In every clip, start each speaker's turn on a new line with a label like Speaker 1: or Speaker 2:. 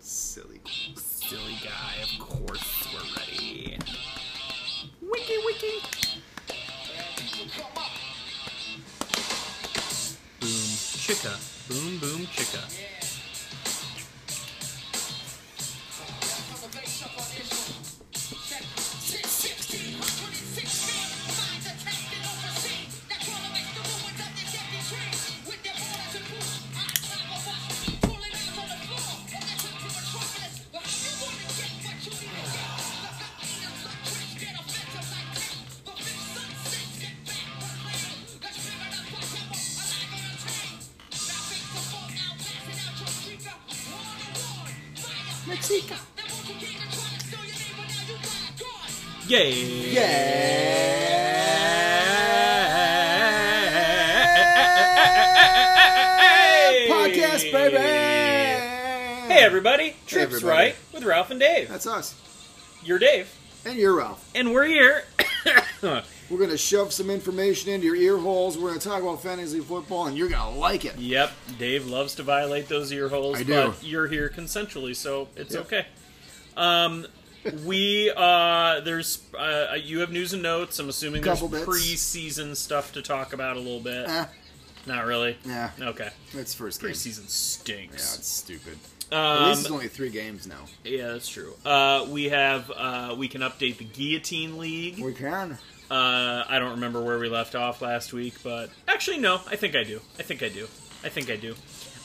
Speaker 1: Silly, silly guy. Of course we're ready. Wiki, wiki. Boom, chicka. Boom, boom, chicka. Yeah.
Speaker 2: Yeah. Podcast, baby.
Speaker 1: Hey everybody, Trips
Speaker 2: everybody.
Speaker 1: Right with Ralph and Dave.
Speaker 2: That's us.
Speaker 1: You're Dave,
Speaker 2: And you're Ralph.
Speaker 1: and we're here.
Speaker 2: We're going to shove some information into your ear holes. We're going to talk about fantasy football, and you're going to like it.
Speaker 1: yep, Dave loves to violate those ear holes,
Speaker 2: I do.
Speaker 1: but you're here consensually, so it's
Speaker 2: Yeah.
Speaker 1: okay. Um, we uh, there's uh, you have news and notes. I'm assuming
Speaker 2: Couple
Speaker 1: there's
Speaker 2: bits.
Speaker 1: preseason stuff to talk about a little bit.
Speaker 2: Eh,
Speaker 1: Not really.
Speaker 2: nah,
Speaker 1: Okay.
Speaker 2: that's first game.
Speaker 1: Preseason Um,
Speaker 2: Yeah,
Speaker 1: stinks.
Speaker 2: it's stupid. At
Speaker 1: Yeah,
Speaker 2: least it's only three games now.
Speaker 1: yeah that's true. Uh, we have uh, we can update the Guillotine League.
Speaker 2: We can.
Speaker 1: Uh, I don't remember where we left off last week, but actually no, I think I do. I think I do. I think I do.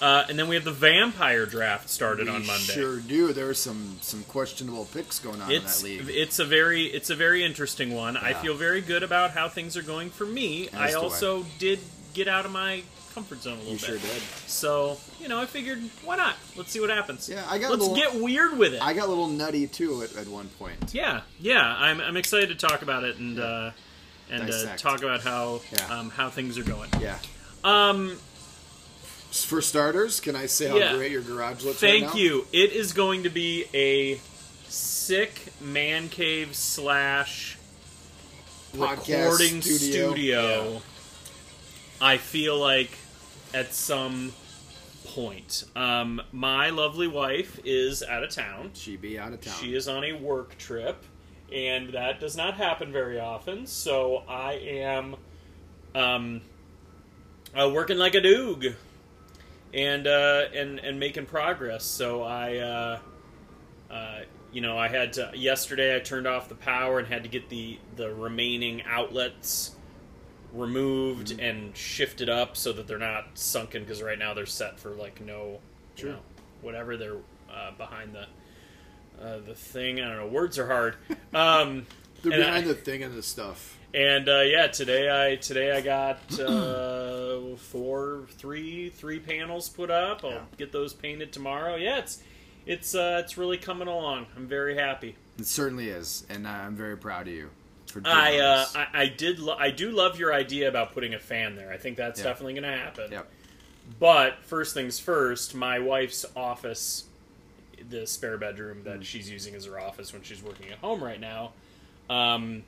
Speaker 1: Uh, and then we have the Vampire Draft started
Speaker 2: We
Speaker 1: on Monday.
Speaker 2: Sure do. There's some some questionable picks going on
Speaker 1: It's
Speaker 2: in that league.
Speaker 1: it's a very it's a very interesting one. I
Speaker 2: Yeah.
Speaker 1: feel very good about how things are going for me.
Speaker 2: As
Speaker 1: I
Speaker 2: do I.
Speaker 1: also did get out of my comfort zone a little
Speaker 2: you
Speaker 1: bit.
Speaker 2: sure did.
Speaker 1: So, you know, I figured why not? Let's see what happens.
Speaker 2: Yeah, I got a
Speaker 1: Let's
Speaker 2: little-
Speaker 1: get weird with it.
Speaker 2: I got a little nutty too at, at one point.
Speaker 1: Yeah, yeah, I'm, I'm excited to talk about it and uh, and uh,
Speaker 2: Dissect.
Speaker 1: talk about how
Speaker 2: Yeah.
Speaker 1: um, how things are going.
Speaker 2: Yeah.
Speaker 1: Um,
Speaker 2: For starters, can I say how
Speaker 1: Yeah.
Speaker 2: great your garage looks right
Speaker 1: thank
Speaker 2: now?
Speaker 1: you. It is going to be a sick man cave slash
Speaker 2: Podcast
Speaker 1: recording
Speaker 2: studio.
Speaker 1: studio. I feel like at some point, um, my lovely wife is out of town.
Speaker 2: She be out of town.
Speaker 1: She is on a work trip, and that does not happen very often. So I am, um, uh, working like a doog, and uh, and and making progress. So I, uh, uh, you know, I had to yesterday. I turned off the power and had to get the the remaining outlets removed and shifted up so that they're not sunken because right now they're set for like no,
Speaker 2: Sure.
Speaker 1: you know, whatever they're uh, behind the uh, the thing. I don't know. Words are hard. Um,
Speaker 2: They're
Speaker 1: and
Speaker 2: behind
Speaker 1: I-
Speaker 2: the thing and the stuff.
Speaker 1: and uh, yeah, today I today I got uh, four, three, three panels put up. I'll
Speaker 2: Yeah.
Speaker 1: get those painted tomorrow. Yeah, it's it's uh, it's really coming along. I'm very happy.
Speaker 2: It certainly is, and I'm very proud of you. For doing
Speaker 1: I, uh,
Speaker 2: this.
Speaker 1: I I did lo- I do love your idea about putting a fan there. I think that's
Speaker 2: Yeah.
Speaker 1: definitely going to happen.
Speaker 2: Yep.
Speaker 1: But first things first, my wife's office, the spare bedroom
Speaker 2: Hmm.
Speaker 1: that she's using as her office when she's working at home right now, um,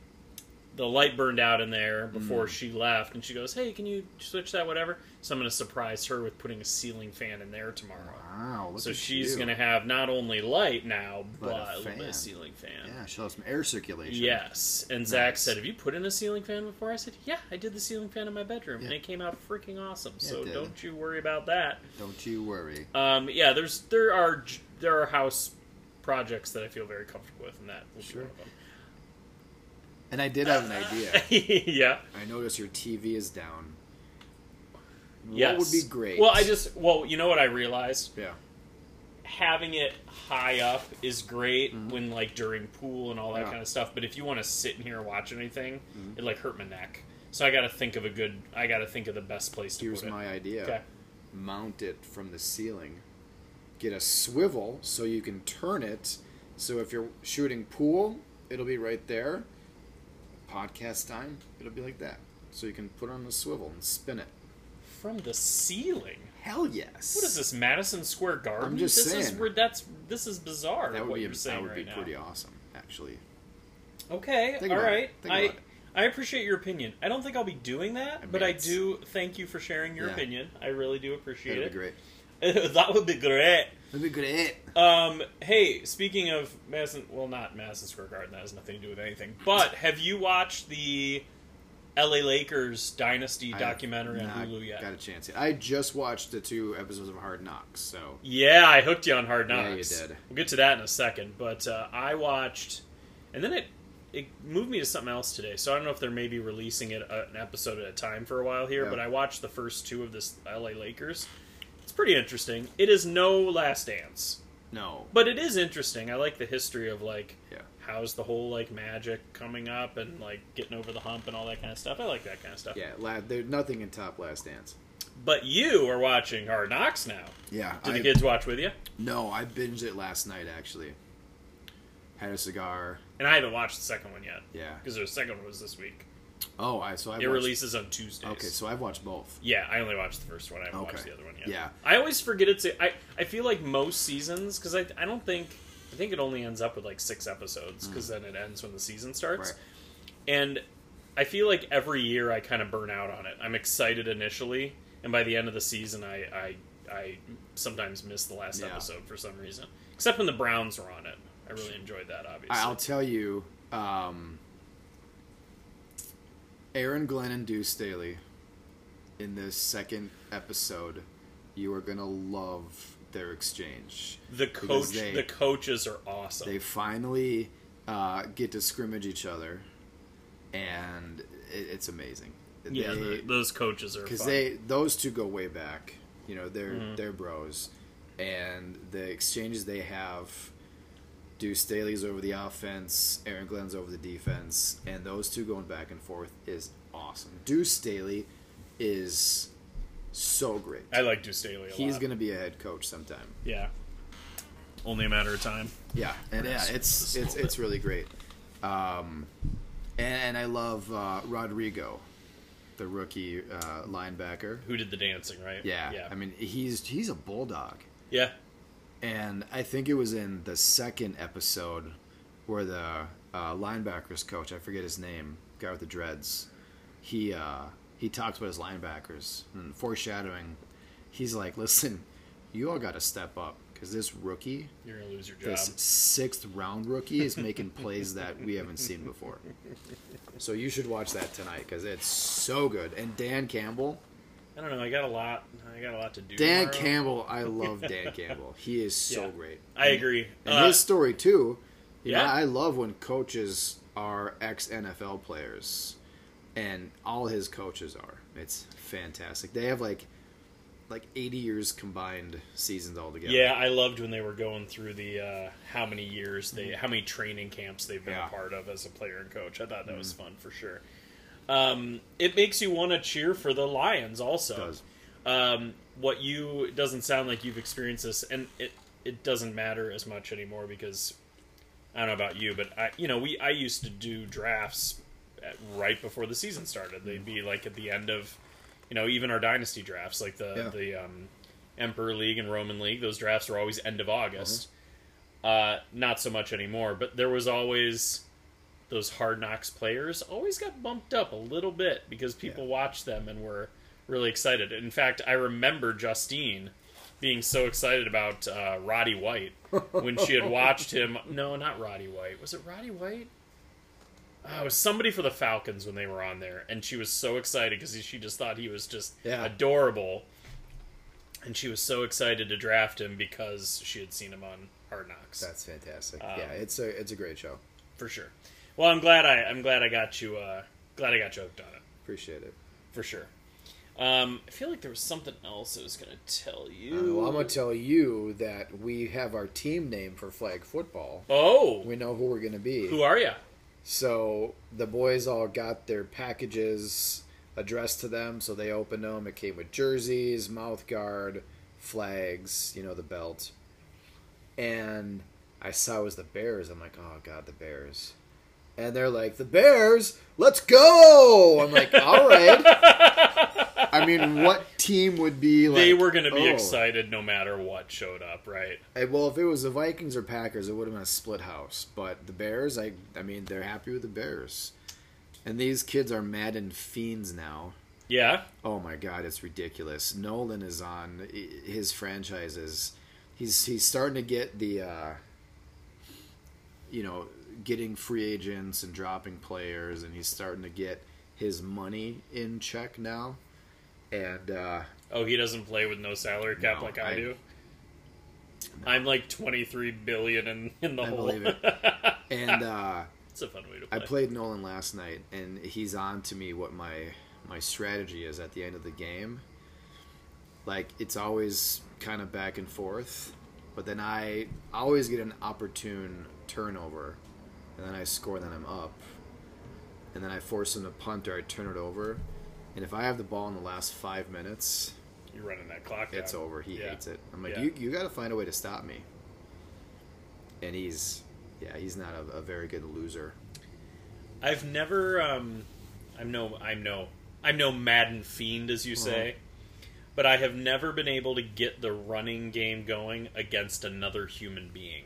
Speaker 1: the light burned out in there before
Speaker 2: Hmm.
Speaker 1: she left, and she goes, "Hey, can you switch that, whatever?" So I'm going to surprise her with putting a ceiling fan in there tomorrow.
Speaker 2: Wow. Look
Speaker 1: So
Speaker 2: at
Speaker 1: she's
Speaker 2: you.
Speaker 1: going to have not only light now, but,
Speaker 2: But a
Speaker 1: a, little bit
Speaker 2: fan.
Speaker 1: of ceiling fan.
Speaker 2: Yeah, she'll have some air circulation.
Speaker 1: Yes. And Zach
Speaker 2: Nice.
Speaker 1: said, Have you put in a ceiling fan before? I said, Yeah, I did the ceiling fan in my bedroom. And
Speaker 2: Yeah.
Speaker 1: it came out freaking awesome.
Speaker 2: Yeah, it
Speaker 1: so
Speaker 2: did.
Speaker 1: don't you worry about that.
Speaker 2: Don't you worry.
Speaker 1: Um, yeah, there's there are j- there are house projects that I feel very comfortable with, and that will
Speaker 2: Sure.
Speaker 1: be one
Speaker 2: And I did have an idea.
Speaker 1: of them. yeah.
Speaker 2: I noticed your TV is down. What
Speaker 1: Yes.
Speaker 2: would be great?
Speaker 1: Well, I just well, you know what I realized
Speaker 2: yeah.
Speaker 1: having it high up is great when like during pool and all
Speaker 2: Mm-hmm.
Speaker 1: that
Speaker 2: Yeah. Mm-hmm.
Speaker 1: kind of stuff. But if you want to sit in here and watch anything, it like hurt my neck. So I got to think of a good. I got to think of the best place to
Speaker 2: Here's
Speaker 1: put it.
Speaker 2: my idea.
Speaker 1: Okay.
Speaker 2: Mount it from the ceiling. Get a swivel so you can turn it. So if you're shooting pool, it'll be right there. Podcast time, it'll be like that. So you can put on the swivel and spin it.
Speaker 1: From the ceiling.
Speaker 2: Hell yes.
Speaker 1: What is this Madison Square Garden?
Speaker 2: just
Speaker 1: this is
Speaker 2: saying.
Speaker 1: where that's this is bizarre.
Speaker 2: That would
Speaker 1: what
Speaker 2: be
Speaker 1: you're saying
Speaker 2: that would be
Speaker 1: right now.
Speaker 2: pretty awesome, actually.
Speaker 1: Okay,
Speaker 2: Think
Speaker 1: all
Speaker 2: about it.
Speaker 1: right.
Speaker 2: Think
Speaker 1: I
Speaker 2: about it.
Speaker 1: I appreciate your opinion. I don't think I'll be doing that,
Speaker 2: mean,
Speaker 1: but I
Speaker 2: it's-
Speaker 1: do thank you for sharing your
Speaker 2: Yeah.
Speaker 1: opinion. I really do appreciate
Speaker 2: That'd
Speaker 1: it.
Speaker 2: be great.
Speaker 1: that would be great.
Speaker 2: That'd be great.
Speaker 1: Um, hey, speaking of Madison, well, not Madison Square Garden. That has nothing to do with anything. But have you watched the L.A. Lakers dynasty
Speaker 2: I have
Speaker 1: documentary on
Speaker 2: not
Speaker 1: Hulu yet?
Speaker 2: Got a chance. yet. I just watched the two episodes of Hard Knocks, so
Speaker 1: Yeah, I hooked you on Hard
Speaker 2: Yeah, you
Speaker 1: Knocks.
Speaker 2: did.
Speaker 1: We'll get to that in a second, but uh, I watched, and then it it moved me to something else today. So I don't know if they're maybe releasing it uh, an episode at a time for a while here,
Speaker 2: Yeah.
Speaker 1: but I watched the first two of this L.A. Lakers. It's pretty interesting. It is no Last Dance,
Speaker 2: no.
Speaker 1: but it is interesting. I like the history of like
Speaker 2: Yeah.
Speaker 1: how's the whole like magic coming up and like getting over the hump and all that kind of stuff. I like that kind of stuff.
Speaker 2: Yeah, la- there's nothing in Top Last Dance.
Speaker 1: But you are watching Hard Knocks now.
Speaker 2: Yeah.
Speaker 1: Did
Speaker 2: I,
Speaker 1: the kids watch with you?
Speaker 2: No, I binged it last night actually. Had a cigar.
Speaker 1: And I haven't watched the second one yet.
Speaker 2: Yeah.
Speaker 1: Because the second one was this week.
Speaker 2: Oh, I so I
Speaker 1: it
Speaker 2: watched,
Speaker 1: releases on Tuesdays.
Speaker 2: Okay, so I've watched both.
Speaker 1: yeah, I only watched the first one. I haven't
Speaker 2: Okay.
Speaker 1: watched the other one yet.
Speaker 2: Yeah.
Speaker 1: I always forget it's. I I feel like most seasons because I I don't think I think it only ends up with like six episodes because then it ends when the season starts.
Speaker 2: Mm. Right.
Speaker 1: And I feel like every year I kind of burn out on it. I'm excited initially, and by the end of the season, I I, I sometimes miss the last
Speaker 2: Yeah.
Speaker 1: episode for some reason. Except when the Browns were on it, I really enjoyed that. Obviously,
Speaker 2: I- I'll tell you, um, Aaron Glenn and Deuce Staley in this second episode, you are gonna love their exchange.
Speaker 1: the
Speaker 2: because
Speaker 1: coach
Speaker 2: they-
Speaker 1: the coaches are awesome.
Speaker 2: They finally uh, get to scrimmage each other, and it, it's amazing.
Speaker 1: yeah,
Speaker 2: They-
Speaker 1: the, those coaches are
Speaker 2: because
Speaker 1: fun.
Speaker 2: they
Speaker 1: Mm-hmm.
Speaker 2: those two go way back. You know, they're they're bros, and the exchanges they have. Deuce Staley's over the offense, Aaron Glenn's over the defense, and those two going back and forth is awesome. Deuce Staley is so great.
Speaker 1: I like Deuce Daly a
Speaker 2: He's
Speaker 1: lot.
Speaker 2: going to be a head coach sometime.
Speaker 1: Yeah. Only a matter of time.
Speaker 2: Yeah, and yeah,
Speaker 1: Perhaps
Speaker 2: it's
Speaker 1: just a
Speaker 2: it's
Speaker 1: little
Speaker 2: it's really great. Um, and, and I love uh, Rodrigo, the rookie uh, linebacker.
Speaker 1: Who did the dancing, right?
Speaker 2: Yeah,
Speaker 1: Yeah.
Speaker 2: I mean he's he's a bulldog,
Speaker 1: yeah.
Speaker 2: and I think it was in the second episode where the uh, linebackers coach, I forget his name, guy with the dreads, he uh, he talks about his linebackers and foreshadowing. He's like, listen, you all got to step up because this rookie
Speaker 1: You're going to lose your job.
Speaker 2: this sixth round rookie is making plays that we haven't seen before. So you should watch that tonight because it's so good. And Dan Campbell,
Speaker 1: I don't know. I got a lot. I got a lot to do.
Speaker 2: Dan
Speaker 1: tomorrow.
Speaker 2: Campbell, I love Dan Campbell. He is so
Speaker 1: Yeah.
Speaker 2: great.
Speaker 1: I agree.
Speaker 2: And
Speaker 1: Uh,
Speaker 2: his story too. yeah,
Speaker 1: yeah.
Speaker 2: I love when coaches are ex NFL players, and all his coaches are. It's fantastic. They have like like eighty years combined seasons all together.
Speaker 1: yeah, I loved when they were going through the uh, how many years they, how many training camps they've been
Speaker 2: Yeah. Mm.
Speaker 1: a part of as a player and coach. I thought that was fun for sure. Um, it makes you want to cheer for the Lions, also.
Speaker 2: does.
Speaker 1: um, what you it doesn't sound like you've experienced this, and it it doesn't matter as much anymore because I don't know about you, but I you know we I used to do drafts at, right before the season started. They'd be like at the end of you know even our dynasty drafts, like the
Speaker 2: Yeah.
Speaker 1: the um, Emperor League and Roman League. Those drafts were always end of August. Uh, not so much anymore, but there was always those hard knocks players always got bumped up a little bit because people watched them and were really excited. In fact, I remember Justine being so excited about uh, Roddy White when she had watched him. No, not Roddy White. Was it Roddy White? Oh, it was somebody for the Falcons when they were on there, and she was so excited because she just thought he was just
Speaker 2: Yeah.
Speaker 1: adorable, and she was so excited to draft him because she had seen him on Hard Knocks
Speaker 2: That's fantastic.
Speaker 1: Um,
Speaker 2: yeah, it's a it's a great show.
Speaker 1: for sure. Well, I'm glad I I'm glad I got you uh, glad I got you hooked on it
Speaker 2: Appreciate it.
Speaker 1: for sure. Um, I feel like there was something else I was gonna tell you.
Speaker 2: Uh, well, I'm gonna tell you that we have our team name for flag football.
Speaker 1: oh,
Speaker 2: We know who we're gonna be.
Speaker 1: who are you?
Speaker 2: so the boys all got their packages addressed to them, so they opened them. It came with jerseys, mouth guard, flags, you know, the belt. And I saw it was the Bears. I'm like, oh god, the Bears. And they're like, the Bears, let's go. I'm like, all right. I mean, what team would be like?
Speaker 1: they were gonna be
Speaker 2: oh.
Speaker 1: excited no matter what showed up, right?
Speaker 2: Hey, Well, if it was the Vikings or Packers, it would have been a split house. But the Bears, I, I mean, they're happy with the Bears, and these kids are Madden fiends now.
Speaker 1: Yeah.
Speaker 2: Oh my God, it's ridiculous. Nolan is on i- his franchises. he's he's starting to get the uh, you know getting free agents and dropping players, and he's starting to get his money in check now. And uh,
Speaker 1: Oh, he doesn't play with no salary cap
Speaker 2: No,
Speaker 1: like I,
Speaker 2: I-
Speaker 1: do. I'm like 23 billion in, in the
Speaker 2: I
Speaker 1: hole.
Speaker 2: believe it. and uh,
Speaker 1: it's a fun way to play.
Speaker 2: I played Nolan last night, and he's on to me what my my strategy is at the end of the game. Like it's always kind of back and forth, but then I always get an opportune turnover, and then I score, and then I'm up, and then I force him to punt or I turn it over, and if I have the ball in the last five minutes,
Speaker 1: You're running that clock.
Speaker 2: it's
Speaker 1: down.
Speaker 2: over. He
Speaker 1: Yeah.
Speaker 2: hates it. I'm like,
Speaker 1: Yeah.
Speaker 2: you you got to find a way to stop me. And he's, yeah, he's not a, a very good loser.
Speaker 1: I've never. Um, I'm no. I'm no. I'm no Madden fiend, as you
Speaker 2: Uh-huh.
Speaker 1: say, but I have never been able to get the running game going against another human being.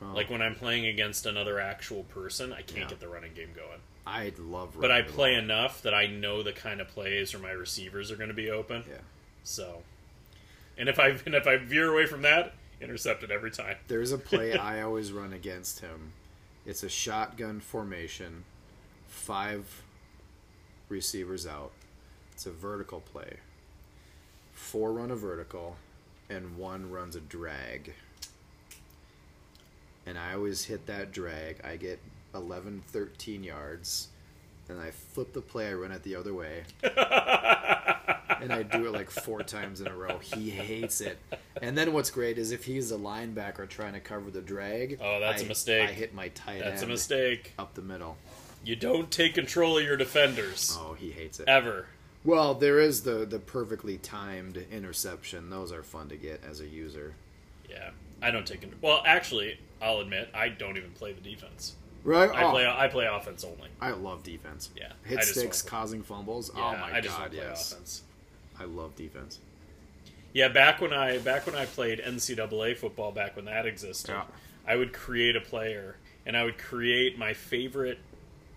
Speaker 2: Huh.
Speaker 1: Like when I'm playing against another actual person, I can't
Speaker 2: Oh. Yeah.
Speaker 1: get the running game going.
Speaker 2: I'd love.
Speaker 1: But I
Speaker 2: Rocket
Speaker 1: play
Speaker 2: Launch.
Speaker 1: enough that I know the kind of plays where my receivers are going to be open.
Speaker 2: Yeah,
Speaker 1: So, and if I and if I veer away from that, intercepted every time.
Speaker 2: there's a play I always run against him. It's a shotgun formation, five receivers out. It's a vertical play. Four run a vertical, and one runs a drag. And I always hit that drag. I get 11, 13 yards. And I flip the play, I run it the other way. and I do it like four times in a row. He hates it. And then what's great is if he's a linebacker trying to cover the drag.
Speaker 1: Oh, that's
Speaker 2: a
Speaker 1: a mistake.
Speaker 2: I hit my tight end.
Speaker 1: That's a mistake.
Speaker 2: Up the middle.
Speaker 1: You don't take control of your defenders
Speaker 2: Oh, he hates it.
Speaker 1: ever.
Speaker 2: Well, there is the the perfectly timed interception. Those are fun to get as a user.
Speaker 1: Yeah, I don't take control. Well, actually, I'll admit I don't even play the defense.
Speaker 2: Right?
Speaker 1: I
Speaker 2: Oh,
Speaker 1: play I play offense only.
Speaker 2: I love defense.
Speaker 1: Yeah, I
Speaker 2: Hit
Speaker 1: just
Speaker 2: sticks
Speaker 1: wanna-
Speaker 2: causing fumbles.
Speaker 1: Yeah,
Speaker 2: oh my
Speaker 1: I just wanna
Speaker 2: god,
Speaker 1: play
Speaker 2: yes.
Speaker 1: offense.
Speaker 2: I love defense.
Speaker 1: Yeah, back when I back when I played NCAA football, back when that existed,
Speaker 2: Yeah.
Speaker 1: I would create a player and I would create my favorite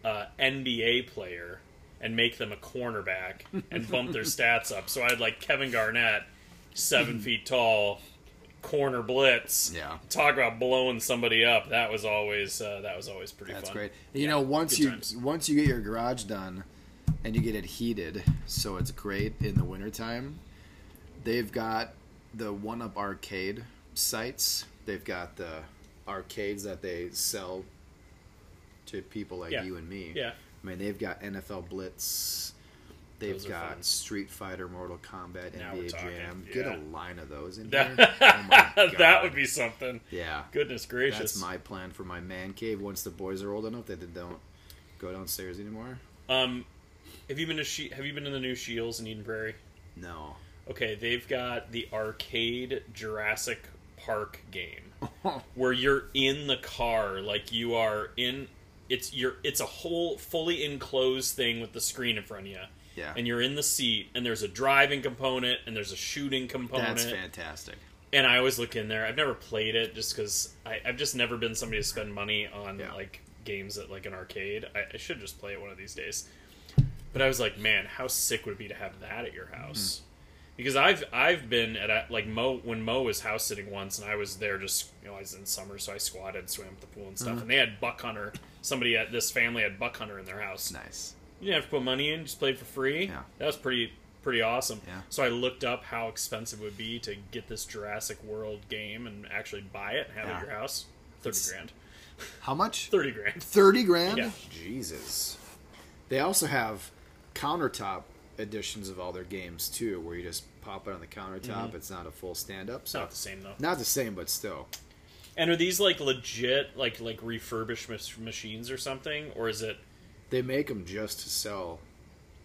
Speaker 1: uh, NBA player and make them a cornerback and bump their stats up. So I had like Kevin Garnett, seven feet tall, corner blitz.
Speaker 2: Yeah.
Speaker 1: talk about blowing somebody up. That was always uh, that was always pretty.
Speaker 2: That's
Speaker 1: fun.
Speaker 2: great. You
Speaker 1: Yeah,
Speaker 2: know, once
Speaker 1: good
Speaker 2: you
Speaker 1: times.
Speaker 2: once you get your garage done and you get it heated, so it's great in the wintertime, they've got the one up arcade sites. They've got the arcades that they sell to people like
Speaker 1: Yeah.
Speaker 2: you and me.
Speaker 1: Yeah.
Speaker 2: I mean, they've got NFL Blitz. They've
Speaker 1: Those are
Speaker 2: got
Speaker 1: fun.
Speaker 2: Street Fighter, Mortal Kombat,
Speaker 1: Now we're
Speaker 2: NBA
Speaker 1: talking,
Speaker 2: Jam. Get a
Speaker 1: yeah.
Speaker 2: line of those in
Speaker 1: That,
Speaker 2: here. Oh my
Speaker 1: that
Speaker 2: God.
Speaker 1: would be something.
Speaker 2: yeah.
Speaker 1: Goodness gracious.
Speaker 2: That's my plan for my man cave. Once the boys are old enough that they don't go downstairs anymore.
Speaker 1: Um, have you been to she- Have you been to the new Shields in Eden Prairie?
Speaker 2: No.
Speaker 1: Okay, they've got the arcade Jurassic Park game where you're in the car, like you are in. It's you're. It's a whole fully enclosed thing with the screen in front of you,
Speaker 2: yeah.
Speaker 1: and you're in the seat. And there's a driving component, and there's a shooting component.
Speaker 2: That's fantastic.
Speaker 1: and I always look in there. I've never played it just because I've just never been somebody to spend money on
Speaker 2: Yeah.
Speaker 1: like games at like an arcade. I, I should just play it one of these days. But I was like, man, how sick would it be to have that at your house? Because I've I've been at a, like Mo when Mo was house sitting once, and I was there just you know I was in summer, so I squatted, swam at the pool and stuff, and they had buck hunter. Somebody at this family had buck hunter in their house.
Speaker 2: Nice.
Speaker 1: You didn't have to put money in; just played for free.
Speaker 2: Yeah.
Speaker 1: That was pretty pretty awesome.
Speaker 2: Yeah.
Speaker 1: So I looked up how expensive it would be to get this Jurassic World game and actually buy it and have it
Speaker 2: Yeah.
Speaker 1: at your house. Thirty grand.
Speaker 2: How much?
Speaker 1: Thirty grand.
Speaker 2: Thirty grand.
Speaker 1: Yeah.
Speaker 2: Jesus. They also have countertop editions of all their games too, where you just pop it on the countertop.
Speaker 1: Mm-hmm.
Speaker 2: It's not a full stand up.
Speaker 1: It's
Speaker 2: So
Speaker 1: not the same though.
Speaker 2: not the same, but still.
Speaker 1: And are these like legit, like like refurbished mach- machines or something, or is it?
Speaker 2: They make them just to sell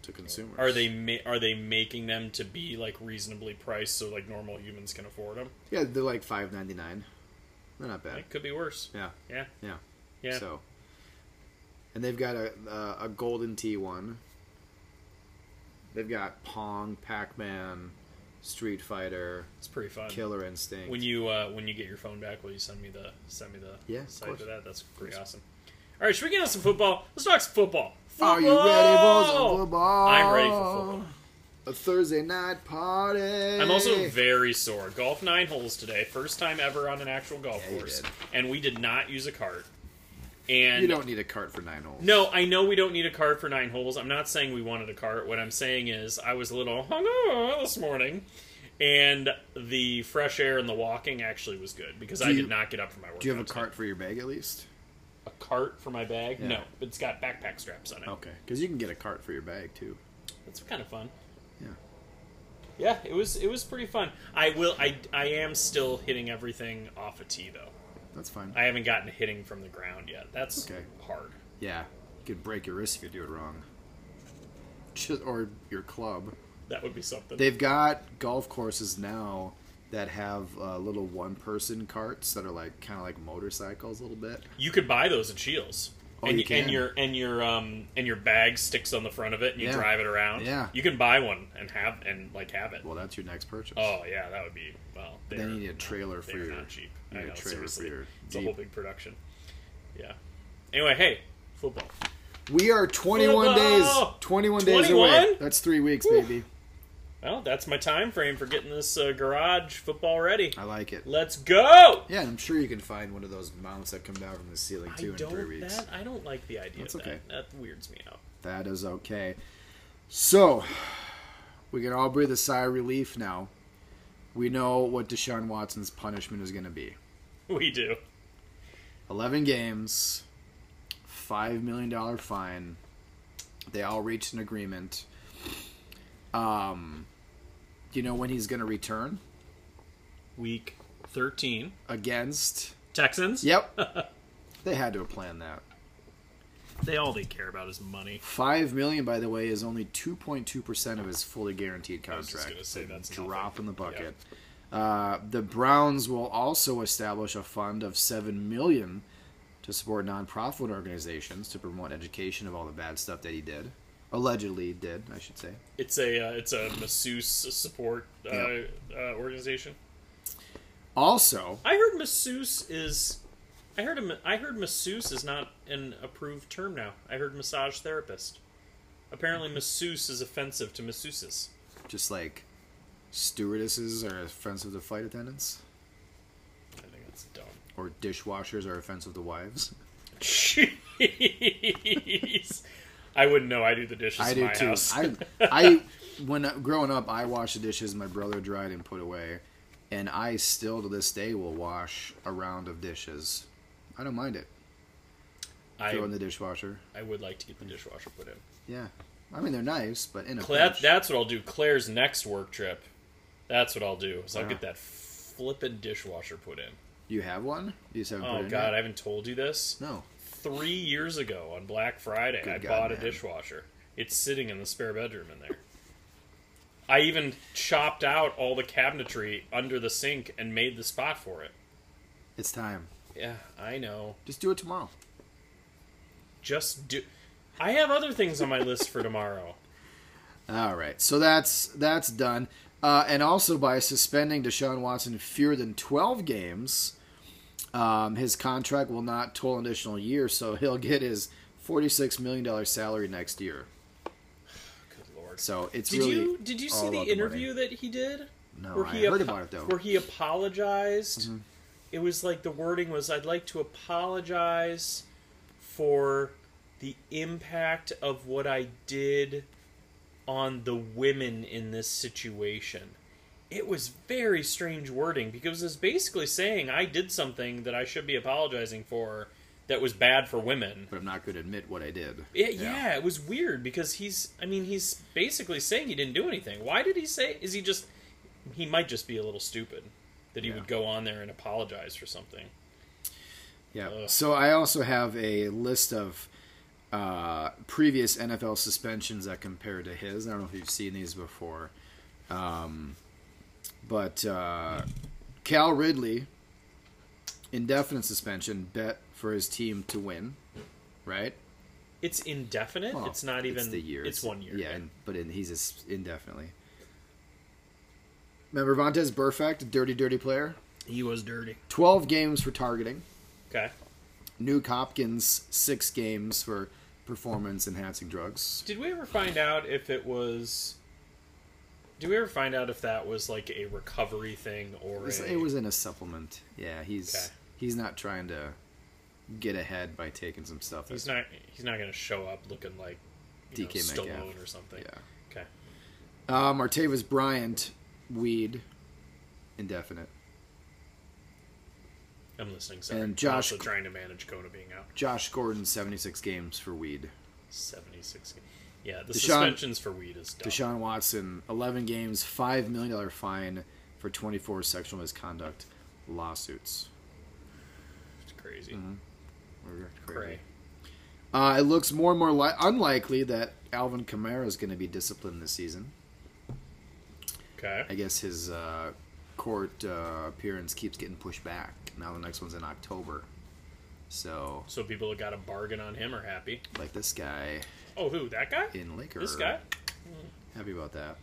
Speaker 2: to consumers.
Speaker 1: Are they ma- are they making them to be like reasonably priced so like normal humans can afford them?
Speaker 2: Yeah, they're like five ninety nine. They're not bad.
Speaker 1: It could be worse.
Speaker 2: Yeah.
Speaker 1: Yeah.
Speaker 2: Yeah.
Speaker 1: Yeah.
Speaker 2: So, and they've got a uh, a golden T one. They've got Pong, Pac Man, Street Fighter,
Speaker 1: It's pretty fun.
Speaker 2: Killer Instinct.
Speaker 1: Um, When you uh, when you get your phone back, will you send me the send me the
Speaker 2: Yeah, of
Speaker 1: site
Speaker 2: course.
Speaker 1: for that? That's pretty awesome. All right, should we get on some football? Let's talk some football.
Speaker 2: Are you ready for some
Speaker 1: Football!
Speaker 2: football?
Speaker 1: I'm ready for football.
Speaker 2: a Thursday night party.
Speaker 1: I'm also very sore. Golf nine holes today, first time ever on an actual golf
Speaker 2: Yeah, you
Speaker 1: course,
Speaker 2: did.
Speaker 1: and we did not use a cart. And
Speaker 2: You don't need a cart for nine holes.
Speaker 1: no, I know we don't need a cart for nine holes. I'm not saying we wanted a cart. What I'm saying is I was a little hungover this morning, and the fresh air and the walking actually was good because I
Speaker 2: you-
Speaker 1: did not get up from my work.
Speaker 2: Do you have a cart for your bag at least?
Speaker 1: A cart for my bag?
Speaker 2: Yeah. Oh.
Speaker 1: No, it's got backpack straps on it.
Speaker 2: Okay, because you can get a cart for your bag too.
Speaker 1: That's kind of fun.
Speaker 2: Yeah.
Speaker 1: Yeah, it was it was pretty fun. I will I I am still hitting everything off a tee though.
Speaker 2: That's fine.
Speaker 1: I haven't gotten hitting from the ground yet. That's
Speaker 2: Okay.
Speaker 1: hard.
Speaker 2: Yeah, you could break your wrist if you do it wrong. Just, or your club.
Speaker 1: That would be something.
Speaker 2: They've got golf courses now that have uh, little one-person carts that are like kind of like motorcycles a little bit.
Speaker 1: you could buy those at Shields.
Speaker 2: Oh,
Speaker 1: and,
Speaker 2: you can.
Speaker 1: and your and your um and your bag sticks on the front of it and you
Speaker 2: Yeah.
Speaker 1: drive it around.
Speaker 2: Yeah.
Speaker 1: You can buy one and have and like have it.
Speaker 2: Well, that's your next purchase.
Speaker 1: Oh yeah, that would be well. They're,
Speaker 2: then you need a trailer for
Speaker 1: they're
Speaker 2: your.
Speaker 1: not cheap.
Speaker 2: you
Speaker 1: I
Speaker 2: need a
Speaker 1: know,
Speaker 2: trailer for
Speaker 1: seriously.
Speaker 2: your
Speaker 1: it's a
Speaker 2: Jeep.
Speaker 1: whole big production. Yeah. Anyway, hey, football.
Speaker 2: We are 21 days.
Speaker 1: Football!
Speaker 2: 21 days
Speaker 1: 21?
Speaker 2: away. That's three weeks,
Speaker 1: Whew.
Speaker 2: baby.
Speaker 1: Well, that's my time frame for getting this uh, garage football ready.
Speaker 2: I like it.
Speaker 1: Let's go.
Speaker 2: Yeah, and I'm sure you can find one of those mounts that come down from the ceiling
Speaker 1: I
Speaker 2: too in three
Speaker 1: don't
Speaker 2: weeks.
Speaker 1: that I don't like the idea
Speaker 2: That's
Speaker 1: of
Speaker 2: okay.
Speaker 1: that. That weirds me out.
Speaker 2: That is okay. So, we can all breathe a sigh of relief now. We know what Deshaun Watson's punishment is going to be
Speaker 1: We do.
Speaker 2: 11 games, $5 million fine. They all reached an agreement. Um, do you know when he's going to return?
Speaker 1: Week 13.
Speaker 2: Against.
Speaker 1: Texans?
Speaker 2: Yep. they had to have planned that.
Speaker 1: They all they care about is money.
Speaker 2: Five million, by the way, is only two point two percent of his fully guaranteed
Speaker 1: was just
Speaker 2: contract.
Speaker 1: gonna say
Speaker 2: It's a
Speaker 1: that's
Speaker 2: drop in the bucket. Uh, the Browns will also establish a fund of seven million to support nonprofit organizations to promote education of all the bad stuff that he did, allegedly did, I should say.
Speaker 1: It's a uh, it's a masseuse support uh, uh, organization.
Speaker 2: Also,
Speaker 1: I heard masseuse is I heard a ma- I heard masseuse is not an approved term now. I heard massage therapist. Apparently masseuse is offensive to masseuses.
Speaker 2: just like stewardesses are offensive to flight attendants,
Speaker 1: I think that's dumb.
Speaker 2: or dishwashers are offensive to wives.
Speaker 1: Jeez. I wouldn't know. I do the dishes
Speaker 2: I
Speaker 1: in
Speaker 2: do
Speaker 1: my
Speaker 2: too.
Speaker 1: house.
Speaker 2: I, I when uh, growing up, I washed the dishes my brother dried and put away, and I still to this day will wash a round of dishes. I don't mind it.
Speaker 1: I,
Speaker 2: Throw in the dishwasher.
Speaker 1: I would like to get the dishwasher put in.
Speaker 2: Yeah, I mean they're nice, but in a
Speaker 1: Cla- that,
Speaker 2: pinch-
Speaker 1: that's what I'll do. Claire's next work trip. That's what I'll do. Is I'll
Speaker 2: Yeah.
Speaker 1: get that flippin' dishwasher put in.
Speaker 2: you have one. You just haven't put
Speaker 1: Oh
Speaker 2: it in
Speaker 1: God, I
Speaker 2: yet?
Speaker 1: haven't told you this.
Speaker 2: no.
Speaker 1: Three years ago on Black Friday,
Speaker 2: Good
Speaker 1: I
Speaker 2: God,
Speaker 1: bought a
Speaker 2: man.
Speaker 1: dishwasher. It's sitting in the spare bedroom in there. I even chopped out all the cabinetry under the sink and made the spot for it.
Speaker 2: It's time.
Speaker 1: Yeah, I know.
Speaker 2: Just do it tomorrow.
Speaker 1: Just do. I have other things on my list for tomorrow.
Speaker 2: All right, so that's that's done. Uh, and also by suspending Deshaun Watson fewer than twelve games, um, his contract will not toll an additional year, so he'll get his forty-six million dollars salary next year.
Speaker 1: Good lord.
Speaker 2: So it's
Speaker 1: Did
Speaker 2: really
Speaker 1: you did you
Speaker 2: all
Speaker 1: see the
Speaker 2: about the money.
Speaker 1: interview that he did?
Speaker 2: No,
Speaker 1: where
Speaker 2: I
Speaker 1: he
Speaker 2: heard
Speaker 1: apo-
Speaker 2: about it, though. Mm-hmm.
Speaker 1: Where he apologized. It was like the wording was, "I'd like to apologize for the impact of what I did on the women in this situation." It was very strange wording because it's basically saying I did something that I should be apologizing for that was bad for women.
Speaker 2: but I'm not going to admit what I did.
Speaker 1: It, yeah. it was weird because he's. I mean, he's basically saying he didn't do anything. Why did he say? Is he just? He might just be a little stupid that he
Speaker 2: Yeah.
Speaker 1: would go on there and apologize for something.
Speaker 2: yeah.
Speaker 1: Ugh.
Speaker 2: So I also have a list of uh, previous NFL suspensions that compare to his. I don't know if you've seen these before, um, but uh, Cal Ridley indefinite suspension bet for his team to win, right?
Speaker 1: It's indefinite.
Speaker 2: Well,
Speaker 1: it's not even.
Speaker 2: it's the year.
Speaker 1: It's one year.
Speaker 2: Yeah, and, but in, he's just indefinitely. Remember Vontez Burfict, dirty, dirty player.
Speaker 1: he was dirty.
Speaker 2: Twelve games for targeting.
Speaker 1: Okay.
Speaker 2: Nuke Hopkins six games for performance enhancing drugs.
Speaker 1: Did we ever find out if it was Do we ever find out if that was like a recovery thing
Speaker 2: It
Speaker 1: or
Speaker 2: was,
Speaker 1: a,
Speaker 2: it was in a supplement. Yeah, he's
Speaker 1: Okay.
Speaker 2: he's not trying to get ahead by taking some stuff.
Speaker 1: He's
Speaker 2: that's-
Speaker 1: not. He's not going to show up looking like you
Speaker 2: DK
Speaker 1: know,
Speaker 2: Metcalf.
Speaker 1: Stallone or something.
Speaker 2: Yeah.
Speaker 1: Okay.
Speaker 2: Uh, Martavis Bryant, weed, indefinite.
Speaker 1: I'm listening. Sorry.
Speaker 2: And Josh-
Speaker 1: I'm also trying to manage Kona being out.
Speaker 2: Josh Gordon, seventy six games for weed.
Speaker 1: Oh. 76. Yeah, the
Speaker 2: Deshaun-
Speaker 1: suspensions for weed is dumb.
Speaker 2: Deshaun Watson, 11 games, $5 million fine for 24 sexual misconduct lawsuits.
Speaker 1: It's crazy.
Speaker 2: Mm-hmm. Crazy.
Speaker 1: Cray.
Speaker 2: Uh, it looks more and more li- unlikely that Alvin Kamara is going to be disciplined this season.
Speaker 1: Okay.
Speaker 2: I guess his uh, court uh, appearance keeps getting pushed back. Now the next one's in October. So,
Speaker 1: So people that got a bargain on him are happy.
Speaker 2: like this guy
Speaker 1: Oh, who? That guy?
Speaker 2: in Laker.
Speaker 1: This guy?
Speaker 2: Happy about that.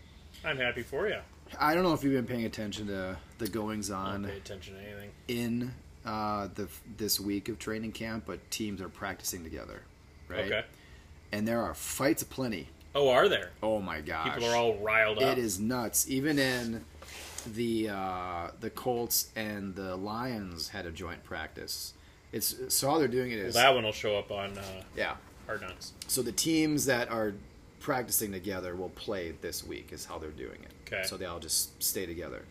Speaker 1: I'm happy for you.
Speaker 2: I don't know if you've been paying attention to the goings
Speaker 1: I
Speaker 2: on
Speaker 1: don't pay attention to anything.
Speaker 2: in uh, the this week of training camp, but teams are practicing together, right?
Speaker 1: Okay.
Speaker 2: And there are fights aplenty.
Speaker 1: Oh, are there?
Speaker 2: Oh my gosh!
Speaker 1: People are all riled up.
Speaker 2: It is nuts. Even in the uh, the Colts and the Lions had a joint practice. It's so how they're doing it
Speaker 1: Well,
Speaker 2: is
Speaker 1: that one will show up on uh,
Speaker 2: yeah.
Speaker 1: Hard Knocks.
Speaker 2: So the teams that are practicing together will play this week is how they're doing it.
Speaker 1: Okay.
Speaker 2: So they all just stay together.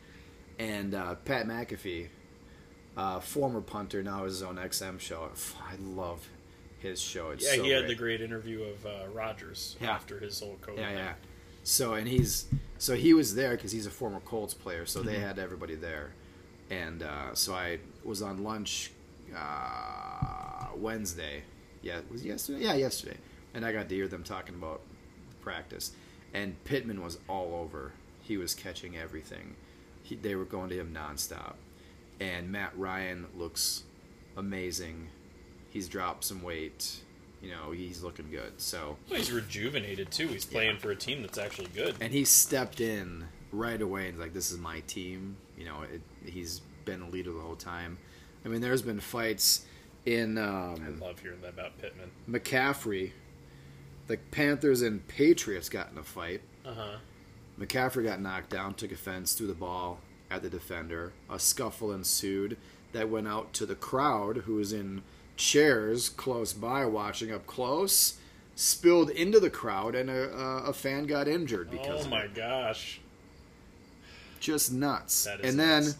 Speaker 2: And uh, Pat McAfee, uh, former punter, now has his own XM show. F- I love his show. It's
Speaker 1: Yeah,
Speaker 2: so
Speaker 1: he had
Speaker 2: great.
Speaker 1: the great interview of uh, Rogers
Speaker 2: Yeah.
Speaker 1: after his whole COVID.
Speaker 2: Yeah,
Speaker 1: thing.
Speaker 2: yeah. So and he's so he was there because he's a former Colts player. So they had everybody there, and uh, so I was on lunch uh, Wednesday. Yeah, was it yesterday? Yeah, yesterday. And I got to hear them talking about practice, and Pittman was all over. He was catching everything. He, they were going to him nonstop, and Matt Ryan looks amazing. He's dropped some weight. You know, he's looking good. So
Speaker 1: Well, he's rejuvenated too. He's playing for a team that's actually good.
Speaker 2: and he stepped in right away and like this is my team you know it, he's been a leader the whole time i mean there's been fights in
Speaker 1: I
Speaker 2: um,
Speaker 1: love hearing that about Pittman.
Speaker 2: mccaffrey the panthers and patriots got in a fight
Speaker 1: Uh huh.
Speaker 2: mccaffrey got knocked down took offense threw the ball at the defender a scuffle ensued that went out to the crowd who was in chairs close by watching up close spilled into the crowd and a, a, a fan got injured because
Speaker 1: Oh
Speaker 2: of it.
Speaker 1: my gosh.
Speaker 2: just nuts.
Speaker 1: That is
Speaker 2: and
Speaker 1: nuts.
Speaker 2: then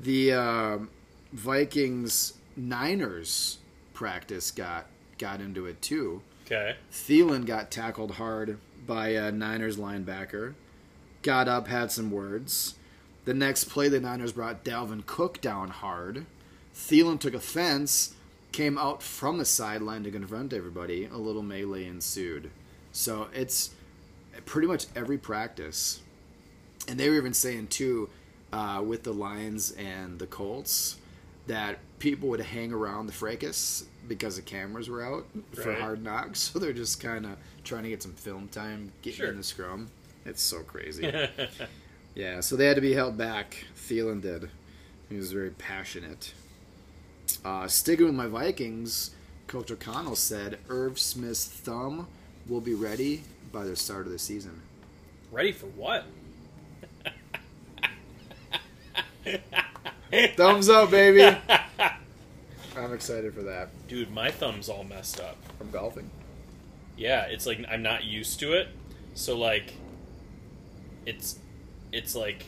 Speaker 2: the um Vikings Niners practice got got into it too.
Speaker 1: Okay.
Speaker 2: Thielen got tackled hard by a Niners linebacker. Got up, had some words. The next play, the Niners brought Dalvin Cook down hard. Thielen took offense, came out from the sideline to confront everybody. A little melee ensued. So it's pretty much every practice. And they were even saying, too, uh, with the Lions and the Colts, that people would hang around the fracas because the cameras were out for
Speaker 1: Right.
Speaker 2: hard knocks. So they're just kind of trying to get some film time, getting
Speaker 1: Sure.
Speaker 2: in the scrum. It's so crazy. Yeah, so they had to be held back. Thielen did. He was very passionate. Uh, sticking with my Vikings, Coach O'Connell said Irv Smith's thumb will be ready by the start of the season.
Speaker 1: Ready for what?
Speaker 2: Thumbs up, baby! I'm excited for that.
Speaker 1: Dude, my thumb's all messed up.
Speaker 2: From golfing?
Speaker 1: Yeah, it's like I'm not used to it. So like it's it's like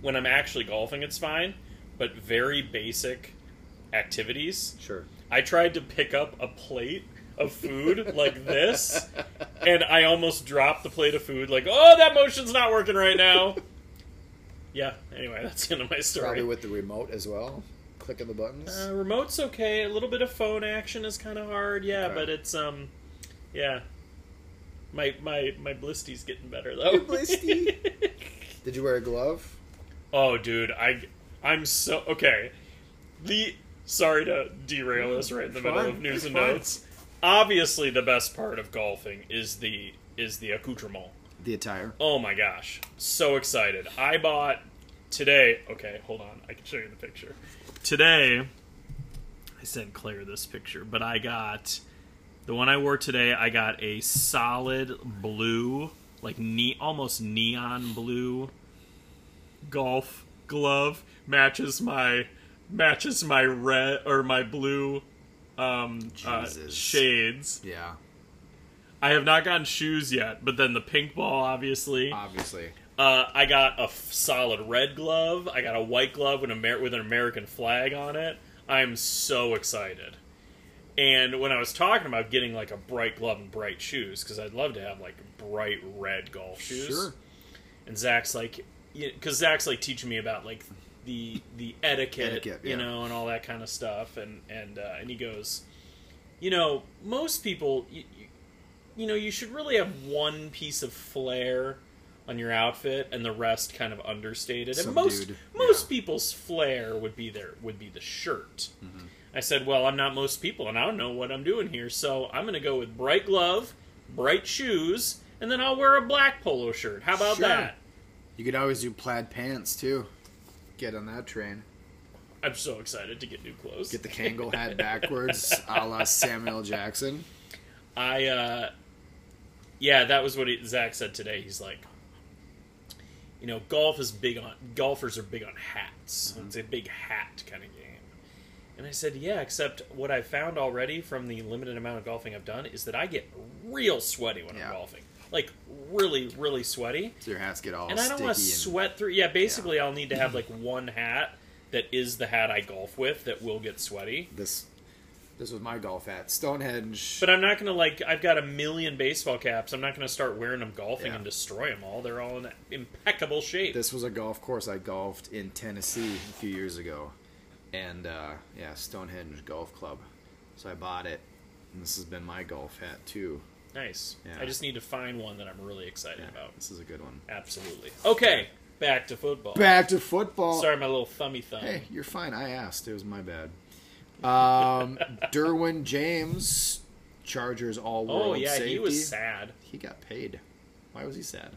Speaker 1: when I'm actually golfing it's fine, but very basic activities.
Speaker 2: Sure.
Speaker 1: I tried to pick up a plate of food like this and I almost dropped the plate of food like, "Oh, that motion's not working right now." yeah, anyway, that's the end of my story.
Speaker 2: Probably with the remote as well. Clicking the buttons.
Speaker 1: Uh, remote's okay. A little bit of phone action is kind of hard, yeah,
Speaker 2: Okay.
Speaker 1: but it's um, yeah. My my my blisty's getting better though.
Speaker 2: Your blisty? Did you wear a glove?
Speaker 1: oh, dude, I I'm so okay. The sorry to derail us right in the
Speaker 2: It's
Speaker 1: middle
Speaker 2: fine.
Speaker 1: of news
Speaker 2: It's
Speaker 1: and
Speaker 2: fine.
Speaker 1: notes. Obviously, the best part of golfing is the is the accoutrement.
Speaker 2: The attire.
Speaker 1: Oh my gosh, so excited! I bought today. Okay, hold on, I can show you the picture. Today, I sent Claire this picture, but I got the one I wore today. I got a solid blue, like ne- almost neon blue golf glove matches my matches my red or my blue um, uh,
Speaker 2: Jesus.
Speaker 1: shades.
Speaker 2: Yeah,
Speaker 1: I have not gotten shoes yet, but then the pink ball, obviously.
Speaker 2: obviously.
Speaker 1: Uh, I got a f- solid red glove. I got a white glove with, Amer- with an American flag on it. I'm so excited. And when I was talking about getting like a bright glove and bright shoes, because I'd love to have like bright red golf shoes.
Speaker 2: Sure.
Speaker 1: And Zach's like, because Zach's like teaching me about like the the etiquette,
Speaker 2: Etiquette, yeah.
Speaker 1: you know, and all that kind of stuff. And and uh, and he goes, you know, most people, you, you, you know, you should really have one piece of flair on your outfit, and the rest kind of understated.
Speaker 2: Some
Speaker 1: and most
Speaker 2: dude,
Speaker 1: most
Speaker 2: yeah. Hmm.
Speaker 1: people's flair would be their would be the shirt. I said, well, I'm not most people, and I don't know what I'm doing here, so I'm going to go with bright glove, bright shoes, and then I'll wear a black polo shirt. How about
Speaker 2: Sure.
Speaker 1: that?
Speaker 2: You could always do plaid pants too. Get on that train.
Speaker 1: I'm so excited to get new clothes.
Speaker 2: Get the Kangol hat backwards, a la Samuel L. Jackson.
Speaker 1: I uh yeah, that was what he, Zach said today. He's like, you know, golf is big on golfers are big on hats.
Speaker 2: Mm-hmm.
Speaker 1: It's a big hat kind of game. And I said, yeah, except what I found already from the limited amount of golfing I've done is that I get real sweaty when
Speaker 2: Yeah.
Speaker 1: I'm golfing, like really, really sweaty.
Speaker 2: So your hats get all
Speaker 1: and I don't
Speaker 2: sticky.
Speaker 1: want
Speaker 2: And
Speaker 1: to sweat through. Yeah, basically, I'll need to have like one hat that is the hat I golf with that will get sweaty.
Speaker 2: this, this was my golf hat, Stonehenge.
Speaker 1: But I'm not gonna like. I've got a million baseball caps. I'm not gonna start wearing them golfing
Speaker 2: Yeah.
Speaker 1: and destroy them all. They're all in impeccable shape.
Speaker 2: this was a golf course I golfed in Tennessee a few years ago, and uh, yeah, Stonehenge Golf Club. So I bought it, and this has been my golf hat too.
Speaker 1: nice.
Speaker 2: Yeah.
Speaker 1: I just need to find one that I'm really excited
Speaker 2: Yeah,
Speaker 1: about.
Speaker 2: this is a good one.
Speaker 1: Absolutely. Okay, back to football.
Speaker 2: Back to football.
Speaker 1: Sorry, my little thummy thumb.
Speaker 2: Hey, you're fine. I asked. It was my bad. Um, Derwin James, Chargers All World
Speaker 1: oh yeah,
Speaker 2: safety.
Speaker 1: he was sad
Speaker 2: He got paid. Why was he sad?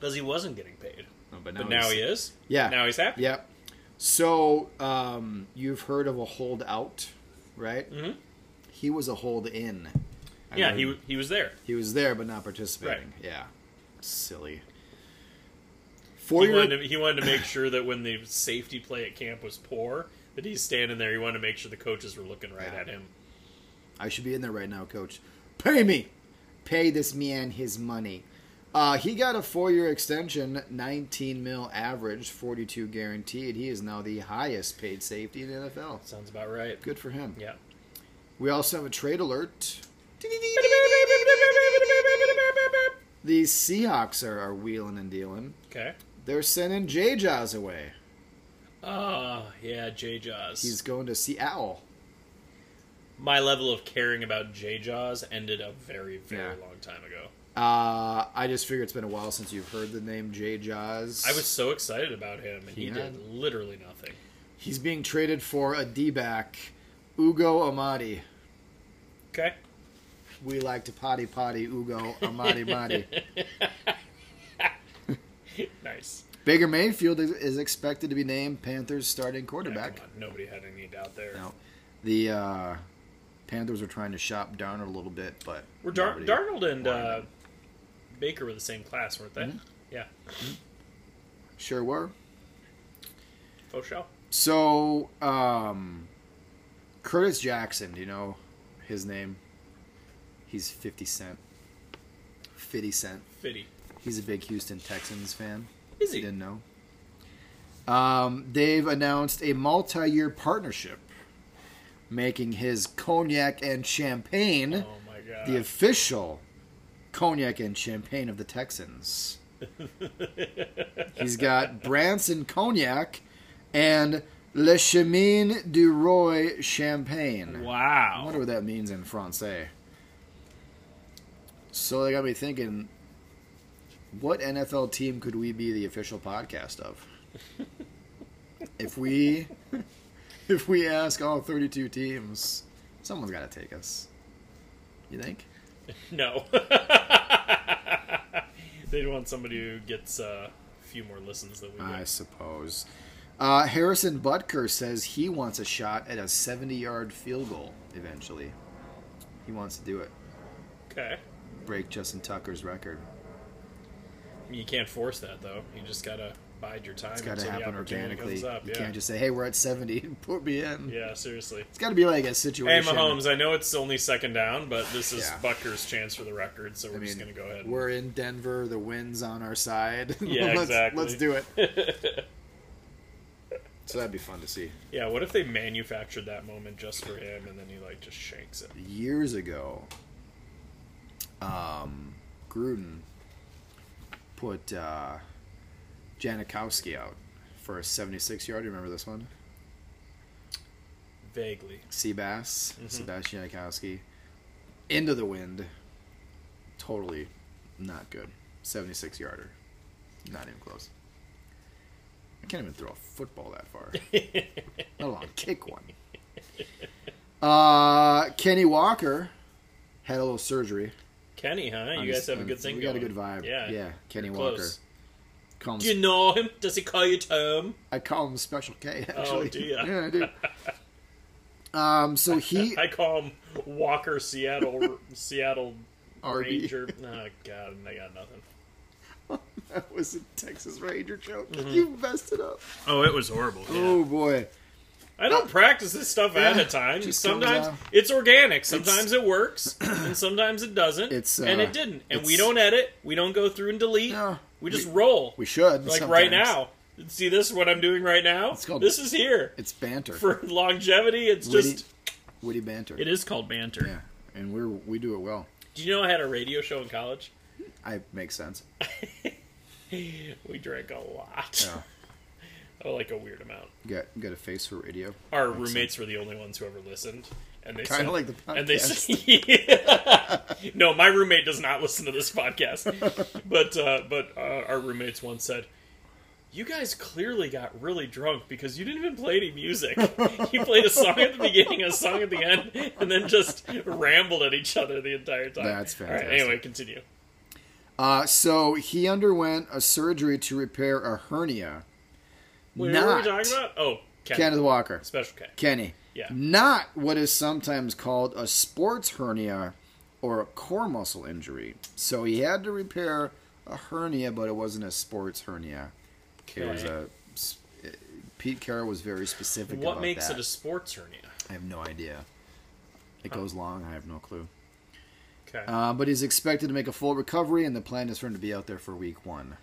Speaker 1: because he wasn't getting paid,
Speaker 2: No, but
Speaker 1: but now
Speaker 2: he's-
Speaker 1: he is.
Speaker 2: Yeah.
Speaker 1: Now he's happy.
Speaker 2: Yep. So um, you've heard of a holdout, right?
Speaker 1: Mhm.
Speaker 2: He was a hold in.
Speaker 1: Yeah, he he was there.
Speaker 2: he was there but not participating.
Speaker 1: Right.
Speaker 2: Yeah, silly.
Speaker 1: He
Speaker 2: Four year
Speaker 1: wanted, to, he wanted to make sure that when the safety play at camp was poor, that he's standing there. He wanted to make sure the coaches were looking right
Speaker 2: Yeah.
Speaker 1: at him.
Speaker 2: I should be in there right now, coach. Pay me. Pay this man his money. Uh, he got a four year extension, 19 mil average, 42 guaranteed. He is now the highest paid safety in the NFL.
Speaker 1: Sounds about right.
Speaker 2: Good for him.
Speaker 1: Yeah.
Speaker 2: We also have a trade alert. The Seahawks are, are wheeling and dealing.
Speaker 1: Okay.
Speaker 2: They're sending J Jaws away.
Speaker 1: Ah, yeah, J Jaws.
Speaker 2: He's going to Seattle.
Speaker 1: My level of caring about J Jaws ended a very, very
Speaker 2: Yeah.
Speaker 1: long time ago.
Speaker 2: Uh, I just figure it's been a while since you've heard the name J Jaws.
Speaker 1: I was so excited about him, and he
Speaker 2: Yeah.
Speaker 1: did literally nothing.
Speaker 2: He's being traded for a D back, Ugo Amadi.
Speaker 1: Okay.
Speaker 2: We like to potty potty Ugo Amadi Madi.
Speaker 1: Nice.
Speaker 2: Baker Mayfield is, is expected to be named Panthers starting
Speaker 1: Yeah,
Speaker 2: quarterback.
Speaker 1: come on, Nobody had any doubt there.
Speaker 2: Now, the uh, Panthers were trying to shop Darnold a little bit, but
Speaker 1: Were Dar-
Speaker 2: nobody-
Speaker 1: Darnold and
Speaker 2: wanted
Speaker 1: uh,
Speaker 2: him. Mm-hmm.
Speaker 1: Baker were the same class, weren't they? Yeah.
Speaker 2: sure were.
Speaker 1: For sure.
Speaker 2: So, um, Curtis Jackson, do you know his name? He's Fifty Cent. Fifty Cent.
Speaker 1: Fitty.
Speaker 2: He's a big Houston Texans fan.
Speaker 1: Is
Speaker 2: You
Speaker 1: he?
Speaker 2: didn't know. Um, they've announced a multi-year partnership, making his cognac and champagne
Speaker 1: Oh my god.
Speaker 2: the official cognac and champagne of the Texans. He's got Branson cognac and Le Chemin du Roy champagne. I
Speaker 1: wow.
Speaker 2: wonder what that means in Francais. So they got me thinking, what NFL team could we be the official podcast of? if we, if we ask all thirty-two teams, someone's got to take us. You think?
Speaker 1: No. They'd want somebody who gets uh, a few more listens than we do.
Speaker 2: I suppose. Uh, Harrison Butker says he wants a shot at a seventy-yard field goal eventually. He wants to do it,
Speaker 1: Okay.
Speaker 2: break Justin Tucker's record.
Speaker 1: You can't force that though. You just gotta bide your time.
Speaker 2: It's got to
Speaker 1: until the
Speaker 2: happen
Speaker 1: opportunity
Speaker 2: organically.
Speaker 1: comes Up.
Speaker 2: You
Speaker 1: yeah.
Speaker 2: can't just say, "Hey, we're at 70 and put me in."
Speaker 1: yeah, seriously.
Speaker 2: It's got to be like a
Speaker 1: Hey,
Speaker 2: situation.
Speaker 1: Mahomes, I know it's only second down, but this is
Speaker 2: Yeah.
Speaker 1: Bucker's chance for the record, so we're
Speaker 2: I mean,
Speaker 1: just going to go ahead.
Speaker 2: we're in Denver. The wind's on our side.
Speaker 1: Yeah,
Speaker 2: let's,
Speaker 1: exactly.
Speaker 2: Let's do it.
Speaker 1: it.
Speaker 2: So that'd be fun to see.
Speaker 1: yeah, what if they manufactured that moment just for him and then he, like, just shanks it?
Speaker 2: Years ago, um, Gruden put uh, Janikowski out for a 76 yard. You remember this one?
Speaker 1: Vaguely.
Speaker 2: Seabass,
Speaker 1: Mhm.
Speaker 2: Sebastian Janikowski, into the wind. Totally not good. 76 yarder. Not even close. I can't even throw a football that far, let alone kick one. Uh, Kenny Walker had a little surgery.
Speaker 1: Kenny, huh?
Speaker 2: on
Speaker 1: You
Speaker 2: his-
Speaker 1: guys have a
Speaker 2: on-
Speaker 1: good thing
Speaker 2: We
Speaker 1: going.
Speaker 2: got a good vibe.
Speaker 1: Yeah.
Speaker 2: Kenny
Speaker 1: you're
Speaker 2: Walker.
Speaker 1: close.
Speaker 2: Comes
Speaker 1: Do you know him? Does he call you Tom?
Speaker 2: I call him Special K, actually.
Speaker 1: Oh, do ya?
Speaker 2: yeah, I do. Um, so he
Speaker 1: I call him Walker Seattle Seattle
Speaker 2: RB.
Speaker 1: Ranger. Oh God, I got nothing.
Speaker 2: That was a Texas Ranger joke.
Speaker 1: Mm-hmm.
Speaker 2: You messed it up.
Speaker 1: Oh, it was horrible.
Speaker 2: Oh boy.
Speaker 1: I don't practice this stuff ahead
Speaker 2: Yeah,
Speaker 1: of time.
Speaker 2: just
Speaker 1: Sometimes
Speaker 2: comes out.
Speaker 1: it's organic. Sometimes it works, and sometimes it doesn't.
Speaker 2: It's,
Speaker 1: and
Speaker 2: uh,
Speaker 1: it didn't. And we
Speaker 2: it's-
Speaker 1: don't edit. We don't go through and delete.
Speaker 2: No.
Speaker 1: we just
Speaker 2: We-
Speaker 1: roll.
Speaker 2: We should.
Speaker 1: like
Speaker 2: sometimes.
Speaker 1: right now. See this? is What I'm doing right now?
Speaker 2: called-
Speaker 1: this is here
Speaker 2: It's banter.
Speaker 1: for longevity. It's
Speaker 2: Witty-
Speaker 1: just
Speaker 2: Witty banter.
Speaker 1: it is called banter.
Speaker 2: Yeah. And we're we do it well.
Speaker 1: Do you know I had a radio show in college?
Speaker 2: I makes sense.
Speaker 1: We drank a lot.
Speaker 2: Yeah.
Speaker 1: Oh, like a weird amount.
Speaker 2: You got you got a face for radio.
Speaker 1: Our roommates were the only ones who ever listened, and they
Speaker 2: Kinda
Speaker 1: said-
Speaker 2: like the podcast.
Speaker 1: and they said, no, my roommate does not listen to this podcast, but uh, but uh, our roommates once said. You guys clearly got really drunk because you didn't even play any music. you played a song at the beginning, a song at the end, and then just rambled at each other the entire time.
Speaker 2: That's
Speaker 1: All
Speaker 2: fantastic.
Speaker 1: right, anyway, continue.
Speaker 2: uh so he underwent a surgery to repair a hernia.
Speaker 1: Wait,
Speaker 2: Not
Speaker 1: what were we talking about? Oh, Ken.
Speaker 2: Kenneth Walker.
Speaker 1: Special K.
Speaker 2: Kenny.
Speaker 1: Yeah.
Speaker 2: Not what is sometimes called a sports hernia or a core muscle injury. So he had to repair a hernia, but it wasn't a sports hernia. It was
Speaker 1: Okay.
Speaker 2: a. s- uh, Pete Carroll was very specific
Speaker 1: What
Speaker 2: about
Speaker 1: makes
Speaker 2: that.
Speaker 1: it a sports hernia?
Speaker 2: I have no idea. It goes long. I have no clue.
Speaker 1: Okay.
Speaker 2: Uh, but he's expected to make a full recovery, and the plan is for him to be out there for week one,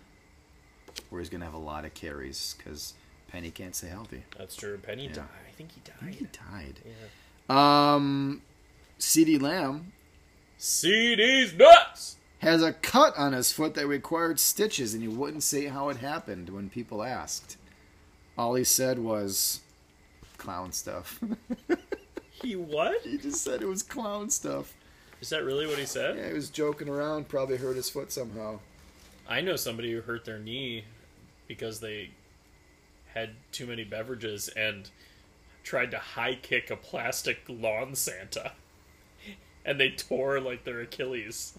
Speaker 2: where he's going to have a lot of carries because Penny can't stay healthy.
Speaker 1: That's true. Penny
Speaker 2: Yeah.
Speaker 1: died. I think he
Speaker 2: I
Speaker 1: died.
Speaker 2: think he died.
Speaker 1: Yeah.
Speaker 2: Um, C.D. Lamb
Speaker 1: CD's nuts.
Speaker 2: has a cut on his foot that required stitches, and he wouldn't say how it happened when people asked. All he said was clown stuff.
Speaker 1: He what?
Speaker 2: he just said it was clown stuff.
Speaker 1: Is that really what he said?
Speaker 2: Yeah, he was joking around, probably hurt his foot somehow.
Speaker 1: I know somebody who hurt their knee because they had too many beverages and tried to high kick a plastic lawn Santa, and they tore like their Achilles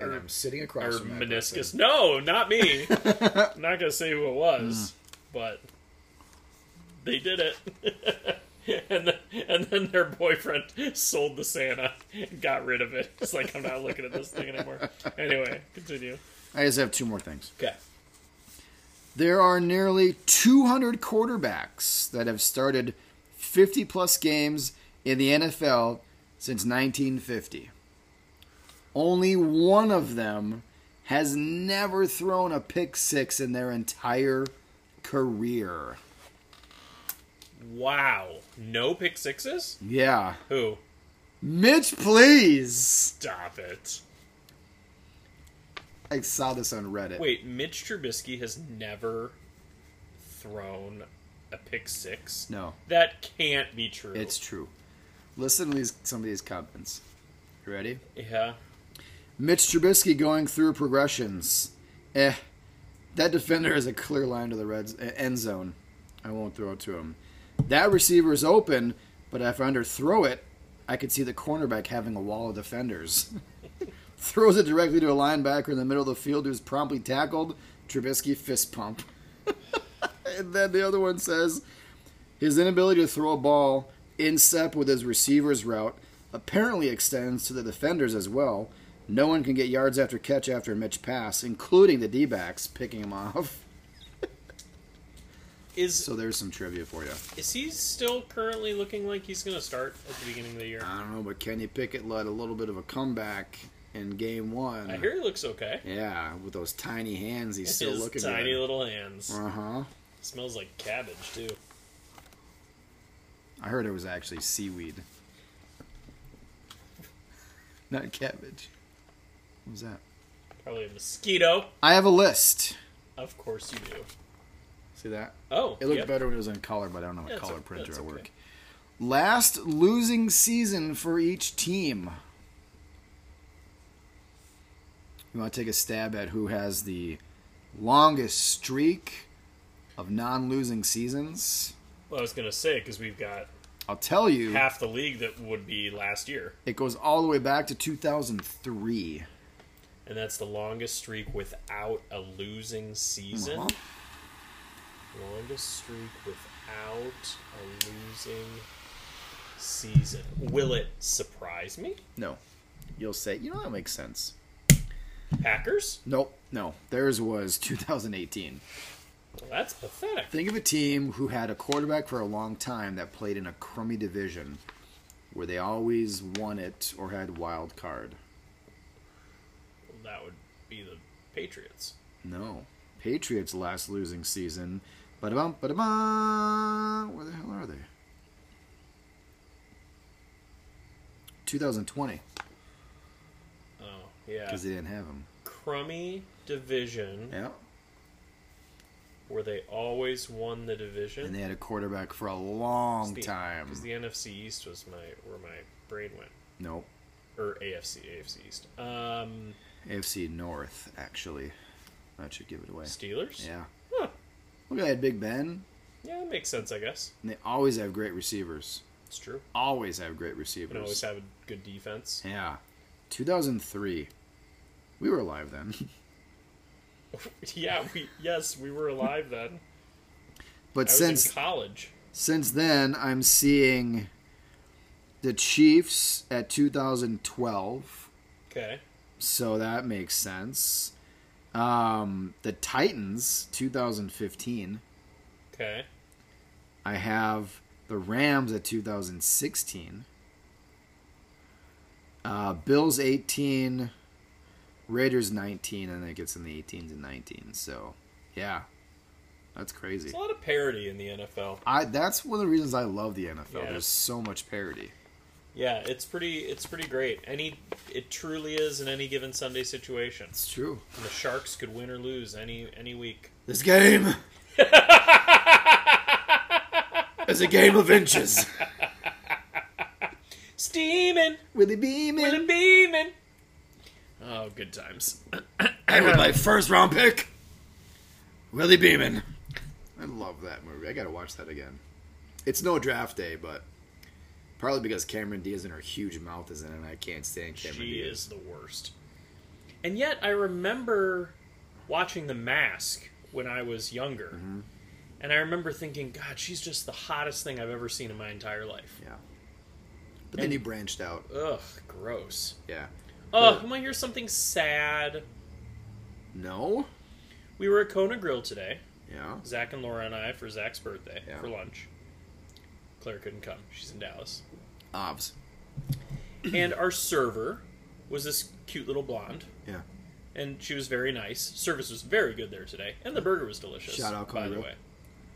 Speaker 2: And I'm sitting
Speaker 1: or
Speaker 2: across from that
Speaker 1: Er, meniscus.
Speaker 2: person.
Speaker 1: No, not me. I'm not gonna say who it was, but they did it. and then, and then their boyfriend sold the Santa and got rid of it. It's like I'm not looking at this thing anymore. Anyway, continue.
Speaker 2: I just have two more things.
Speaker 1: Okay.
Speaker 2: There are nearly 200 quarterbacks that have started 50 plus games in the NFL since 1950. Only one of them has never thrown a pick six in their entire career.
Speaker 1: Wow. No pick sixes?
Speaker 2: Yeah.
Speaker 1: Who?
Speaker 2: Mitch, please.
Speaker 1: Stop it.
Speaker 2: I saw this on Reddit.
Speaker 1: Wait, Mitch Trubisky has never thrown a pick six?
Speaker 2: No,
Speaker 1: That can't be true.
Speaker 2: it's true. Listen to these, some of these comments. You ready?
Speaker 1: yeah.
Speaker 2: Mitch Trubisky going through progressions. Eh, that defender is a clear line to the Reds eh, end zone. I won't throw it to him. That receiver is open, but if I underthrow it, I could see the cornerback having a wall of defenders. Throws it directly to a linebacker in the middle of the field who's promptly tackled. Trubisky fist pump. and then the other one says his inability to throw a ball in step with his receiver's route apparently extends to the defenders as well. No one can get yards after catch after Mitch pass, including the D backs picking him off.
Speaker 1: Is
Speaker 2: So there's some trivia for you.
Speaker 1: is he still currently looking like he's going to start at the beginning of the year?
Speaker 2: I don't know, but Kenny Pickett led a little bit of a comeback in game one.
Speaker 1: I hear he looks okay.
Speaker 2: Yeah, with those tiny hands, he's still
Speaker 1: His
Speaker 2: looking
Speaker 1: tiny
Speaker 2: good.
Speaker 1: little hands.
Speaker 2: Uh huh.
Speaker 1: Smells like cabbage too.
Speaker 2: I heard it was actually seaweed, not cabbage. What was that?
Speaker 1: Probably a mosquito.
Speaker 2: I have a list.
Speaker 1: Of course you do.
Speaker 2: See that?
Speaker 1: Oh,
Speaker 2: It looked
Speaker 1: yep.
Speaker 2: better when it was in color, but I don't know what
Speaker 1: That's
Speaker 2: color
Speaker 1: o-
Speaker 2: printer
Speaker 1: that's
Speaker 2: I
Speaker 1: okay.
Speaker 2: work. Last losing season for each team. You want to take a stab at who has the longest streak of non-losing seasons?
Speaker 1: Well, I was going to say because we've got
Speaker 2: I'll tell you,
Speaker 1: half the league that would be last year,
Speaker 2: it goes all the way back to 2003.
Speaker 1: and that's the longest streak without a losing season.
Speaker 2: Uh-huh.
Speaker 1: Longest streak without a losing season. Will it surprise me?
Speaker 2: No, you'll say, you know that makes sense.
Speaker 1: Packers?
Speaker 2: Nope, no. Theirs was 2018.
Speaker 1: Well, that's pathetic.
Speaker 2: Think of a team who had a quarterback for a long time that played in a crummy division where they always won it or had wild card.
Speaker 1: That would be the Patriots.
Speaker 2: No. Patriots last losing season. Ba-da-bum, ba-da-bum. Where the hell are they? 2020,
Speaker 1: Oh, yeah.
Speaker 2: because they didn't have him.
Speaker 1: Crummy division
Speaker 2: Yeah.
Speaker 1: where they always won the division.
Speaker 2: And they had a quarterback for a long time.
Speaker 1: Because the NFC East was my where my brain went,
Speaker 2: Nope.
Speaker 1: or AFC AFC East. Um,
Speaker 2: AFC North, actually. That should give it away.
Speaker 1: Steelers.
Speaker 2: Yeah.
Speaker 1: Huh.
Speaker 2: Look at that Big Ben.
Speaker 1: Yeah, that makes sense. I guess
Speaker 2: And they always have great receivers.
Speaker 1: it's true.
Speaker 2: Always have great
Speaker 1: You can always
Speaker 2: receivers.
Speaker 1: have a good defense.
Speaker 2: Yeah. 2003. We were alive then.
Speaker 1: yeah, we yes we were alive then. I
Speaker 2: But
Speaker 1: was
Speaker 2: since
Speaker 1: in college.
Speaker 2: since then I'm seeing the Chiefs at 2012.
Speaker 1: Okay.
Speaker 2: So that makes sense. Um the Titans 2015.
Speaker 1: Okay.
Speaker 2: I have the Rams at 2016. Uh, Bills 18, Raiders 19, and then it gets in the 18s and 19s. So, yeah, that's crazy.
Speaker 1: There's a lot of parity in the NFL.
Speaker 2: I that's one of the reasons I love the NFL.
Speaker 1: Yeah.
Speaker 2: There's so much parity.
Speaker 1: Yeah, it's pretty. It's pretty great. Any, it truly is in any given Sunday situation.
Speaker 2: It's true.
Speaker 1: And the Sharks could win or lose any any week.
Speaker 2: This game is a game of inches.
Speaker 1: Steaming,
Speaker 2: Willie Beeman
Speaker 1: willing beaming. Oh, good times.
Speaker 2: And with my first round pick, Willie Beeman. I love that movie. I gotta watch that again. It's no draft day, but probably because Cameron Diaz and her huge mouth is in it, and I can't stand Cameron
Speaker 1: she
Speaker 2: Diaz.
Speaker 1: is the worst. And yet, I remember watching The Mask when I was younger,
Speaker 2: Mm-hmm.
Speaker 1: and I remember thinking, "God, she's just the hottest thing I've ever seen in my entire life."
Speaker 2: Yeah. But then he branched out.
Speaker 1: Ugh, gross.
Speaker 2: Yeah.
Speaker 1: Oh,
Speaker 2: But-
Speaker 1: am I hear something sad?
Speaker 2: No?
Speaker 1: We were at Kona Grill today,
Speaker 2: Yeah.
Speaker 1: Zach and Laura and I, for Zach's birthday
Speaker 2: Yeah.
Speaker 1: for lunch. Claire couldn't come; she's in Dallas.
Speaker 2: Obs.
Speaker 1: and our server was this cute little blonde.
Speaker 2: Yeah.
Speaker 1: and she was very nice. Service was very good there today, and the burger was delicious.
Speaker 2: Shout out
Speaker 1: by
Speaker 2: Kona
Speaker 1: the
Speaker 2: Grill.
Speaker 1: way.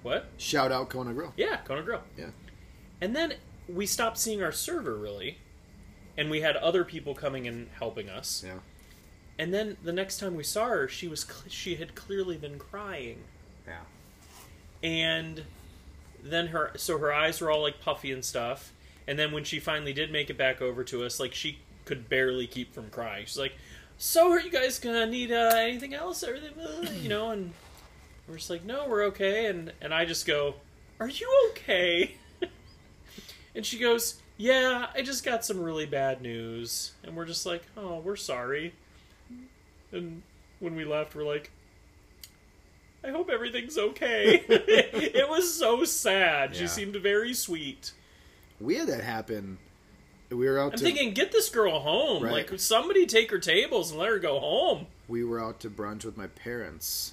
Speaker 1: What?
Speaker 2: Shout out Kona Grill.
Speaker 1: Yeah, Kona Grill.
Speaker 2: Yeah.
Speaker 1: And then we stopped seeing our server really, and we had other people coming and helping us.
Speaker 2: Yeah.
Speaker 1: And then the next time we saw her, she was cl- she had clearly been crying,
Speaker 2: Yeah.
Speaker 1: and then her so her eyes were all like puffy and stuff. And then when she finally did make it back over to us, like she could barely keep from crying. She's like, "So are you guys gonna need uh, anything else? Or uh, you know?" And we're just like, "No, we're okay." And and I just go, "Are you okay?" and she goes, "Yeah, I just got some really bad news." And we're just like, "Oh, we're sorry." And when we left, we're like, "I hope everything's okay." it was so sad.
Speaker 2: Yeah.
Speaker 1: She seemed very sweet.
Speaker 2: We had that happen. We were out
Speaker 1: I'm
Speaker 2: to
Speaker 1: thinking, get this girl home.
Speaker 2: Right.
Speaker 1: Like, somebody take her tables and let her go home.
Speaker 2: we were out to brunch with my parents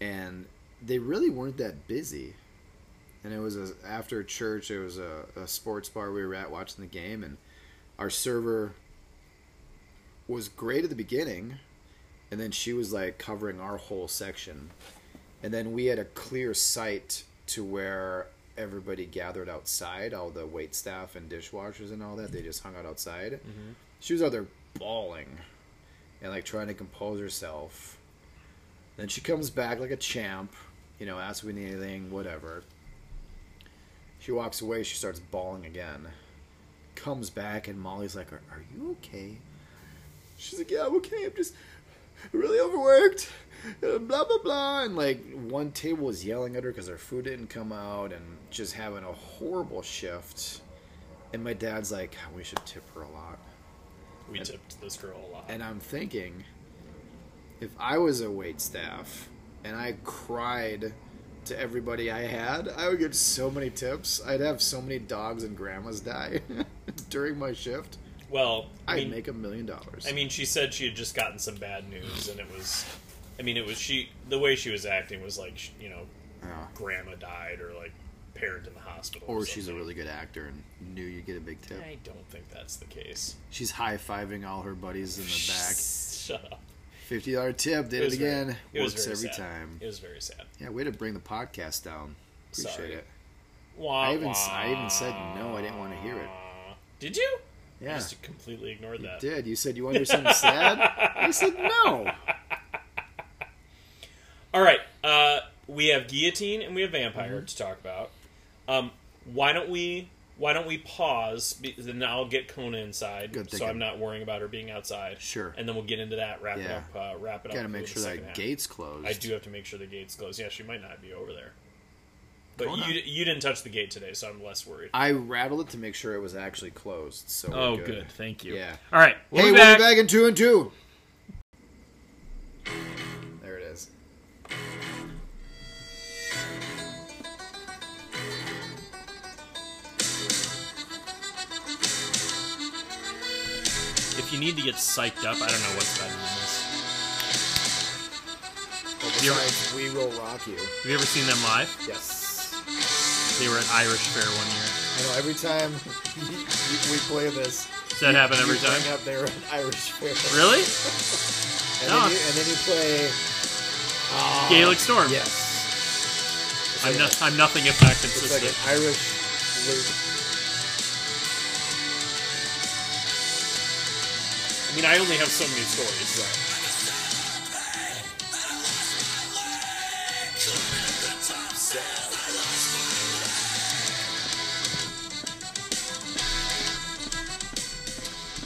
Speaker 2: and they really weren't that busy and it was a, after church. It was a, a sports bar we were at watching the game, and our server was great at the beginning, and then she was like covering our whole section, and then we had a clear sight to where everybody gathered outside. All the wait staff and dishwashers and all that they just hung out outside. She was out there bawling and like trying to compose herself. Then she comes back like a champ, you know, asks if we need anything, whatever. She walks away, she starts bawling again. Comes back, and Molly's like, Are, are you okay? She's like, Yeah, I'm okay. I'm just really overworked. Uh, Blah, blah, blah. And like, one table is yelling at her because her food didn't come out and just having a horrible shift. And my dad's like, We should tip her a lot.
Speaker 1: We tipped this girl a lot.
Speaker 2: And I'm thinking, if I was a wait staff and I cried to everybody I had, I would get so many tips. I'd have so many dogs and grandmas die during my shift.
Speaker 1: Well, I
Speaker 2: I'd
Speaker 1: mean,
Speaker 2: make a million dollars.
Speaker 1: I mean, she said she had just gotten some bad news, and it was, I mean, it was she. The way she was acting was like, sh- you know,
Speaker 2: Yeah.
Speaker 1: grandma died or like parent in the hospital.
Speaker 2: or she's a
Speaker 1: something.
Speaker 2: really good actor and knew you'd get a big tip.
Speaker 1: I don't think that's the case.
Speaker 2: She's high fiving all her buddies in the back.
Speaker 1: Shut up.
Speaker 2: Fifty dollar tip, did
Speaker 1: It
Speaker 2: it,
Speaker 1: was very-
Speaker 2: again.
Speaker 1: it was
Speaker 2: Works
Speaker 1: very
Speaker 2: every
Speaker 1: sad.
Speaker 2: time.
Speaker 1: It was very sad.
Speaker 2: Yeah, way to bring the podcast down. Appreciate
Speaker 1: Sorry. Oh,
Speaker 2: it.
Speaker 1: Wah,
Speaker 2: I even
Speaker 1: wah.
Speaker 2: I even said no. I didn't want to hear it.
Speaker 1: Did you? I
Speaker 2: Yeah.
Speaker 1: just completely ignored that.
Speaker 2: did. You said you wanted something sad? I said no.
Speaker 1: All right. Uh, we have guillotine and we have vampire
Speaker 2: Mm-hmm.
Speaker 1: to talk about. Um, why don't we? Why don't we pause? be- Then I'll get Kona inside,
Speaker 2: Good
Speaker 1: so
Speaker 2: thinking.
Speaker 1: I'm not worrying about her being outside.
Speaker 2: Sure.
Speaker 1: And then we'll get into that. Wrap
Speaker 2: Yeah.
Speaker 1: it up. Uh, wrap it up.
Speaker 2: Gotta
Speaker 1: for
Speaker 2: make
Speaker 1: the
Speaker 2: sure that
Speaker 1: second half.
Speaker 2: gate's closed.
Speaker 1: I do have to make sure the gate's closed. Yeah, she might not be over there. But
Speaker 2: Kona.
Speaker 1: you you didn't touch the gate today, so I'm less worried.
Speaker 2: I rattled it to make sure it was actually closed. So we're
Speaker 1: Oh, good. Thank you.
Speaker 2: Yeah.
Speaker 1: All right. We'll
Speaker 2: hey,
Speaker 1: be
Speaker 2: we're
Speaker 1: back.
Speaker 2: back in two and two. There it is.
Speaker 1: If you need to get psyched up, I don't know what's better than this. You're-
Speaker 2: Besides, we will rock you.
Speaker 1: Have you ever seen them live?
Speaker 2: Yes.
Speaker 1: They were at Irish Fair one year.
Speaker 2: I know every time we play this,
Speaker 1: Does that happen every
Speaker 2: you bring
Speaker 1: time?
Speaker 2: up their Irish fair.
Speaker 1: Really?
Speaker 2: And,
Speaker 1: No.
Speaker 2: then you, and then you play. Ah,
Speaker 1: Gaelic Storm.
Speaker 2: Yes. It's
Speaker 1: I'm,
Speaker 2: like
Speaker 1: no,
Speaker 2: a-
Speaker 1: I'm nothing if not
Speaker 2: It's like
Speaker 1: consistent.
Speaker 2: an Irish loop.
Speaker 1: I mean, I only have so many stories.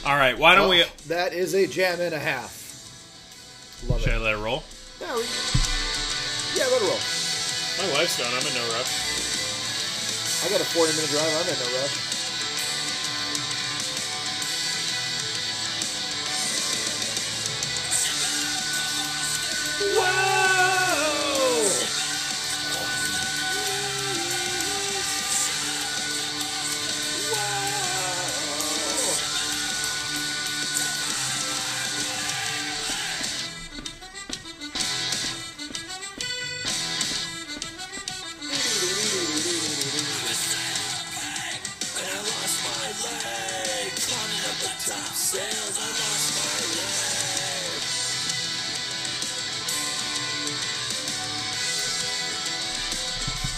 Speaker 1: All right. Why don't we?
Speaker 2: Well, that is a jam and a half. Love
Speaker 1: Should I
Speaker 2: it.
Speaker 1: let it roll?
Speaker 2: Yeah, we, yeah, let it roll.
Speaker 1: My wife's gone. I'm in no
Speaker 2: I
Speaker 1: rush.
Speaker 2: got a 40 minute drive. I'm in no rush.
Speaker 1: Whoa!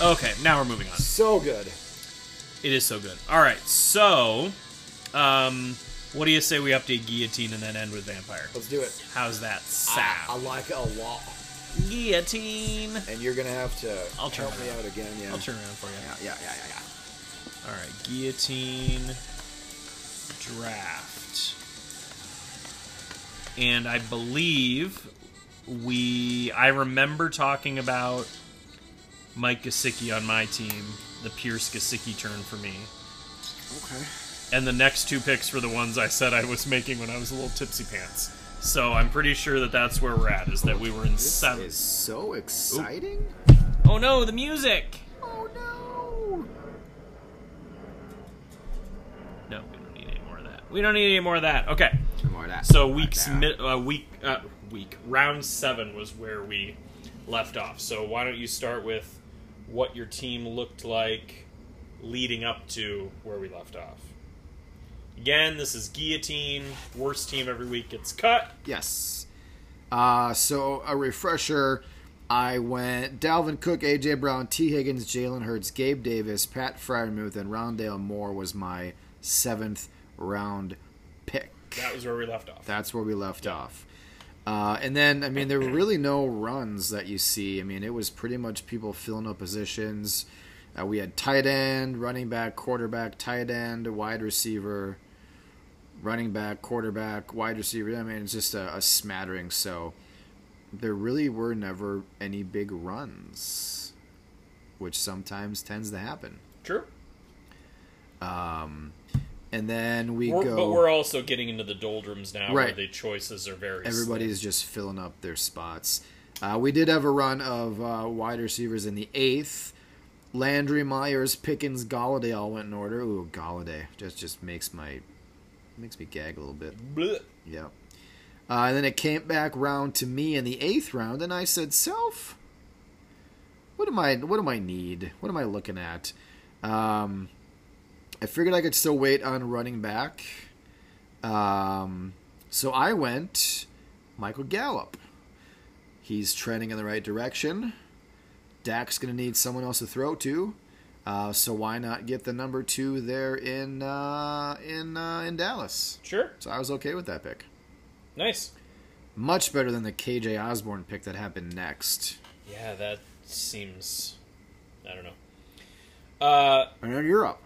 Speaker 1: Okay, now we're moving on.
Speaker 2: So good.
Speaker 1: It is so good. All right, so, um, what do you say we update guillotine and then end with vampire?
Speaker 2: Let's do it.
Speaker 1: How's
Speaker 2: I,
Speaker 1: that
Speaker 2: I
Speaker 1: sound?
Speaker 2: like it a lot.
Speaker 1: Guillotine.
Speaker 2: And you're gonna have to
Speaker 1: I'll turn
Speaker 2: help
Speaker 1: it
Speaker 2: me
Speaker 1: up.
Speaker 2: out again. Yeah.
Speaker 1: I'll turn around for you.
Speaker 2: Yeah, yeah, yeah, yeah, yeah.
Speaker 1: All right, guillotine draft. And I believe we I remember talking about Mike Gesicki on my team, the Pierce Gesicki turn for me.
Speaker 2: Okay.
Speaker 1: And the next two picks were the ones I said I was making when I was a little tipsy pants. So I'm pretty sure that that's where we're at is that we were in
Speaker 2: This
Speaker 1: seven.
Speaker 2: is so exciting.
Speaker 1: Oh no, the music.
Speaker 2: Oh no!
Speaker 1: No, we don't need any more of that. We don't need any more of that. Okay.
Speaker 2: More of that.
Speaker 1: So
Speaker 2: More of
Speaker 1: weeks
Speaker 2: that.
Speaker 1: mid, uh, week uh, week round seven was where we left off. So why don't you start with what your team looked like leading up to where we left off. Again, this is guillotine. Worst team every week gets cut.
Speaker 2: Yes. Uh, so a refresher. I went Dalvin Cook, AJ Brown, T. Higgins, Jalen Hurts, Gabe Davis, Pat Fryermuth, and Rondale Moore was my seventh round pick.
Speaker 1: That was where we left off.
Speaker 2: That's where we left off. Uh, and then, I mean, there were really no runs that you see. I mean, it was pretty much people filling up positions. Uh, we had tight end, running back, quarterback, tight end, wide receiver, running back, quarterback, wide receiver. I mean, it's just a, a smattering. So there really were never any big runs, which sometimes tends to happen.
Speaker 1: True.
Speaker 2: Um, and then we
Speaker 1: We're-
Speaker 2: go.
Speaker 1: But we're also getting into the doldrums now where
Speaker 2: Right.
Speaker 1: the choices are very
Speaker 2: Everybody's just filling up their spots. Uh, we did have a run of uh, wide receivers in the eighth. Landry, Myers, Pickens, Galladay all went in order. Ooh, Galladay just just makes my makes me gag a little bit.
Speaker 1: Blech.
Speaker 2: Yeah. Uh, and then it came back round to me in the eighth round, and I said, "Self, what am I? What am I need? What am I looking at?" Um, I figured I could still wait on running back, um, so I went Michael Gallup. He's trending in the right direction. Dak's going to need someone else to throw to, uh, so why not get the number two there in uh, in uh, in Dallas?
Speaker 1: Sure.
Speaker 2: So I was okay with that pick.
Speaker 1: Nice.
Speaker 2: Much better than the KJ Osborne pick that happened next.
Speaker 1: Yeah, that seems. I don't know. Uh,
Speaker 2: And then you're up.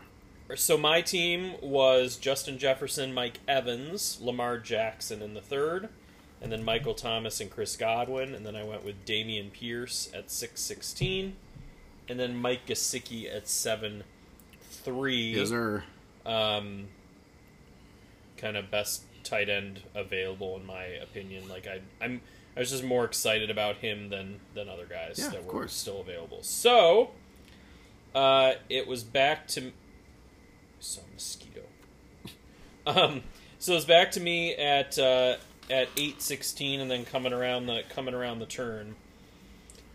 Speaker 1: so my team was Justin Jefferson, Mike Evans, Lamar Jackson in the third, and then Michael Thomas and Chris Godwin, and then I went with Damian Pierce at six sixteen, and then Mike Gesicki at seven three.
Speaker 2: Yes, sir.
Speaker 1: um, kind of best tight end available in my opinion. Like I, I'm, I was just more excited about him than than other guys
Speaker 2: Yeah,
Speaker 1: that
Speaker 2: of
Speaker 1: were
Speaker 2: course.
Speaker 1: still available. So, uh, it was back to some mosquito. Um, so it was back to me at uh, at eight sixteen, and then coming around the coming around the turn.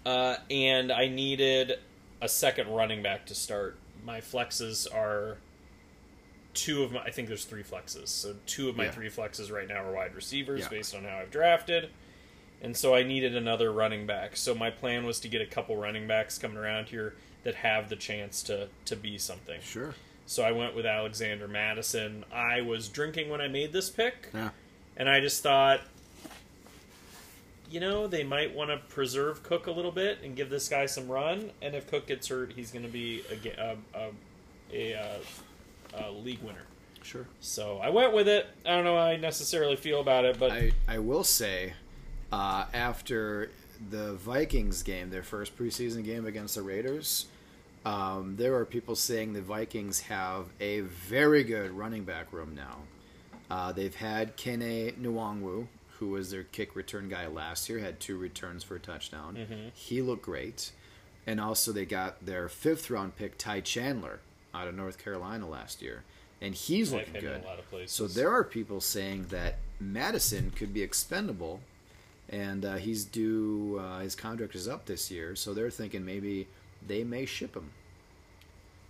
Speaker 1: Uh, and I needed a second running back to start. My flexes are two of my. I think there's three flexes, so two of my
Speaker 2: Yeah.
Speaker 1: three flexes right now are wide receivers
Speaker 2: Yeah.
Speaker 1: based on how I've drafted. And so I needed another running back. So my plan was to get a couple running backs coming around here that have the chance to to be something.
Speaker 2: Sure.
Speaker 1: So I went with Alexander Madison. I was drinking when I made this pick,
Speaker 2: Yeah.
Speaker 1: and I just thought, you know, they might want to preserve Cook a little bit and give this guy some run. And if Cook gets hurt, he's going to be a ga- a, a, a, uh, a league winner.
Speaker 2: Sure.
Speaker 1: So I went with it. I don't know how I necessarily feel about it, but
Speaker 2: I, I will say, uh, after the Vikings game, their first preseason game against the Raiders, um, there are people saying the Vikings have a very good running back room now. Uh, they've had Kene Nwangwu, who was their kick return guy last year, had two returns for a touchdown. He looked great. And also, they got their fifth round pick, Ty Chandler, out of North Carolina last year. And he's
Speaker 1: I've
Speaker 2: looking
Speaker 1: hit him
Speaker 2: good.
Speaker 1: in a lot of places.
Speaker 2: So there are people saying that Madison could be expendable, and uh, he's due. Uh, his contract is up this year, so they're thinking maybe they may ship him.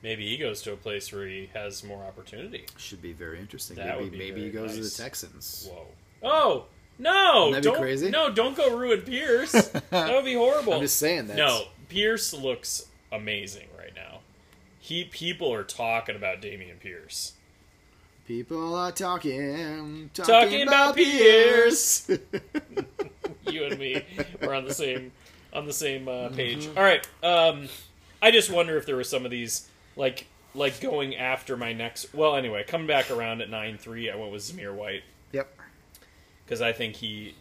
Speaker 1: maybe he goes to a place where he has more opportunity.
Speaker 2: Should be very interesting.
Speaker 1: That
Speaker 2: maybe
Speaker 1: would be
Speaker 2: maybe he
Speaker 1: very
Speaker 2: goes
Speaker 1: nice.
Speaker 2: to the Texans.
Speaker 1: Whoa! Oh no!
Speaker 2: Wouldn't that be
Speaker 1: don't,
Speaker 2: crazy?
Speaker 1: No, don't go ruin Pierce. that would be horrible.
Speaker 2: I'm just saying that.
Speaker 1: No, Pierce looks amazing right now. He people are talking about Damian Pierce.
Speaker 2: people are talking, talking,
Speaker 1: Talking about
Speaker 2: about Pierce.
Speaker 1: You and me we're on the same on the same uh, page. All right. Um, I just wonder if there were some of these like like going after my next. Well, anyway, coming back around at nine three, I went with Zamir White
Speaker 2: yep.
Speaker 1: because I think he.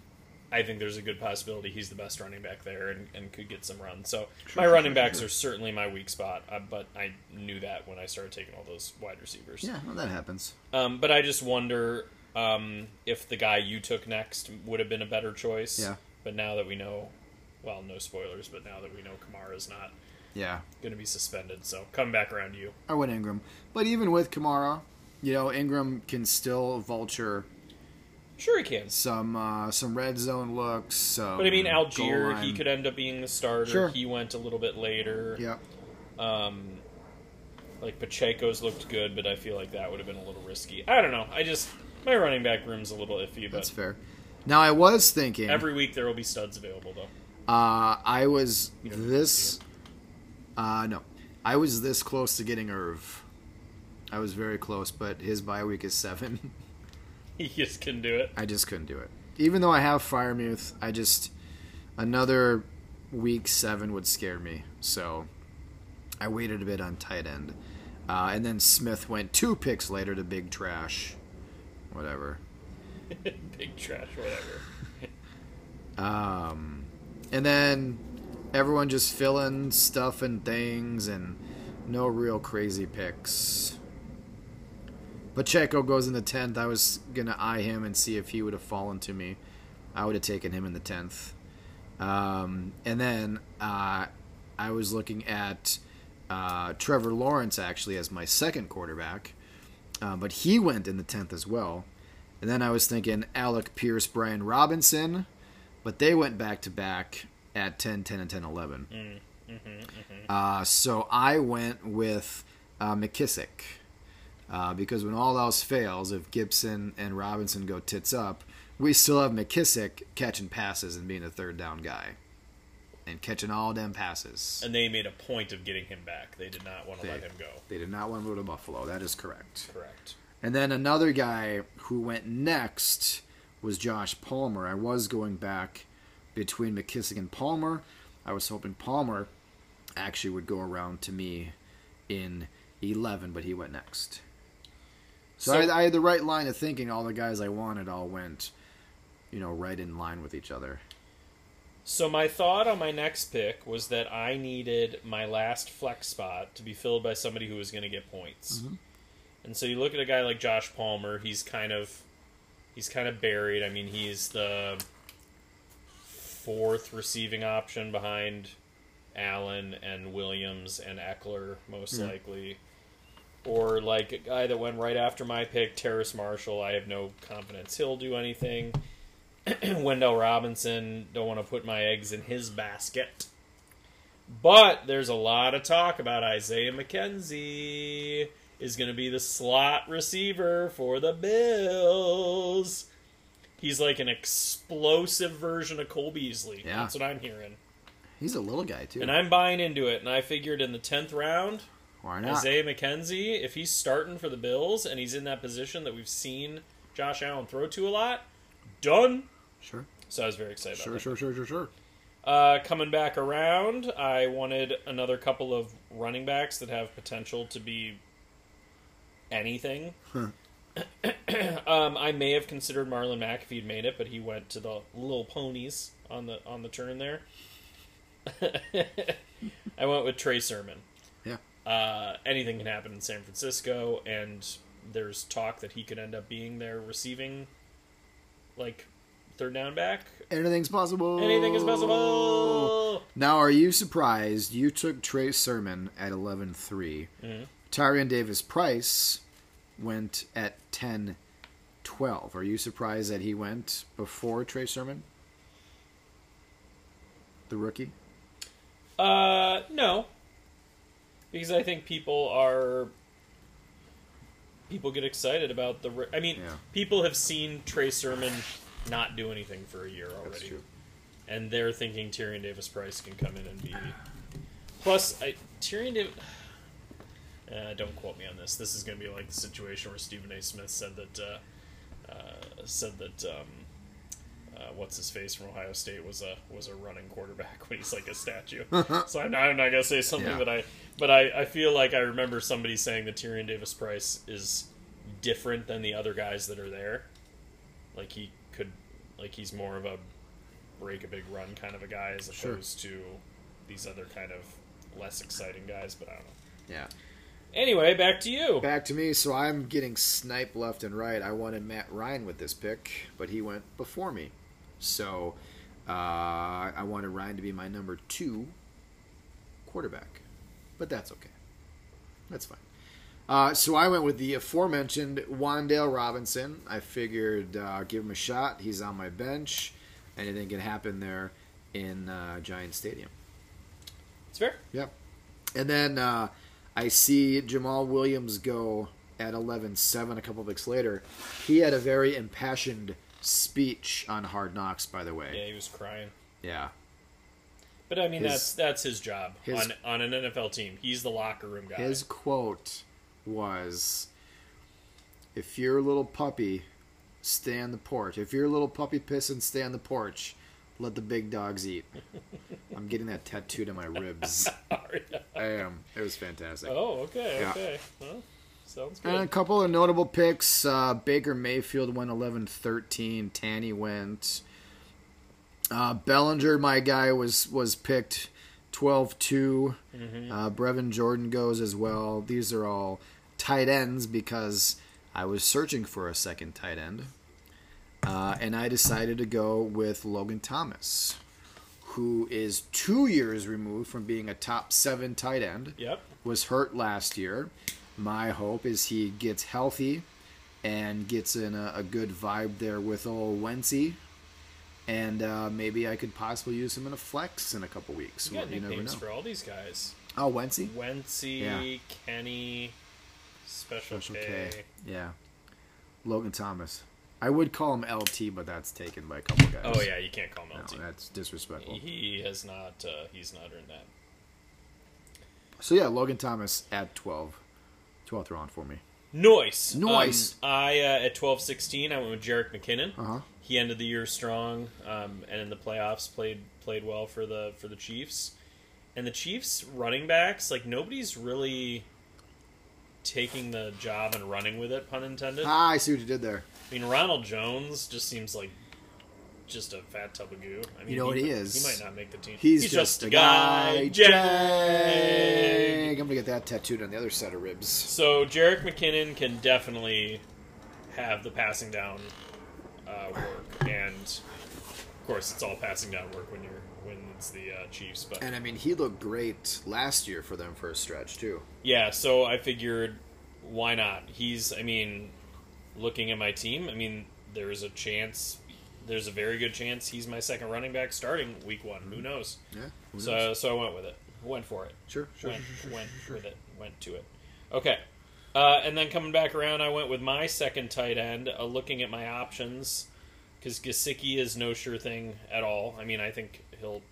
Speaker 1: I think there's a good possibility he's the best running back there and, and could get some runs. So
Speaker 2: Sure,
Speaker 1: my
Speaker 2: sure,
Speaker 1: running
Speaker 2: sure,
Speaker 1: backs
Speaker 2: sure.
Speaker 1: are certainly my weak spot, uh, but I knew that when I started taking all those wide receivers.
Speaker 2: Yeah, well, that happens.
Speaker 1: Um, but I just wonder um, if the guy you took next would have been a better choice.
Speaker 2: Yeah.
Speaker 1: But now that we know, well, no spoilers, but now that we know Kamara is not
Speaker 2: Yeah.
Speaker 1: going to be suspended, so come back around to you.
Speaker 2: I went Ingram, but even with Kamara, you know Ingram can still vulture
Speaker 1: Sure, he can.
Speaker 2: some uh, some red zone looks. Some
Speaker 1: But I mean,
Speaker 2: Um, goal
Speaker 1: Algier,
Speaker 2: line.
Speaker 1: he could end up being the starter.
Speaker 2: Sure.
Speaker 1: He went a little bit later.
Speaker 2: Yeah.
Speaker 1: Um, like Pacheco's looked good, but I feel like that would have been a little risky. I don't know. I just my running back room's a little iffy,
Speaker 2: That's
Speaker 1: but
Speaker 2: fair. Now I was thinking.
Speaker 1: every week there will be studs available though.
Speaker 2: Uh, I was
Speaker 1: don't
Speaker 2: this. Uh, no, I was this close to getting Irv. I was very close, but his bye week is seven.
Speaker 1: He just can do it.
Speaker 2: I just couldn't do it. Even though I have Firemuth, I just another week seven would scare me. So I waited a bit on tight end, uh, and then Smith went two picks later to big trash, whatever.
Speaker 1: Big trash, whatever.
Speaker 2: Um, and then everyone just filling stuff and things, and no real crazy picks. Pacheco goes in the tenth. I was gonna eye him and see if he would have fallen to me. I would have taken him in the tenth. Um, and then uh, I was looking at uh, Trevor Lawrence actually as my second quarterback, uh, but he went in the tenth as well. And then I was thinking Alec Pierce, Brian Robinson, but they went back to back at 10, 10, and 10, 11. Uh, so I went with uh, McKissick uh, because when all else fails, if Gibson and Robinson go tits up, we still have McKissick catching passes and being a third down guy and catching all them passes.
Speaker 1: And they made a point of getting him back. They did not want to
Speaker 2: They-
Speaker 1: let him go.
Speaker 2: They did not want to move to Buffalo. That is correct.
Speaker 1: Correct.
Speaker 2: And then another guy who went next was Josh Palmer. I was going back between McKissick and Palmer. I was hoping Palmer actually would go around to me in 11, but he went next. So,
Speaker 1: So-
Speaker 2: I, I had the right line of thinking. All the guys I wanted all went, you know, right in line with each other.
Speaker 1: So my thought on my next pick was that I needed my last flex spot to be filled by somebody who was going to get points. And so you look at a guy like Josh Palmer, he's kind of he's kind of buried. I mean, he's the fourth receiving option behind Allen and Williams and Eckler most likely. Or like a guy that went right after my pick, Terrace Marshall. I have no confidence he'll do anything. Wendell Robinson. Don't want to put my eggs in his basket. But there's a lot of talk about Isaiah McKenzie is going to be the slot receiver for the Bills. He's like an explosive version of Cole Beasley.
Speaker 2: Yeah.
Speaker 1: That's what I'm hearing.
Speaker 2: He's a little guy too.
Speaker 1: And I'm buying into it. And I figured in the 10th round,
Speaker 2: Why not?
Speaker 1: Isaiah McKenzie, if he's starting for the Bills and he's in that position that we've seen Josh Allen throw to a lot, done.
Speaker 2: Sure,
Speaker 1: So I was very excited about
Speaker 2: sure,
Speaker 1: that.
Speaker 2: sure, sure, sure, sure.
Speaker 1: Uh, coming back around, I wanted another couple of running backs that have potential to be anything. um, I may have considered Marlon Mack if he'd made it, but he went to the Little Ponies on the on the turn there. I went with Trey Sermon.
Speaker 2: Yeah.
Speaker 1: Uh, anything can happen in San Francisco, and there's talk that he could end up being their receiving, like third down back.
Speaker 2: Anything's possible.
Speaker 1: Anything is possible.
Speaker 2: Now, are you surprised you took Trey Sermon at 11 3? Tyrion Davis Price went at 10 12. Are you surprised that he went before Trey Sermon? The rookie?
Speaker 1: Uh, no. Because I think people are. People get excited about the. ri- I mean,
Speaker 2: Yeah.
Speaker 1: people have seen Trey Sermon not do anything for a year already. And they're thinking Tyrion Davis Price can come in and be. Plus, I, Tyrion Davis. Uh, don't quote me on this. This is going to be like the situation where Stephen A. Smith said that. Uh, uh, said that um, uh, what's his face from Ohio State was a was a running quarterback when he's like a statue. so I'm not, I'm not gonna say something
Speaker 2: Yeah.
Speaker 1: that I, but I, I feel like I remember somebody saying that Tyrion Davis Price is different than the other guys that are there. Like he could, like he's more of a break a big run kind of a guy as
Speaker 2: Sure.
Speaker 1: opposed to these other kind of less exciting guys. But I don't know.
Speaker 2: Yeah.
Speaker 1: Anyway, back to you.
Speaker 2: Back to me. So I'm getting sniped left and right. I wanted Matt Ryan with this pick, but he went before me. So uh, I wanted Ryan to be my number two quarterback, but that's okay. That's fine. Uh, so I went with the aforementioned Wandale Robinson. I figured uh, give him a shot. He's on my bench. Anything can happen there in uh, Giant Stadium.
Speaker 1: It's fair.
Speaker 2: Yeah. And then uh, I see Jamal Williams go at 11 7 a couple weeks later. He had a very impassioned speech on Hard Knocks, by the
Speaker 1: Yeah,
Speaker 2: way.
Speaker 1: he was crying.
Speaker 2: Yeah.
Speaker 1: But I mean,
Speaker 2: His-
Speaker 1: that's that's his job
Speaker 2: his-
Speaker 1: on on an NFL team. He's the locker room guy.
Speaker 2: His quote was If you're a little puppy, stay on the porch. If you're a little puppy pissing, stay on the porch. Let the big dogs eat. I'm getting that tattooed on my ribs. I am. It was fantastic.
Speaker 1: oh, okay,
Speaker 2: Yeah. Uh,
Speaker 1: okay. Well, sounds good.
Speaker 2: And a couple of notable picks. Uh, Baker Mayfield went 11 13. Tanny went. Uh, Bellinger, my guy, was, was picked 12 2. Uh, Brevin Jordan goes as well. These are all tight ends because I was searching for a second tight end. Uh, and I decided to go with Logan Thomas, who is two years removed from being a top seven tight end
Speaker 1: yep.
Speaker 2: was hurt last year. My hope is he gets healthy and gets in a, a good vibe there with old Wency. And uh, maybe I could possibly use him in a flex in a couple weeks.
Speaker 1: You got
Speaker 2: Well, you never know.
Speaker 1: nicknames for all these guys:
Speaker 2: Oh, Wency?
Speaker 1: Wency,
Speaker 2: Yeah.
Speaker 1: Kenny, Special,
Speaker 2: Special
Speaker 1: K.
Speaker 2: K. Yeah. Logan Thomas. I would call him LT, but that's taken by a couple guys.
Speaker 1: Oh yeah, you can't call him
Speaker 2: No,
Speaker 1: LT.
Speaker 2: that's disrespectful.
Speaker 1: he has not. Uh, he's not earned that.
Speaker 2: So, yeah, Logan Thomas at 12. 12th round for me.
Speaker 1: Noise.
Speaker 2: Noise.
Speaker 1: Um, I uh, at twelve sixteen, I went with Jarek McKinnon.
Speaker 2: Uh-huh.
Speaker 1: He ended the year strong, um, and in the playoffs played played well for the for the Chiefs. And the Chiefs running backs, like nobody's really taking the job and running with it, pun intended. I
Speaker 2: Ah, I see what you did there.
Speaker 1: mean, Ronald Jones just seems like just a fat tub of goo. I mean,
Speaker 2: know what he
Speaker 1: might-
Speaker 2: is?
Speaker 1: He might not make the team.
Speaker 2: He's, just, a guy,
Speaker 1: Jag.
Speaker 2: Jag. I'm gonna get that tattooed on the other side of ribs.
Speaker 1: So Jarek McKinnon can definitely have the passing down uh, work, and of course it's all passing down work when you're when it's the uh, Chiefs. But
Speaker 2: And I mean, he looked great last year for them for a stretch too.
Speaker 1: yeah, so I figured why not? He's I mean, looking at my team, I mean there's a chance, there's a very good chance he's my second running back starting week one. Who knows?
Speaker 2: Yeah. who knows?
Speaker 1: So so I went with it, went for it.
Speaker 2: sure, sure,
Speaker 1: went,
Speaker 2: sure, sure,
Speaker 1: went
Speaker 2: sure, sure.
Speaker 1: with it, went to it. Okay. Uh, and then coming back around, I went with my second tight end, uh, looking at my options, because Gasicki is no sure thing at all. I mean, I think he'll,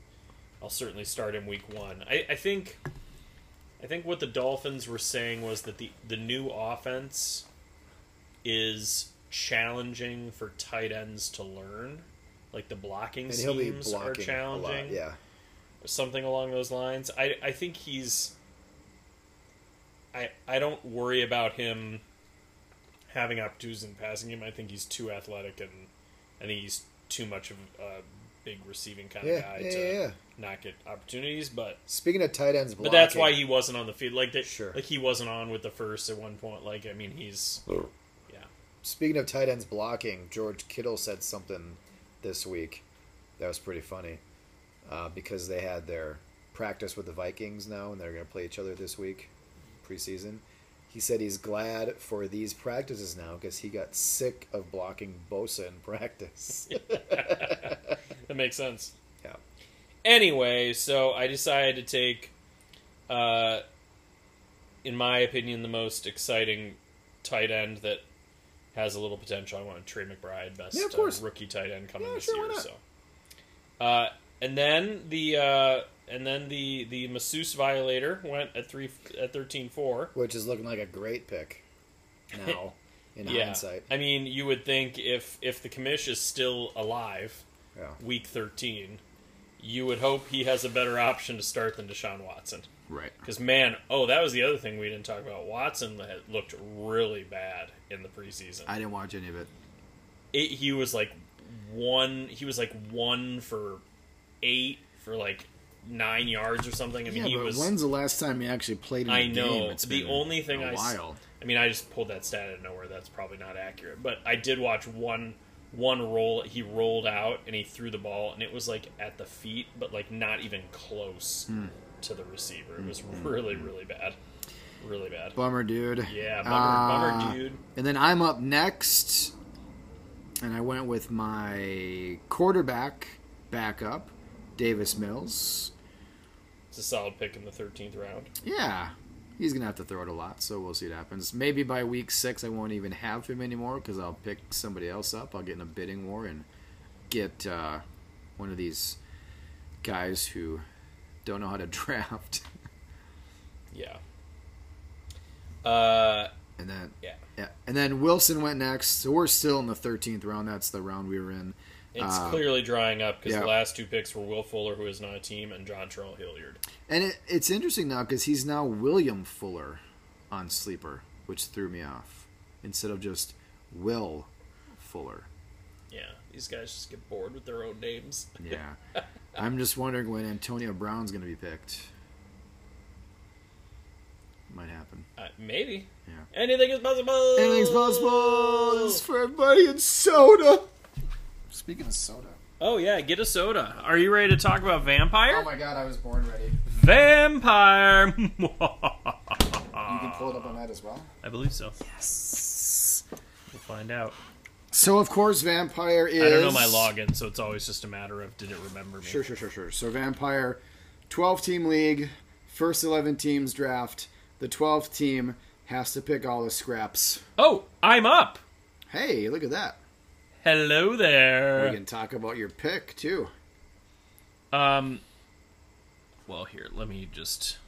Speaker 1: I'll certainly start him week one. I, I think, I think what the Dolphins were saying was that the the new offense is challenging for tight ends to learn, like the blocking
Speaker 2: And he'll be
Speaker 1: schemes are
Speaker 2: blocking a
Speaker 1: challenging
Speaker 2: lot. Yeah.
Speaker 1: something along those lines. I I think he's I I don't worry about him having opportunities in passing him. I think he's too athletic and I think he's too much of a big receiving kind
Speaker 2: Yeah,
Speaker 1: of guy
Speaker 2: yeah,
Speaker 1: to
Speaker 2: yeah, yeah.
Speaker 1: not get opportunities, but
Speaker 2: Speaking of tight ends,
Speaker 1: but
Speaker 2: blocking,
Speaker 1: that's why he wasn't on the field. Like that,
Speaker 2: Sure.
Speaker 1: like he wasn't on with the first at one point. Like I mean, he's yeah.
Speaker 2: Speaking of tight ends blocking, George Kittle said something this week that was pretty funny uh, because they had their practice with the Vikings now and they're going to play each other this week, preseason. He said he's glad for these practices now because he got sick of blocking Bosa in practice.
Speaker 1: That makes sense.
Speaker 2: yeah.
Speaker 1: anyway, so I decided to take, uh, in my opinion, the most exciting tight end that has a little potential. I want Trey McBride, best
Speaker 2: Yeah, of
Speaker 1: uh,
Speaker 2: course.
Speaker 1: rookie tight end coming
Speaker 2: Yeah,
Speaker 1: this
Speaker 2: sure, why
Speaker 1: year.
Speaker 2: not?
Speaker 1: So, uh, and then the uh, and then the the masseuse violator went at three at thirteen four.
Speaker 2: Which is looking like a great pick now in
Speaker 1: yeah,
Speaker 2: hindsight.
Speaker 1: I mean, you would think if if the commish is still alive,
Speaker 2: Yeah.
Speaker 1: week thirteen, you would hope he has a better option to start than Deshaun Watson.
Speaker 2: Right.
Speaker 1: Because man, oh, that was the other thing we didn't talk about. Watson had looked really bad in the preseason.
Speaker 2: I didn't watch any of it.
Speaker 1: It, he was like one. He was like one for eight for like nine yards or something. I mean, he
Speaker 2: yeah, but
Speaker 1: was.
Speaker 2: when's the last time he actually played in a
Speaker 1: I
Speaker 2: game?
Speaker 1: know
Speaker 2: It's
Speaker 1: the
Speaker 2: been
Speaker 1: only thing
Speaker 2: a
Speaker 1: I. s-
Speaker 2: while.
Speaker 1: I mean, I just pulled that stat out of nowhere. That's probably not accurate, but I did watch one one roll. He rolled out and he threw the ball, and it was like at the feet, but like not even close
Speaker 2: Hmm.
Speaker 1: to the receiver. It was really, really bad. Really bad.
Speaker 2: Bummer, dude.
Speaker 1: Yeah, bummer,
Speaker 2: Uh,
Speaker 1: bummer, dude.
Speaker 2: And then I'm up next, and I went with my quarterback backup, Davis Mills.
Speaker 1: It's a solid pick in the 13th round.
Speaker 2: Yeah. He's going to have to throw it a lot, so we'll see what happens. Maybe by week six, I won't even have him anymore because I'll pick somebody else up. I'll get in a bidding war and get uh, one of these guys who don't know how to draft.
Speaker 1: Yeah. Uh,
Speaker 2: and then,
Speaker 1: Yeah.
Speaker 2: And then Wilson went next, so we're still in the 13th round. That's the round we were in.
Speaker 1: it's
Speaker 2: Uh,
Speaker 1: clearly drying up because
Speaker 2: yeah.
Speaker 1: the last two picks were Will Fuller, who is not a team, and John Terrell Hilliard.
Speaker 2: And it, it's interesting now because he's now William Fuller on Sleeper, which threw me off, instead of just Will Fuller.
Speaker 1: Yeah, these guys just get bored with their own names.
Speaker 2: Yeah. I'm just wondering when Antonio Brown's going to be picked. Might happen.
Speaker 1: Uh, maybe.
Speaker 2: Yeah.
Speaker 1: Anything is possible.
Speaker 2: Anything's possible. This is for everybody in soda. Speaking of soda.
Speaker 1: Oh yeah, get a soda. Are you ready to talk about vampire?
Speaker 2: Oh my god, I was born ready.
Speaker 1: vampire.
Speaker 2: You can pull it up on that as well.
Speaker 1: I believe so. Yes. We'll find out.
Speaker 2: So of course, vampire is.
Speaker 1: I don't know my login, so it's always just a matter of did it remember me?
Speaker 2: Sure, sure, sure, sure. So vampire, twelve team league, first eleven teams draft. The twelfth team has to pick all the scraps.
Speaker 1: Oh, I'm up.
Speaker 2: Hey, look at that.
Speaker 1: Hello there.
Speaker 2: We can talk about your pick too.
Speaker 1: Um. Well, here, let me just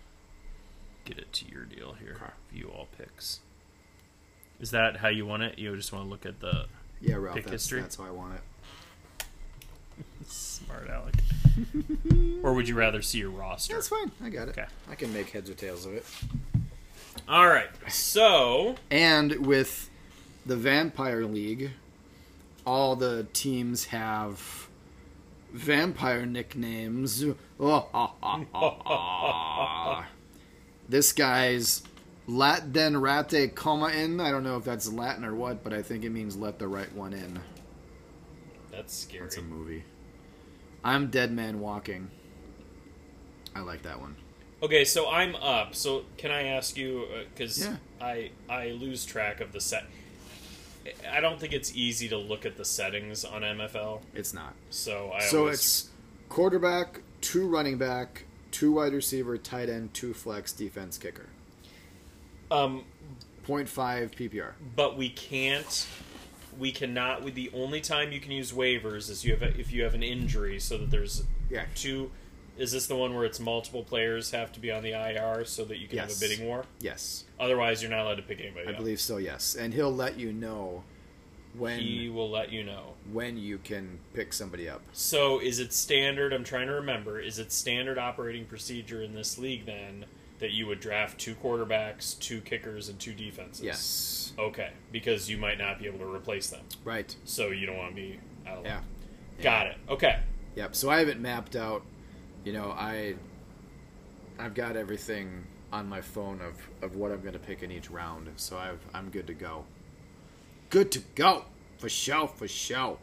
Speaker 1: get it to your deal here.
Speaker 2: Okay.
Speaker 1: View all picks. Is that how you want it? You just want to look at the
Speaker 2: Yeah, Ralph.
Speaker 1: Pick
Speaker 2: that's,
Speaker 1: history?
Speaker 2: That's how I want it.
Speaker 1: smart aleck, or would you rather see your roster?
Speaker 2: That's fine. I got it.
Speaker 1: Okay.
Speaker 2: I can make heads or tails of it.
Speaker 1: All right. So
Speaker 2: And with the Vampire League, all the teams have vampire nicknames. this guy's Lat den rate coma in. I don't know if that's Latin or what, but I think it means let the right one in.
Speaker 1: that's scary.
Speaker 2: That's a movie. I'm Dead Man Walking. I like that one.
Speaker 1: Okay, so I'm up. So can I ask you? Because
Speaker 2: Yeah.
Speaker 1: I I lose track of the set. I don't think it's easy to look at the settings on MFL.
Speaker 2: It's not.
Speaker 1: So I
Speaker 2: So
Speaker 1: always
Speaker 2: it's quarterback, two running back, two wide receiver, tight end, two flex, defense, kicker.
Speaker 1: um
Speaker 2: 0.5 PPR.
Speaker 1: but we can't we cannot with the only time you can use waivers is you have a, if you have an injury so that there's
Speaker 2: Yeah.
Speaker 1: two is this the one where it's multiple players have to be on the IR so that you can
Speaker 2: Yes.
Speaker 1: have a bidding war
Speaker 2: Yes,
Speaker 1: otherwise you're not allowed to pick anybody
Speaker 2: I
Speaker 1: up.
Speaker 2: believe so. Yes, and he'll let you know when
Speaker 1: he will let you know
Speaker 2: when you can pick somebody up.
Speaker 1: so is it standard I'm trying to remember is it standard operating procedure in this league then that you would draft two quarterbacks two kickers and two defenses
Speaker 2: Yes.
Speaker 1: okay because you might not be able to replace them
Speaker 2: Right.
Speaker 1: so you don't want to be out of
Speaker 2: Yeah.
Speaker 1: luck. got it okay
Speaker 2: Yep. So I haven't mapped out. You know, I I've got everything on my phone of of what I'm going to pick in each round, so I've I'm good to go. Good to go for show for show.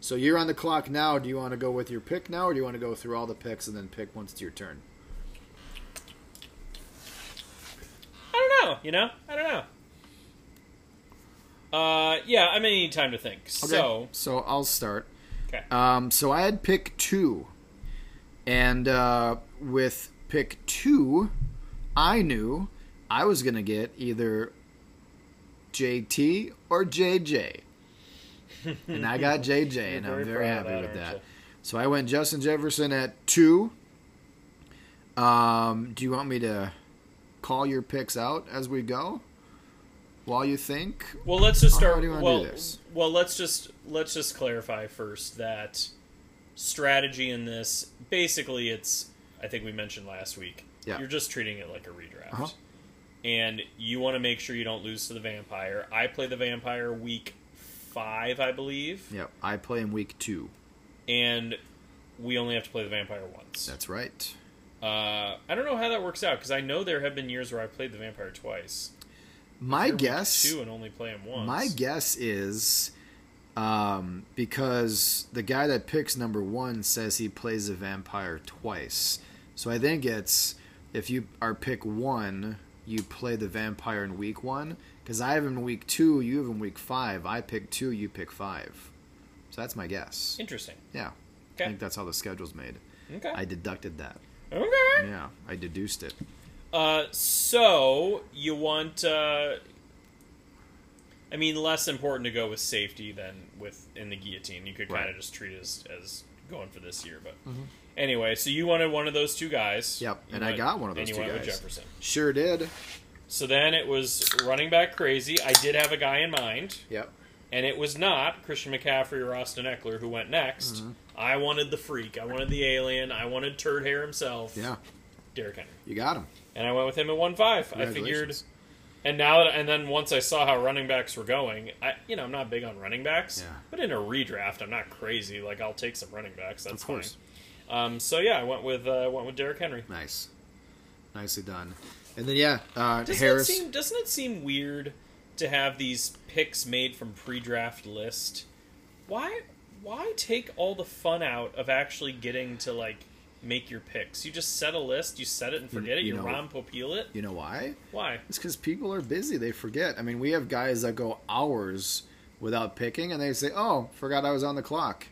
Speaker 2: So you're on the clock now. Do you want to go with your pick now, or do you want to go through all the picks and then pick once it's your turn?
Speaker 1: I don't know. You know, I don't know. Uh, yeah, I may need time to think. So,
Speaker 2: so I'll start.
Speaker 1: okay,
Speaker 2: Um, so I had pick two, and uh, with pick two, I knew I was gonna get either JT or JJ, and I got JJ, and
Speaker 1: very
Speaker 2: I'm very
Speaker 1: proud of
Speaker 2: happy
Speaker 1: that,
Speaker 2: with
Speaker 1: aren't
Speaker 2: that.
Speaker 1: you?
Speaker 2: So I went Justin Jefferson at two. Um, do you want me to call your picks out as we go? While you think,
Speaker 1: well, let's just
Speaker 2: How
Speaker 1: start.
Speaker 2: do you wanna do
Speaker 1: well,
Speaker 2: this?
Speaker 1: well, let's just let's just clarify first that strategy in this basically it's. I think we mentioned last week.
Speaker 2: Yeah.
Speaker 1: You're just treating it like a redraft.
Speaker 2: Uh-huh.
Speaker 1: And you want to make sure you don't lose to the vampire. I play the vampire week five, I believe,
Speaker 2: yeah, I play in week two.
Speaker 1: and we only have to play the vampire once.
Speaker 2: That's right.
Speaker 1: Uh, I don't know how that works out because I know there have been years where I played the vampire twice.
Speaker 2: My
Speaker 1: There were
Speaker 2: guess
Speaker 1: two and only play him once.
Speaker 2: My guess is um, because the guy that picks number one says he plays a vampire twice. So I think it's if you are pick one, you play the vampire in week one. Because I have him in week two, you have him in week five. I pick two, you pick five. So that's my guess.
Speaker 1: interesting.
Speaker 2: Yeah. I
Speaker 1: Okay,
Speaker 2: think that's how the schedule's made.
Speaker 1: okay,
Speaker 2: I deducted that.
Speaker 1: Okay.
Speaker 2: Yeah, I deduced it.
Speaker 1: Uh, so you want? Uh, I mean, less important to go with safety than with in the guillotine. You could kind of
Speaker 2: Right. Mm-hmm.
Speaker 1: just treat it as as going for this year, but anyway. So you wanted one of those two guys.
Speaker 2: Yep,
Speaker 1: You
Speaker 2: and I
Speaker 1: went-
Speaker 2: got one of those
Speaker 1: and you
Speaker 2: two
Speaker 1: went With
Speaker 2: guys.
Speaker 1: Jefferson.
Speaker 2: Sure did.
Speaker 1: So then it was running back crazy. I did have a guy in mind,
Speaker 2: Yep.
Speaker 1: and it was not Christian McCaffrey or Austin Eckler who went next.
Speaker 2: Mm-hmm.
Speaker 1: I wanted the freak. I wanted the alien. I wanted Turd Hair himself.
Speaker 2: Yeah,
Speaker 1: Derrick Henry.
Speaker 2: you got him.
Speaker 1: And I went with him at one five. I figured,
Speaker 2: Congratulations.
Speaker 1: and now that, and then once I saw how running backs were going, I you know I'm not big on running backs,
Speaker 2: Yeah.
Speaker 1: but in a redraft I'm not crazy. Like I'll take some running backs. That's
Speaker 2: Of course.
Speaker 1: fine. Um, so yeah, I went with uh, went with Derrick Henry.
Speaker 2: Nice. Nicely done. And then yeah, uh,
Speaker 1: Doesn't
Speaker 2: Harris.
Speaker 1: it seem doesn't it seem weird to have these picks made from pre-draft list? Why why take all the fun out of actually getting to like make your picks? You just set a list, you set it and forget it.
Speaker 2: you
Speaker 1: You,
Speaker 2: know-
Speaker 1: Ron Popeil it.
Speaker 2: you know why?
Speaker 1: Why?
Speaker 2: It's because people are busy. They forget. I mean, we have guys that go hours without picking, and they say, "Oh, forgot I was on the clock."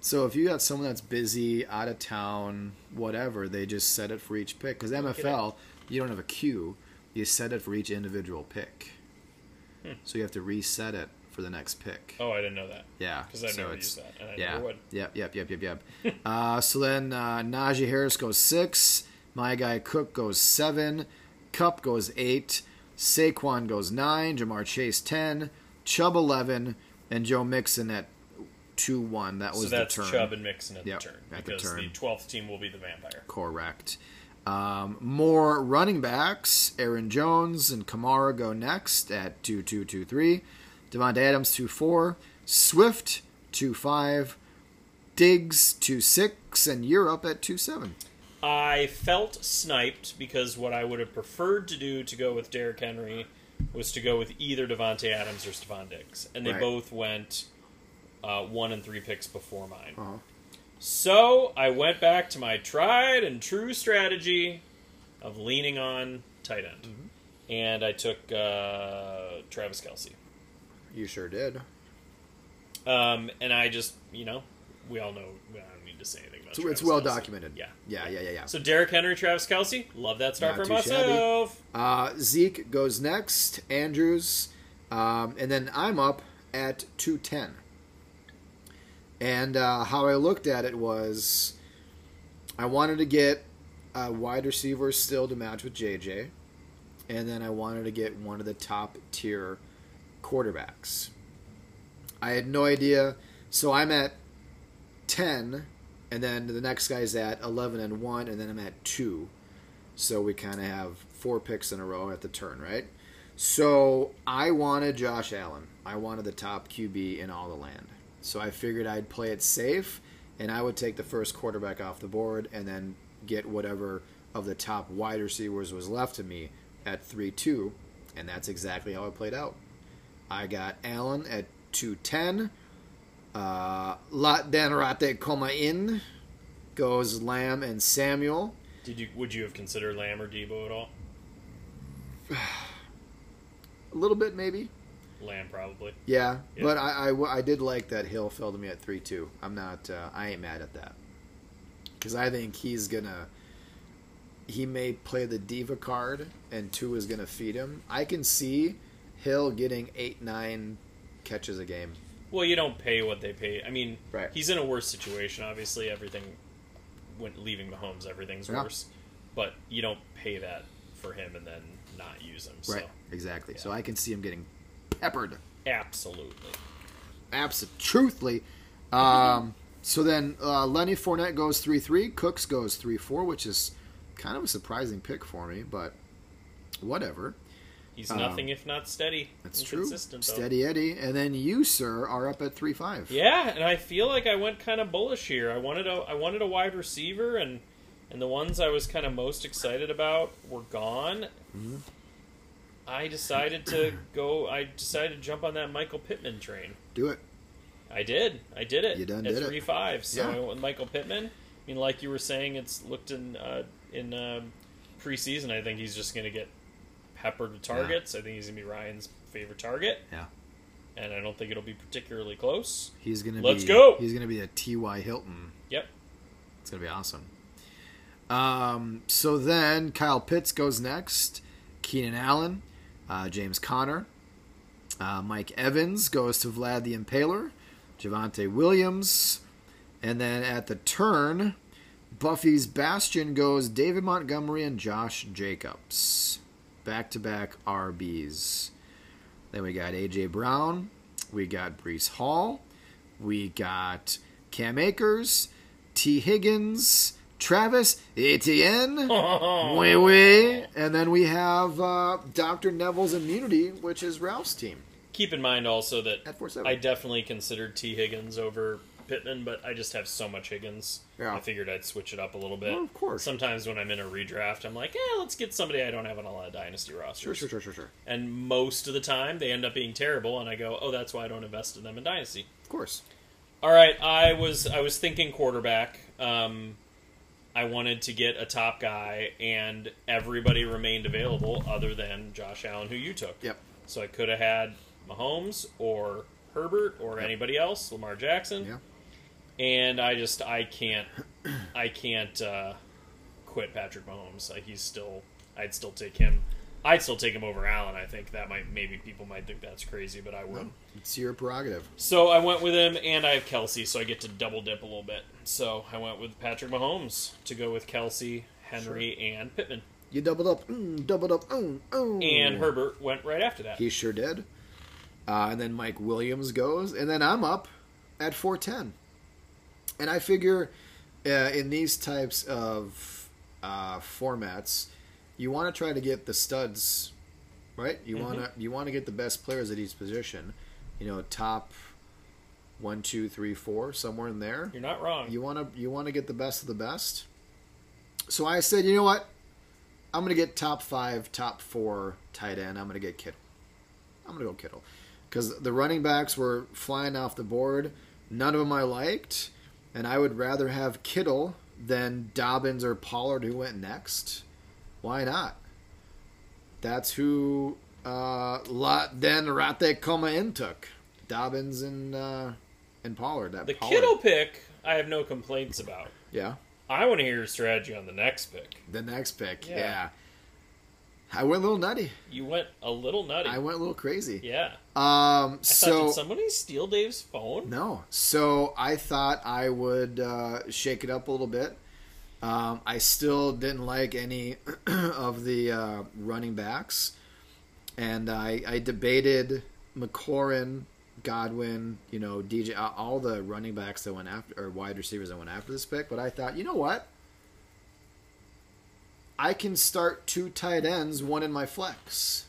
Speaker 2: So if you got someone that's busy, out of town, whatever, they just set it for each pick. Because MFL, you don't have a queue; you set it for each individual pick. So you have to reset it for the next pick.
Speaker 1: Hmm. Oh, I didn't know that.
Speaker 2: Yeah,
Speaker 1: Because I've
Speaker 2: so
Speaker 1: never
Speaker 2: it's-
Speaker 1: used that, and I
Speaker 2: yeah.
Speaker 1: never would.
Speaker 2: Yep, yep, yep, yep, yep. uh, so then uh, Najee Harris goes six. My guy Cook goes seven. Cup goes eight. Saquon goes nine. Jamar Chase ten. Chubb eleven, and Joe Mixon at two one. That was
Speaker 1: So that's
Speaker 2: the turn.
Speaker 1: Chubb and Mixon at
Speaker 2: Yep,
Speaker 1: the turn
Speaker 2: at the
Speaker 1: because
Speaker 2: turn.
Speaker 1: the twelfth team will be the Vampire.
Speaker 2: Correct. Um, more running backs. Aaron Jones and Kamara go next at 2 2 2 3. Devontae Adams 2 4. Swift 2 5. Diggs 2 6. And Europe at 2 7.
Speaker 1: I felt sniped because what I would have preferred to do to go with Derrick Henry was to go with either Devonte Adams or Stephon Diggs, and they
Speaker 2: Right.
Speaker 1: both went uh, one and three picks before mine.
Speaker 2: Uh-huh.
Speaker 1: So I went back to my tried and true strategy of leaning on tight end,
Speaker 2: Mm-hmm.
Speaker 1: and I took uh, Travis Kelsey.
Speaker 2: You sure did.
Speaker 1: Um, and I just, you know, we all know. I don't need to say anything about.
Speaker 2: So
Speaker 1: Travis
Speaker 2: it's well
Speaker 1: Kelce.
Speaker 2: documented.
Speaker 1: Yeah.
Speaker 2: Yeah, yeah, yeah, yeah.
Speaker 1: So Derrick Henry, Travis Kelsey, love that start
Speaker 2: Not
Speaker 1: for
Speaker 2: too shabby.
Speaker 1: myself.
Speaker 2: Uh, Zeke goes next. Andrews, um, and then I'm up at two ten. And uh, how I looked at it was, I wanted to get a wide receiver still to match with JJ, and then I wanted to get one of the top tier quarterbacks. I had no idea, so I'm at ten, and then the next guy's at eleven and one, and then I'm at two. So we kind of have four picks in a row at the turn, right? So I wanted Josh Allen. I wanted the top QB in all the land. So I figured I'd play it safe and I would take the first quarterback off the board and then get whatever of the top wide receivers was left to me at 3 2. And that's exactly how it played out. I got Allen at 210. Uh, Lot Danarate Coma in goes Lamb and Samuel.
Speaker 1: Did you would you have considered Lamb or Debo at all?
Speaker 2: A little bit, maybe.
Speaker 1: Lamb probably.
Speaker 2: Yeah,
Speaker 1: Yeah.
Speaker 2: but I, I w- I did like that Hill fell to me at three two. I'm not uh, I ain't mad at that because I think he's gonna he may play the diva card and two is gonna feed him. I can see Hill getting eight nine catches a game.
Speaker 1: Well, you don't pay what they pay. I mean,
Speaker 2: Right.
Speaker 1: he's in a worse situation. Obviously, everything when leaving Mahomes, everything's
Speaker 2: Yeah.
Speaker 1: worse. But you don't pay that for him and then not use him. So
Speaker 2: Right, exactly. So
Speaker 1: yeah.
Speaker 2: I can see him getting peppered.
Speaker 1: absolutely.
Speaker 2: absolutely. Um, so then uh, Lenny Fournette goes three three, Cooks goes three four, which is kind of a surprising pick for me, but whatever.
Speaker 1: He's
Speaker 2: Um,
Speaker 1: nothing if not steady.
Speaker 2: That's
Speaker 1: and
Speaker 2: true.
Speaker 1: Consistent, though.
Speaker 2: Steady Eddie, and then you, sir, are up at three five.
Speaker 1: Yeah, and I feel like I went kind of bullish here. I wanted a I wanted a wide receiver, and and the ones I was kind of most excited about were gone.
Speaker 2: Mm-hmm.
Speaker 1: I decided to go. I decided to jump on that Michael Pittman train.
Speaker 2: do it.
Speaker 1: I did. I did it.
Speaker 2: You done
Speaker 1: at
Speaker 2: did it.
Speaker 1: three five. So
Speaker 2: Yeah.
Speaker 1: I went with Michael Pittman. I mean, like you were saying, it's looked in uh, in um, preseason. I think he's just going to get peppered with targets. I think he's going to be Ryan's favorite target,
Speaker 2: Yeah,
Speaker 1: and I don't think it'll be particularly close.
Speaker 2: he's gonna.
Speaker 1: Let's
Speaker 2: be,
Speaker 1: go.
Speaker 2: He's gonna be a T Y Hilton.
Speaker 1: Yep.
Speaker 2: It's gonna be awesome. Um, so then Kyle Pitts goes next, Keenan Allen, uh, James Conner, uh, Mike Evans goes to Vlad the Impaler, Javante Williams, and then at the turn, Buffy's Bastion goes David Montgomery and Josh Jacobs. Back to back RBs. Then we got A.J. Brown. We got Brees Hall. We got Cam Akers, T. Higgins, Travis Etienne. Wee wee. And then we have uh, Dr. Neville's immunity, which is Ralph's team
Speaker 1: Keep in mind also that
Speaker 2: at 4 7.
Speaker 1: I definitely considered T. Higgins over Pittman, but I just have so much Higgins.
Speaker 2: Yeah.
Speaker 1: I figured I'd switch it up a little bit.
Speaker 2: Well, of course.
Speaker 1: Sometimes when I'm in a redraft, I'm like, yeah, let's get somebody I don't have on a lot of dynasty rosters.
Speaker 2: Sure, sure, sure, sure, sure.
Speaker 1: And most of the time, they end up being terrible, and I go, oh, that's why I don't invest in them in dynasty.
Speaker 2: Of course.
Speaker 1: All right, I was I was thinking quarterback. Um, I wanted to get a top guy, and everybody remained available other than Josh Allen, who you took.
Speaker 2: Yep.
Speaker 1: So I could have had Mahomes or Herbert or
Speaker 2: Yep.
Speaker 1: anybody else, Lamar Jackson.
Speaker 2: Yeah.
Speaker 1: And I just I can't I can't uh, quit Patrick Mahomes. Like he's still I'd still take him. I'd still take him over Allen. I think that might maybe people might think that's crazy, but I would.
Speaker 2: It's your prerogative.
Speaker 1: So I went with him, and I have Kelsey, so I get to double dip a little bit. So I went with Patrick Mahomes to go with Kelsey, Henry, and Pittman.
Speaker 2: You doubled up, mm, doubled up, mm, mm.
Speaker 1: And Herbert went right after that.
Speaker 2: He sure did. Uh, and then Mike Williams goes, and then I'm up at 410. And I figure uh, in these types of uh, formats, you want to try to get the studs, right? You want to you want to get the best players at each position. You know, top one, two, three, four, somewhere in there.
Speaker 1: You're not wrong.
Speaker 2: You want to you want to get the best of the best. So I said, you know what? I'm going to get top five, top four tight end. I'm going to get Kittle. I'm going to go Kittle because the running backs were flying off the board. None of them I liked, and I would rather have Kittle than Dobbins or Pollard, who went next. Why not? That's who uh, La, then Rate Coma in took Dobbins and uh, and Pollard. That
Speaker 1: the
Speaker 2: Pollard.
Speaker 1: Kittle pick, I have no complaints about.
Speaker 2: yeah.
Speaker 1: I want to hear your strategy on the next pick.
Speaker 2: The next pick, yeah.
Speaker 1: Yeah.
Speaker 2: I went a little nutty.
Speaker 1: You went a little nutty.
Speaker 2: I went a little crazy.
Speaker 1: yeah.
Speaker 2: Um,
Speaker 1: I thought,
Speaker 2: so
Speaker 1: did somebody steal Dave's phone?
Speaker 2: no, so I thought I would uh, shake it up a little bit. Um, I still didn't like any of the uh, running backs, and I, I debated McLaurin, Godwin, you know, DJ, uh, all the running backs that went after or wide receivers that went after this pick. But I thought, you know what? I can start two tight ends, one in my flex.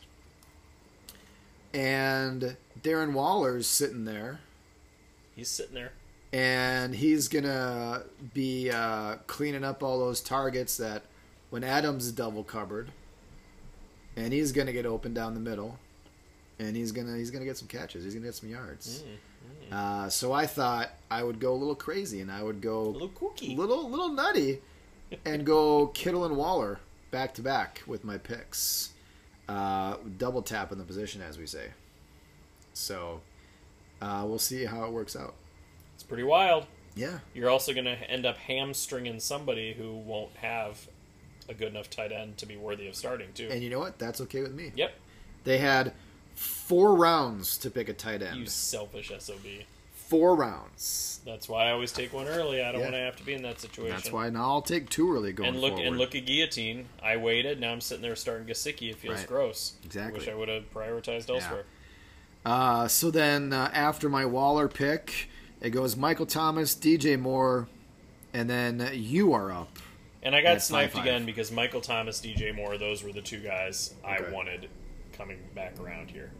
Speaker 2: And Darren Waller's sitting there,
Speaker 1: He's sitting there.
Speaker 2: and he's gonna be uh, cleaning up all those targets that when Adams is double covered, and he's gonna get open down the middle, and he's gonna he's gonna get some catches, he's gonna get some yards.
Speaker 1: Mm,
Speaker 2: Uh, so I thought I would go a little crazy, and I would
Speaker 1: A
Speaker 2: go
Speaker 1: little kooky.
Speaker 2: little little nutty and go Kittle and Waller back to back with my picks. Uh, double tap in the position, as we say. So uh, we'll see how it works out.
Speaker 1: It's pretty wild.
Speaker 2: Yeah,
Speaker 1: You're also going to end up hamstringing somebody who won't have a good enough tight end to be worthy of starting, too.
Speaker 2: and you know what? That's okay with me.
Speaker 1: Yep.
Speaker 2: They had four rounds to pick a tight end.
Speaker 1: You selfish SOB.
Speaker 2: Four rounds.
Speaker 1: That's why I always take one early. I don't
Speaker 2: Yeah.
Speaker 1: want to have to be in that situation.
Speaker 2: That's why now I'll take two early going
Speaker 1: And look
Speaker 2: forward.
Speaker 1: and look at guillotine. I waited. Now I'm sitting there starting Gasicki. It feels
Speaker 2: Right.
Speaker 1: gross.
Speaker 2: Exactly.
Speaker 1: Wish I would have prioritized elsewhere.
Speaker 2: Uh, so then uh, after my Waller pick, it goes Michael Thomas, DJ Moore, and then uh, you are up.
Speaker 1: And I got
Speaker 2: That's
Speaker 1: sniped
Speaker 2: my five.
Speaker 1: again because Michael Thomas, DJ Moore, those were the two guys
Speaker 2: Okay.
Speaker 1: I wanted coming back around here,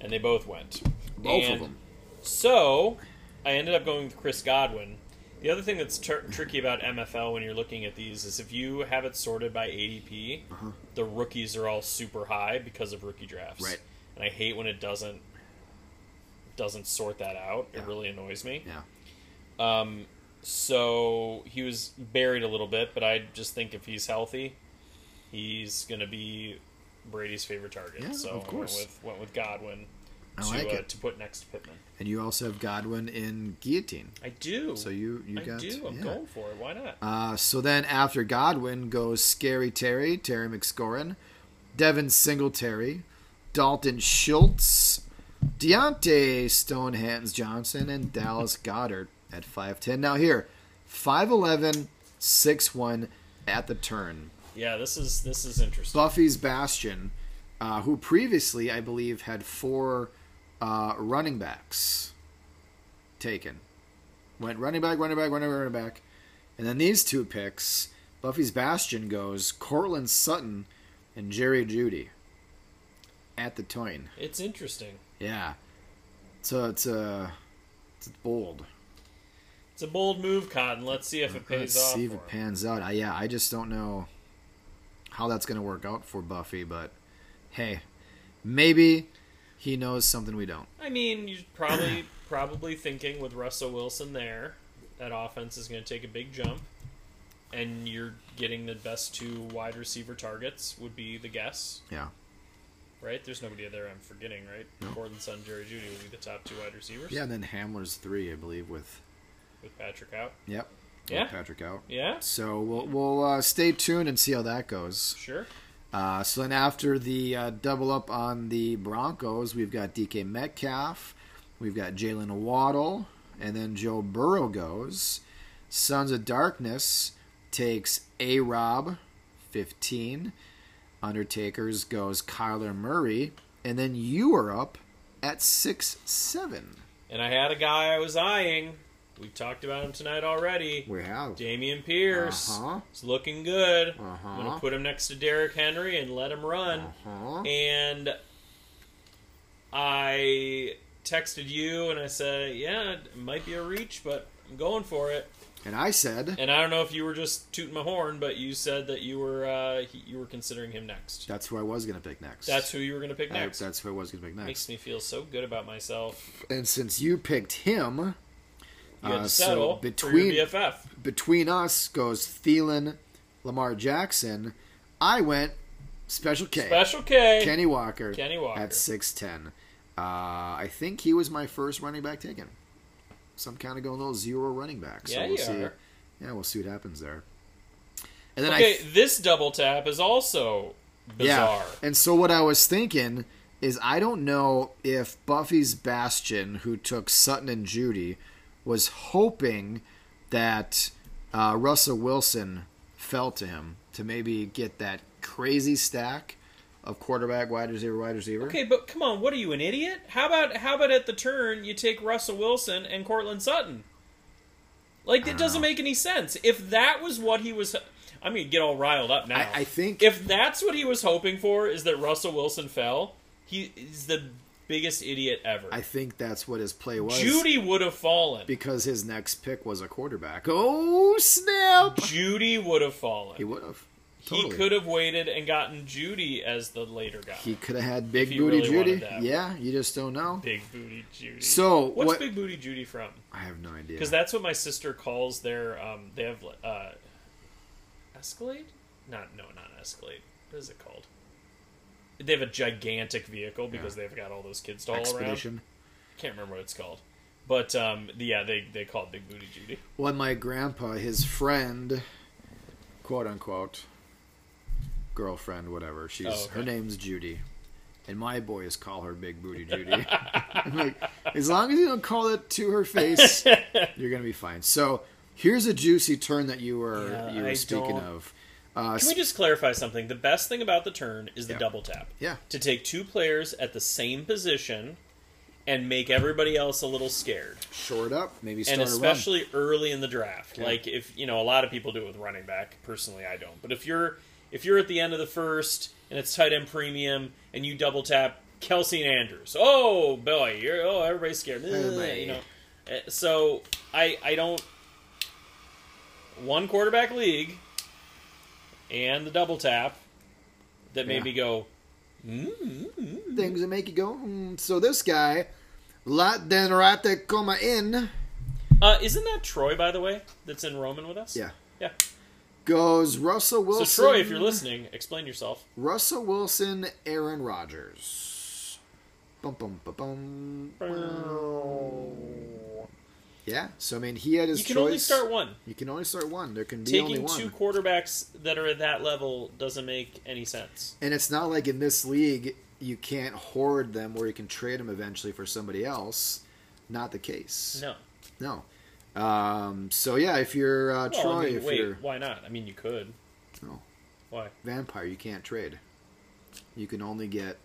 Speaker 1: and they both went.
Speaker 2: Both
Speaker 1: And
Speaker 2: of them.
Speaker 1: So I ended up going with Chris Godwin. The other thing that's tr- tricky about MFL when you're looking at these is if you have it sorted by ADP,
Speaker 2: Uh-huh.
Speaker 1: the rookies are all super high because of rookie drafts.
Speaker 2: Right.
Speaker 1: And I hate when it doesn't doesn't sort that out. It
Speaker 2: Yeah.
Speaker 1: really annoys me.
Speaker 2: Yeah.
Speaker 1: Um, so he was buried a little bit, but I just think if he's healthy, he's going to be Brady's favorite target.
Speaker 2: Yeah,
Speaker 1: so
Speaker 2: of
Speaker 1: I
Speaker 2: course.
Speaker 1: went with went with Godwin.
Speaker 2: I
Speaker 1: to,
Speaker 2: like
Speaker 1: uh,
Speaker 2: it.
Speaker 1: to put next to Pittman.
Speaker 2: And you also have Godwin in guillotine.
Speaker 1: I do.
Speaker 2: So you you
Speaker 1: I
Speaker 2: got
Speaker 1: do. I'm
Speaker 2: yeah.
Speaker 1: going for it. Why not?
Speaker 2: Uh, so then after Godwin goes Scary Terry, Terry McScorin, Devin Singletary, Dalton Schultz, Deontay Stonehands Johnson, and Dallas Goddard at 5'10. Now here, 5'11, 6'1 at the turn.
Speaker 1: Yeah, this is this is interesting.
Speaker 2: Buffy's Bastion, uh, who previously, I believe, had four uh, running backs taken. Went running back, running back, running back, running back. And then these two picks, Buffy's Bastion goes Cortland Sutton and Jerry Judy at the toin.
Speaker 1: It's interesting.
Speaker 2: Yeah. So it's, uh, it's bold.
Speaker 1: It's a bold move, Cotton. Let's see if it pays
Speaker 2: Let's
Speaker 1: off.
Speaker 2: see if
Speaker 1: for
Speaker 2: it
Speaker 1: him.
Speaker 2: pans out. I, yeah, I just don't know how that's going to work out for Buffy, but hey, maybe he knows something we don't.
Speaker 1: I mean, you're probably probably thinking with Russell Wilson there, that offense is going to take a big jump, and you're getting the best two wide receiver targets would be the guess,
Speaker 2: Yeah.
Speaker 1: right? There's nobody there I'm forgetting, right? Gordon Sun, Jerry Judy would be the top two wide receivers.
Speaker 2: Yeah, and then Hamler's three, I believe, with
Speaker 1: with Patrick out.
Speaker 2: yep, with
Speaker 1: Yeah.
Speaker 2: Patrick out.
Speaker 1: Yeah,
Speaker 2: So we'll we'll uh, stay tuned and see how that goes.
Speaker 1: sure.
Speaker 2: Uh, so then after the uh, double up on the Broncos, we've got DK Metcalf, we've got Jalen Waddle, and then Joe Burrow goes. Sons of Darkness takes A Rob, 15. Undertakers goes Kyler Murray, and then you are up at 6 7.
Speaker 1: And I had a guy I was eyeing. We've talked about him tonight already.
Speaker 2: We have.
Speaker 1: Damian Pierce.
Speaker 2: Uh-huh.
Speaker 1: It's looking good.
Speaker 2: Uh-huh.
Speaker 1: I'm gonna put him next to Derrick Henry and let him run.
Speaker 2: Uh-huh.
Speaker 1: And I texted you and I said, "Yeah, it might be a reach, but I'm going for it."
Speaker 2: And I said,
Speaker 1: And I don't know if you were just tooting my horn, but you said that you were uh, he- you were considering him next.
Speaker 2: that's who I was going to pick next.
Speaker 1: That's who you were gonna pick
Speaker 2: I-
Speaker 1: next.
Speaker 2: that's who I was going to pick next.
Speaker 1: Makes me feel so good about myself.
Speaker 2: and since you picked him,
Speaker 1: You had
Speaker 2: uh,
Speaker 1: to settle
Speaker 2: so between
Speaker 1: for your BFF.
Speaker 2: between us goes Thielen, Lamar Jackson. I went special K,
Speaker 1: Special K.
Speaker 2: Kenny Walker,
Speaker 1: Kenny Walker.
Speaker 2: at six ten. Uh, I think he was my first running back taken. So I'm kind of going a little zero running back. So
Speaker 1: Yeah,
Speaker 2: we'll
Speaker 1: you
Speaker 2: see.
Speaker 1: are.
Speaker 2: Yeah, we'll see what happens there. And then I
Speaker 1: Okay, this double tap is also bizarre.
Speaker 2: And so what I was thinking is I don't know if Buffy's Bastion, who took Sutton and Judy, was hoping that uh, Russell Wilson fell to him to maybe get that crazy stack of quarterback, wide receiver, wide receiver.
Speaker 1: Okay, but come on, what are you, an idiot? How about how about at the turn you take Russell Wilson and Cortland Sutton? Like it doesn't make any sense. If that was what he was, I'm gonna get all riled up now.
Speaker 2: I, I think
Speaker 1: if that's what he was hoping for, is that Russell Wilson fell? He is the biggest idiot ever.
Speaker 2: I think that's what his play was.
Speaker 1: Judy would have fallen.
Speaker 2: Because his next pick was a quarterback. Oh snap!
Speaker 1: Judy would have fallen.
Speaker 2: He would have.
Speaker 1: He could have waited and gotten Judy as the later guy.
Speaker 2: He could have had big
Speaker 1: he
Speaker 2: booty
Speaker 1: really wanted
Speaker 2: Judy.
Speaker 1: that.
Speaker 2: Yeah, you just don't know.
Speaker 1: Big Booty Judy.
Speaker 2: So,
Speaker 1: what's
Speaker 2: what-
Speaker 1: Big Booty Judy from?
Speaker 2: I have no idea.
Speaker 1: Because that's what my sister calls their um. They have uh, Escalade. Not no, not Escalade. What is it called? They have a gigantic vehicle because they've got all those kids to haul
Speaker 2: expedition.
Speaker 1: around. Can't remember what it's called, but um, the- yeah, they they call it Big Booty Judy.
Speaker 2: Well, my grandpa, his friend, quote unquote, girlfriend, whatever. She's
Speaker 1: Oh, okay.
Speaker 2: her name's Judy, and my boys call her Big Booty Judy. I'm like, as long as you don't call it to her face, you're gonna be fine. So here's a juicy turn that you were
Speaker 1: Yeah,
Speaker 2: you were
Speaker 1: I
Speaker 2: speaking
Speaker 1: don't-
Speaker 2: of. Uh,
Speaker 1: Can we just clarify something? The best thing about the turn is the
Speaker 2: Yeah.
Speaker 1: double tap.
Speaker 2: Yeah.
Speaker 1: To take two players at the same position and make everybody else a little scared.
Speaker 2: short up, maybe start
Speaker 1: and
Speaker 2: a run.
Speaker 1: especially early in the draft.
Speaker 2: Yeah.
Speaker 1: Like if you know, a lot of people do it with running back. Personally, I don't. But if you're if you're at the end of the first and it's tight end premium and you double tap Kelsey and Andrews, oh boy, you're oh everybody's scared. Ugh,
Speaker 2: Everybody.
Speaker 1: You know, Uh, so I I don't one quarterback league and the double tap that made
Speaker 2: Yeah.
Speaker 1: me go "Mm,
Speaker 2: Things that make you go. Mm. So this guy, lot den rate coma in.
Speaker 1: uh, isn't that Troy by the way that's in Roman with us
Speaker 2: Yeah.
Speaker 1: yeah
Speaker 2: Goes Russell
Speaker 1: so
Speaker 2: Wilson.
Speaker 1: Troy if you're listening explain yourself
Speaker 2: Russell Wilson, Aaron Rodgers. Bum, bum, bum, bum. Wow. Yeah. So I mean, he had his
Speaker 1: Oh. You can
Speaker 2: choice.
Speaker 1: only start one.
Speaker 2: You can only start one. There can be only
Speaker 1: Taking
Speaker 2: one.
Speaker 1: two quarterbacks that are at that level doesn't make any sense.
Speaker 2: And it's not like in this league you can't hoard them where you can trade them eventually for somebody else. Not the case.
Speaker 1: No.
Speaker 2: No. Um, so yeah, if you're uh,
Speaker 1: Well,
Speaker 2: Troy,
Speaker 1: I mean,
Speaker 2: if
Speaker 1: wait,
Speaker 2: you're
Speaker 1: why not? I mean, you could.
Speaker 2: No.
Speaker 1: Why?
Speaker 2: vampire, you can't trade. You can only get.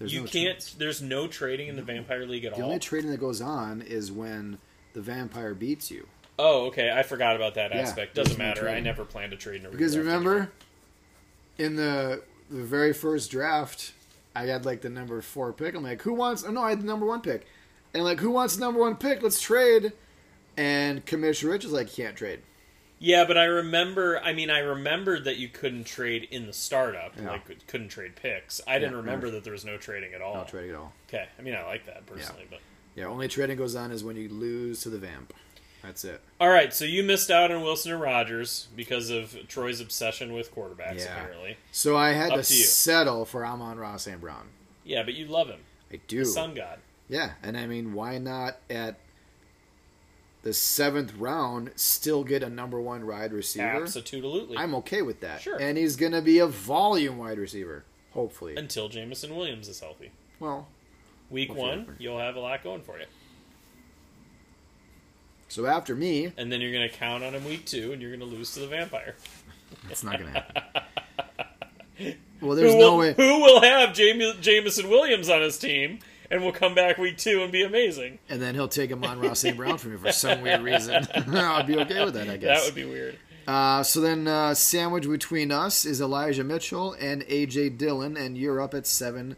Speaker 1: you
Speaker 2: no
Speaker 1: can't.
Speaker 2: trades.
Speaker 1: There's no trading in the Vampire League at
Speaker 2: The
Speaker 1: all.
Speaker 2: only trading that goes on is when the vampire beats you.
Speaker 1: oh, okay. I forgot about that
Speaker 2: Yeah,
Speaker 1: aspect.
Speaker 2: there's
Speaker 1: Doesn't
Speaker 2: no
Speaker 1: matter. I
Speaker 2: trading.
Speaker 1: never planned to trade in a
Speaker 2: Because
Speaker 1: redraft
Speaker 2: remember,
Speaker 1: anyway.
Speaker 2: in the the very first draft, I had like the number four pick. I'm like, who wants? Oh no, I had the number one pick, and like, who wants the number one pick? Let's trade. And Commissioner Rich is like, you can't trade.
Speaker 1: Yeah, but I remember. I mean, I remembered that you couldn't trade in the startup.
Speaker 2: Yeah.
Speaker 1: Like, couldn't trade picks. I didn't remember that there was no trading at all.
Speaker 2: No trading at all.
Speaker 1: Okay. I mean, I like that personally, but.
Speaker 2: Yeah, only trading goes on is when you lose to the vamp. That's it.
Speaker 1: All right, so you missed out on Wilson and Rogers because of Troy's obsession with quarterbacks,
Speaker 2: Yeah.
Speaker 1: apparently.
Speaker 2: So I had
Speaker 1: Up
Speaker 2: to,
Speaker 1: to you.
Speaker 2: settle for Amon Ross and Brown.
Speaker 1: Yeah, but you love him,
Speaker 2: I do.
Speaker 1: sun god.
Speaker 2: Yeah, and I mean, why not at the seventh round still get a number one ride receiver?
Speaker 1: Absolutely.
Speaker 2: I'm okay with that.
Speaker 1: Sure.
Speaker 2: And he's going to be a volume wide receiver, hopefully.
Speaker 1: Until Jamison Williams is healthy.
Speaker 2: well,
Speaker 1: Week
Speaker 2: Hopefully
Speaker 1: one,
Speaker 2: healthy.
Speaker 1: you'll have a lot going for you.
Speaker 2: so after me,
Speaker 1: And then you're going to count on him week two, and you're going to lose to the vampire.
Speaker 2: it's not going to happen. well, there's
Speaker 1: who,
Speaker 2: no
Speaker 1: will,
Speaker 2: way.
Speaker 1: who will have Jame- Jamison Williams on his team and will come back week two and be amazing?
Speaker 2: And then he'll take him on Ross St. Brown from me for some weird reason. I'd be okay with that, I guess.
Speaker 1: That would be weird.
Speaker 2: Uh, so then, uh, sandwiched between us is Elijah Mitchell and AJ Dillon, and you're up at seven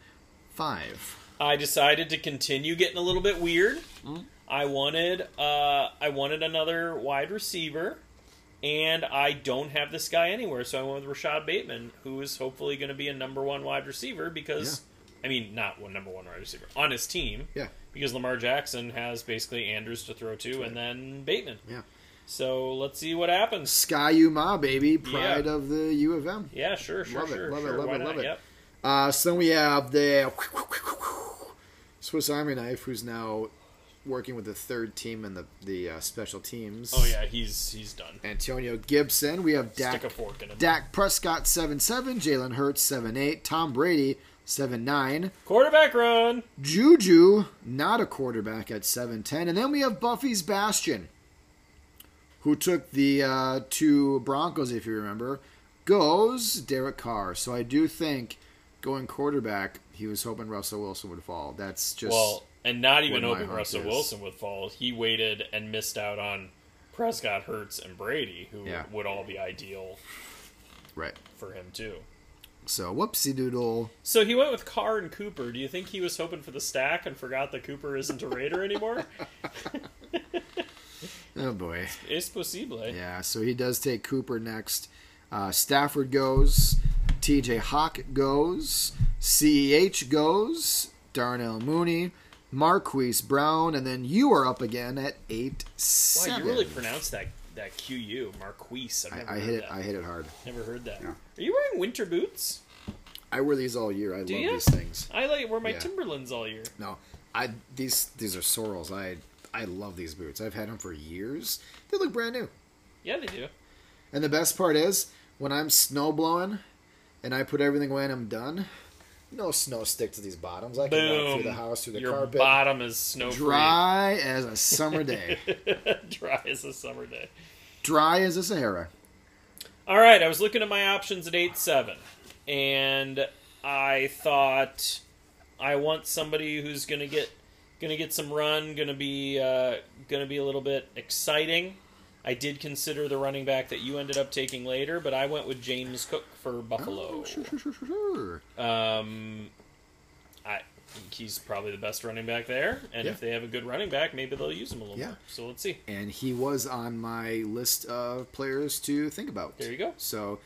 Speaker 2: five.
Speaker 1: I decided to continue getting a little bit weird.
Speaker 2: Mm-hmm.
Speaker 1: I wanted uh, I wanted another wide receiver, and I don't have this guy anywhere, so I went with Rashad Bateman, who is hopefully going to be a number one wide receiver because, I mean, not one number one wide receiver on his team
Speaker 2: Yeah,
Speaker 1: because Lamar Jackson has basically Andrews to throw to, and then Bateman.
Speaker 2: yeah.
Speaker 1: So let's see what happens.
Speaker 2: Sky U Ma, baby, pride of the U of M.
Speaker 1: Yeah, sure, sure,
Speaker 2: Love it,
Speaker 1: sure,
Speaker 2: love it,
Speaker 1: sure.
Speaker 2: love
Speaker 1: Why
Speaker 2: it,
Speaker 1: not?
Speaker 2: love it.
Speaker 1: Yep.
Speaker 2: Uh, so then we have the Swiss Army Knife, who's now working with the third team and the the uh, special teams.
Speaker 1: Oh yeah, he's he's done.
Speaker 2: Antonio Gibson. We have Dak
Speaker 1: Stick a fork in him.
Speaker 2: Dak Prescott seven seven, Jalen Hurts seven eight, Tom Brady seven nine.
Speaker 1: Quarterback run.
Speaker 2: Juju, not a quarterback at 7'10. And then we have Buffy's Bastion, who took the uh, two Broncos, if you remember, goes Derek Carr. So I do think going quarterback, he was hoping Russell Wilson would fall. That's just.
Speaker 1: Well, and not
Speaker 2: where
Speaker 1: even
Speaker 2: my
Speaker 1: hoping
Speaker 2: heart
Speaker 1: Russell
Speaker 2: is.
Speaker 1: Wilson would fall. He waited and missed out on Prescott, Hurts, and Brady, who
Speaker 2: Yeah.
Speaker 1: would all be ideal
Speaker 2: right.
Speaker 1: for him too.
Speaker 2: So whoopsie doodle.
Speaker 1: So he went with Carr and Cooper. Do you think he was hoping for the stack and forgot that Cooper isn't a Raider anymore?
Speaker 2: Oh, boy.
Speaker 1: es posible.
Speaker 2: Yeah, so he does take Cooper next. Uh, Stafford goes. TJ Hawk goes. CEH goes. Darnell Mooney. Marquise Brown. And then you are up again at 8
Speaker 1: wow,
Speaker 2: 7.
Speaker 1: you really pronounced that that QU Marquise. I've never
Speaker 2: I, I
Speaker 1: heard
Speaker 2: hit it.
Speaker 1: that.
Speaker 2: I hit it hard.
Speaker 1: Never heard that.
Speaker 2: Yeah.
Speaker 1: Are you wearing winter boots?
Speaker 2: I wear these all year. I love
Speaker 1: ya?
Speaker 2: these things.
Speaker 1: I like wear my
Speaker 2: Yeah.
Speaker 1: Timberlands all year.
Speaker 2: No, I these these are sorrels. I I love these boots. I've had them for years. They look brand new.
Speaker 1: Yeah, they do.
Speaker 2: And the best part is when I'm snow blowing and I put everything away and I'm done, no snow sticks to these bottoms. I can walk
Speaker 1: Boom.
Speaker 2: through the house, through the
Speaker 1: Your
Speaker 2: carpet.
Speaker 1: bottom is snow
Speaker 2: Dry as a summer day.
Speaker 1: dry as a summer day.
Speaker 2: Dry as a Sahara.
Speaker 1: All right, I was looking at my options at 8 7, and I thought I want somebody who's going to get going to get some run, going to be uh, going to be a little bit exciting. I did consider the running back that you ended up taking later, but I went with James Cook for Buffalo.
Speaker 2: Oh, sure, sure, sure, sure, sure.
Speaker 1: Um, I he's probably the best running back there, and
Speaker 2: Yeah.
Speaker 1: if they have a good running back, maybe they'll use him a little
Speaker 2: Yeah.
Speaker 1: more. So let's see.
Speaker 2: And he was on my list of players to think about.
Speaker 1: There you go.
Speaker 2: So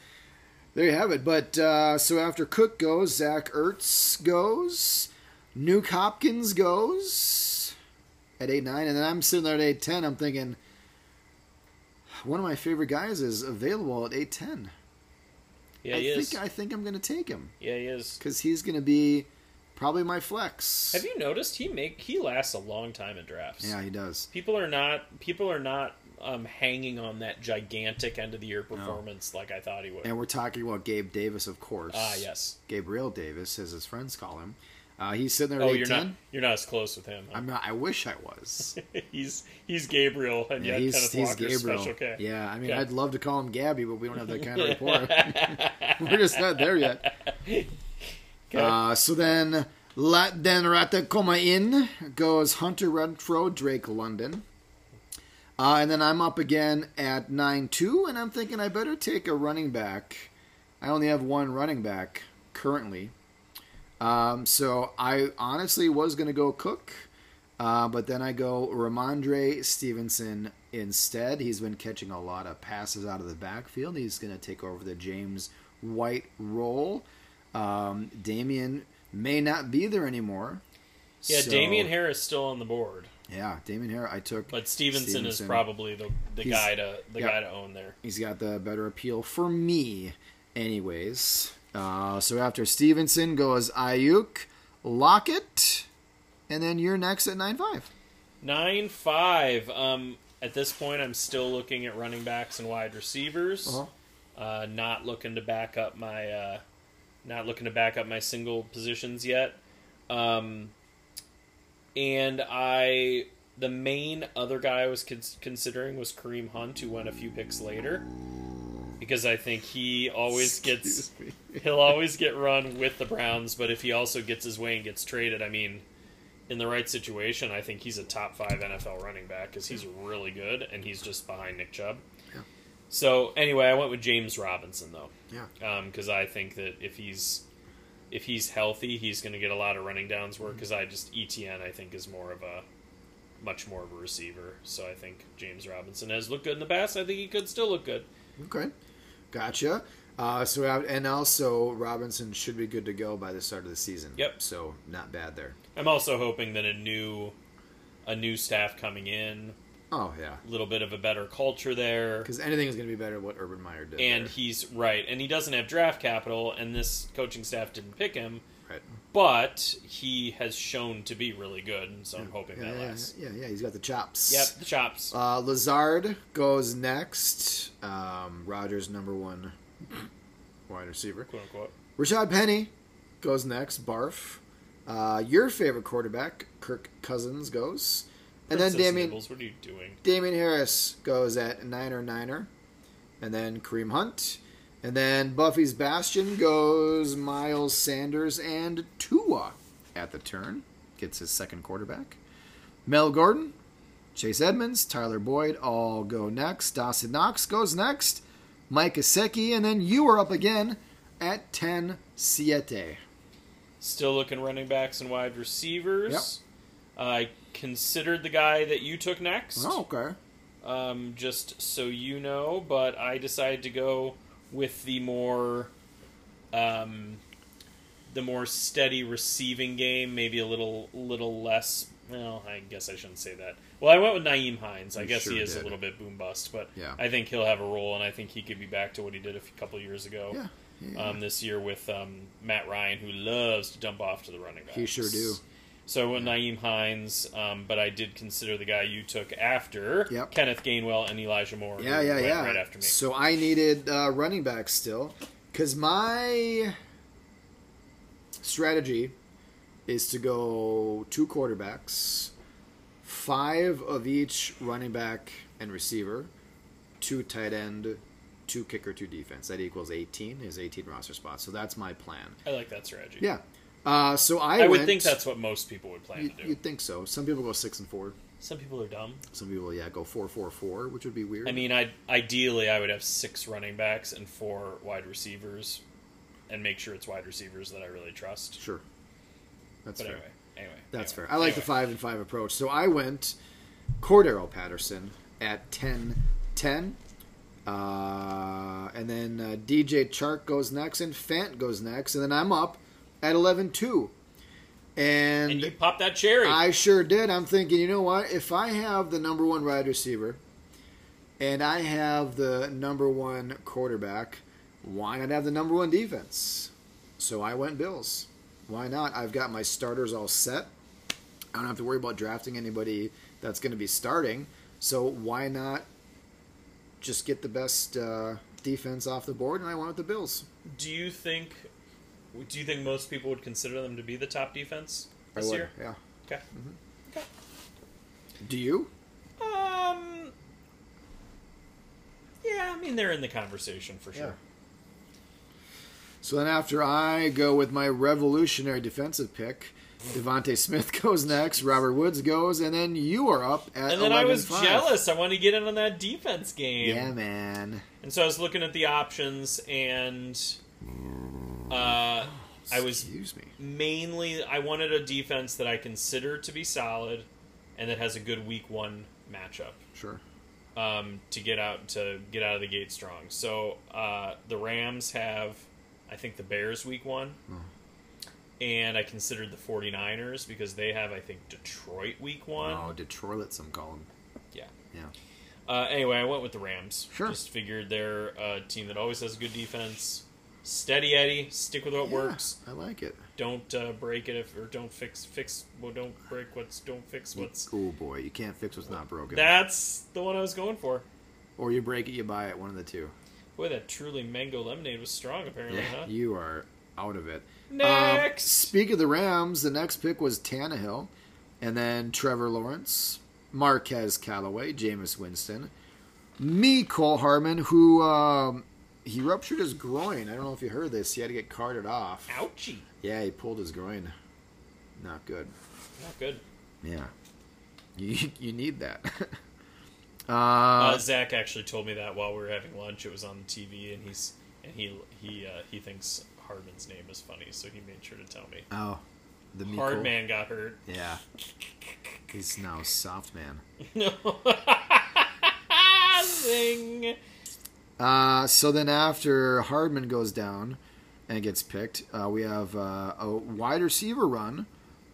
Speaker 2: there you have it. But uh, so after Cook goes, Zach Ertz goes, Nuke Hopkins goes at eight nine, and then I'm sitting there at eight ten. I'm thinking one of my favorite guys is available at eight ten.
Speaker 1: Yeah,
Speaker 2: I
Speaker 1: he
Speaker 2: think
Speaker 1: is.
Speaker 2: I think I'm going to take him
Speaker 1: Yeah, he is.
Speaker 2: because he's going to be Probably my flex.
Speaker 1: Have you noticed he make he lasts a long time in drafts?
Speaker 2: Yeah, he does.
Speaker 1: People are not people are not um, hanging on that gigantic end of the year performance like I thought he would.
Speaker 2: And we're talking about Gabe Davis, of course.
Speaker 1: Ah, yes.
Speaker 2: Gabriel Davis, as his friends call him. Uh, he's sitting there at
Speaker 1: Oh,
Speaker 2: 8
Speaker 1: you're not you're not as close with him. huh?
Speaker 2: I'm not. I wish I was.
Speaker 1: he's he's Gabriel, and
Speaker 2: Yeah,
Speaker 1: yet
Speaker 2: he's,
Speaker 1: Kenneth
Speaker 2: he's
Speaker 1: Walker's
Speaker 2: Gabriel.
Speaker 1: special K.
Speaker 2: Yeah, I mean,
Speaker 1: Okay.
Speaker 2: I'd love to call him Gabby, but we don't have that kind of rapport. We're just not there yet.
Speaker 1: Okay.
Speaker 2: Uh, so then, Lat Den Rata Coma In goes Hunter Renfro, Drake London. Uh, and then I'm up again at 9 2, and I'm thinking I better take a running back. I only have one running back currently. Um, so I honestly was going to go Cook, uh, but then I go Ramondre Stevenson instead. He's been catching a lot of passes out of the backfield. He's going to take over the James White role. Um, Damian may not be there anymore.
Speaker 1: yeah,
Speaker 2: So-
Speaker 1: Damian Harris still on the board,
Speaker 2: Yeah, Damian Harris. I took.
Speaker 1: but Stevenson, is
Speaker 2: Stevenson.
Speaker 1: probably the the
Speaker 2: He's-
Speaker 1: guy to the
Speaker 2: yeah.
Speaker 1: guy to own there.
Speaker 2: He's got the better appeal for me, anyways. Uh, so after Stevenson goes Ayuk, Lockett, and then you're next at nine five.
Speaker 1: Nine five. Um, at this point, I'm still looking at running backs and wide receivers.
Speaker 2: Uh-huh.
Speaker 1: Uh, not looking to back up my, uh, not looking to back up my single positions yet. Um, and I, the main other guy I was cons- considering was Kareem Hunt, who went a few picks later, because I think he always gets
Speaker 2: Excuse me.
Speaker 1: he'll always get run with the Browns, but if he also gets his way and gets traded, I mean, in the right situation, I think he's a top five NFL running back because he's really good and he's just behind Nick Chubb.
Speaker 2: Yeah.
Speaker 1: So anyway, I went with James Robinson though,
Speaker 2: Yeah.
Speaker 1: because I think that if he's if he's healthy, he's going to get a lot of running downs work. Because I just ETN, I think, is more of a much more of a receiver. So I think James Robinson has looked good in the past. I think he could still look good.
Speaker 2: Okay. Gotcha. Uh, so I- and also Robinson should be good to go by the start of the season.
Speaker 1: Yep.
Speaker 2: So not bad there.
Speaker 1: I'm also hoping that a new a new staff coming in,
Speaker 2: Oh yeah.
Speaker 1: a little bit of a better culture there.
Speaker 2: Because anything is going to be better than what Urban Meyer did.
Speaker 1: And
Speaker 2: there.
Speaker 1: he's right, and he doesn't have draft capital and this coaching staff didn't pick him,
Speaker 2: right.
Speaker 1: but he has shown to be really good, and so I'm hoping
Speaker 2: Yeah,
Speaker 1: that
Speaker 2: yeah,
Speaker 1: lasts.
Speaker 2: yeah, yeah. He's got the chops.
Speaker 1: Yep, the chops.
Speaker 2: Uh, Lazard goes next. Um, Rogers number one wide receiver.
Speaker 1: quote unquote.
Speaker 2: Rashad Penny goes next. Barf. Uh, your favorite quarterback, Kirk Cousins, goes, and then
Speaker 1: Princess
Speaker 2: Damien
Speaker 1: Nibbles, what are you doing?
Speaker 2: Damien Harris goes at niner niner, and then Kareem Hunt, and then Buffy's Bastion goes Miles Sanders and Tua at the turn gets his second quarterback. Mel Gordon, Chase Edmonds, Tyler Boyd all go next. Dawson Knox goes next. Mike Gesicki, and then you are up again at 10 7.
Speaker 1: Still looking running backs and wide receivers. I considered the guy that you took next.
Speaker 2: Oh, okay.
Speaker 1: um, just so you know, but I decided to go with the more, um, the more steady receiving game, maybe a little little less. Well, I guess I shouldn't say that. Well, I went with Naeem Hines. I
Speaker 2: You
Speaker 1: guess he
Speaker 2: sure
Speaker 1: is
Speaker 2: did.
Speaker 1: a little bit boom bust, but
Speaker 2: Yeah.
Speaker 1: I think he'll have a role, and I think he could be back to what he did a f- couple years ago.
Speaker 2: Yeah. yeah.
Speaker 1: Um, this year with um, Matt Ryan, who loves to dump off to the running backs.
Speaker 2: He sure do.
Speaker 1: So I went Naeem Hines, um, but I did consider the guy you took after
Speaker 2: Yep.
Speaker 1: Kenneth Gainwell and Elijah Moore. who
Speaker 2: Yeah, yeah,
Speaker 1: went
Speaker 2: yeah.
Speaker 1: Right after me.
Speaker 2: So I needed uh, running back still, because my strategy is to go two quarterbacks, five of each running back and receiver, two tight end, two kicker, two defense. That equals eighteen. Is eighteen roster spots. So that's my plan.
Speaker 1: I like that strategy.
Speaker 2: Yeah. Uh, so I,
Speaker 1: I, would
Speaker 2: went-
Speaker 1: think that's what most people would plan
Speaker 2: You,
Speaker 1: to do.
Speaker 2: you'd think so. Some people go six and four.
Speaker 1: Some people are dumb.
Speaker 2: Some people, yeah, go four, four, four, which would be weird.
Speaker 1: I mean, I ideally I would have six running backs and four wide receivers, and make sure it's wide receivers that I really trust.
Speaker 2: sure. That's
Speaker 1: but
Speaker 2: fair.
Speaker 1: anyway, anyway,
Speaker 2: That's
Speaker 1: anyway,
Speaker 2: fair. I like the
Speaker 1: anyway.
Speaker 2: five and five approach. So I went Cordero Patterson at 10 10. Uh, and then uh, DJ Chark goes next, and Fant goes next, and then I'm up at 11 2. And,
Speaker 1: And you pop that cherry.
Speaker 2: I sure did. I'm thinking, you know what? If I have the number one wide receiver and I have the number one quarterback, why not have the number one defense? So I went Bills. Why not? I've got my starters all set. I don't have to worry about drafting anybody that's going to be starting. So why not just get the best uh, defense off the board? And I went with the Bills.
Speaker 1: Do you think? Do you think most people would consider them to be the top defense this
Speaker 2: I would,
Speaker 1: year?
Speaker 2: yeah.
Speaker 1: Okay. Okay.
Speaker 2: Do you? Mm-hmm.
Speaker 1: Um. Yeah, I mean they're in the conversation for sure.
Speaker 2: So then after I go with my revolutionary defensive pick, Devonte Smith goes next, Robert Woods goes, and then you are up at
Speaker 1: And then I was
Speaker 2: 11-5.
Speaker 1: jealous. I wanted to get in on that defense game.
Speaker 2: Yeah, man.
Speaker 1: And so I was looking at the options, and uh, I was
Speaker 2: Excuse me.
Speaker 1: mainly I wanted a defense that I consider to be solid, and that has a good week one matchup
Speaker 2: Sure.
Speaker 1: um, to get out to get out of the gate strong. So uh, the Rams have, I think, the Bears week one,
Speaker 2: Hmm.
Speaker 1: and I considered the 49ers because they have, I think, Detroit week one.
Speaker 2: Oh, Detroit, some call them.
Speaker 1: Yeah.
Speaker 2: Yeah.
Speaker 1: Uh, anyway, I went with the Rams.
Speaker 2: Sure.
Speaker 1: Just figured they're a team that always has a good defense. Steady Eddie, stick with what
Speaker 2: Yeah,
Speaker 1: works.
Speaker 2: I like it.
Speaker 1: Don't uh, break it if, or don't fix fix. Well, don't break what's don't fix what's.
Speaker 2: Oh boy, you can't fix what's not broken.
Speaker 1: That's the one I was going for.
Speaker 2: or you break it, you buy it. One of the two.
Speaker 1: Boy, that truly mango lemonade was strong. Apparently, huh?
Speaker 2: You are out of it. Um,
Speaker 1: Next.
Speaker 2: speak of the Rams, the next pick was Tannehill, and then Trevor Lawrence, Marquez Callaway, Jameis Winston, me, Cole Harmon, who um, he ruptured his groin. I don't know if you heard this. He had to get carted off.
Speaker 1: Ouchie.
Speaker 2: Yeah, he pulled his groin. Not good.
Speaker 1: Not good.
Speaker 2: Yeah, you you need that. uh,
Speaker 1: Uh, Zach actually told me that while we were having lunch. It was on the TV, and he's and he he uh, he thinks Hardman's name is funny, so he made sure to tell me.
Speaker 2: oh, the me, Cole.
Speaker 1: Hardman got hurt.
Speaker 2: Yeah, he's now soft man.
Speaker 1: No. Zing.
Speaker 2: Uh, so then after Hardman goes down and gets picked, uh, we have uh, a wide receiver run,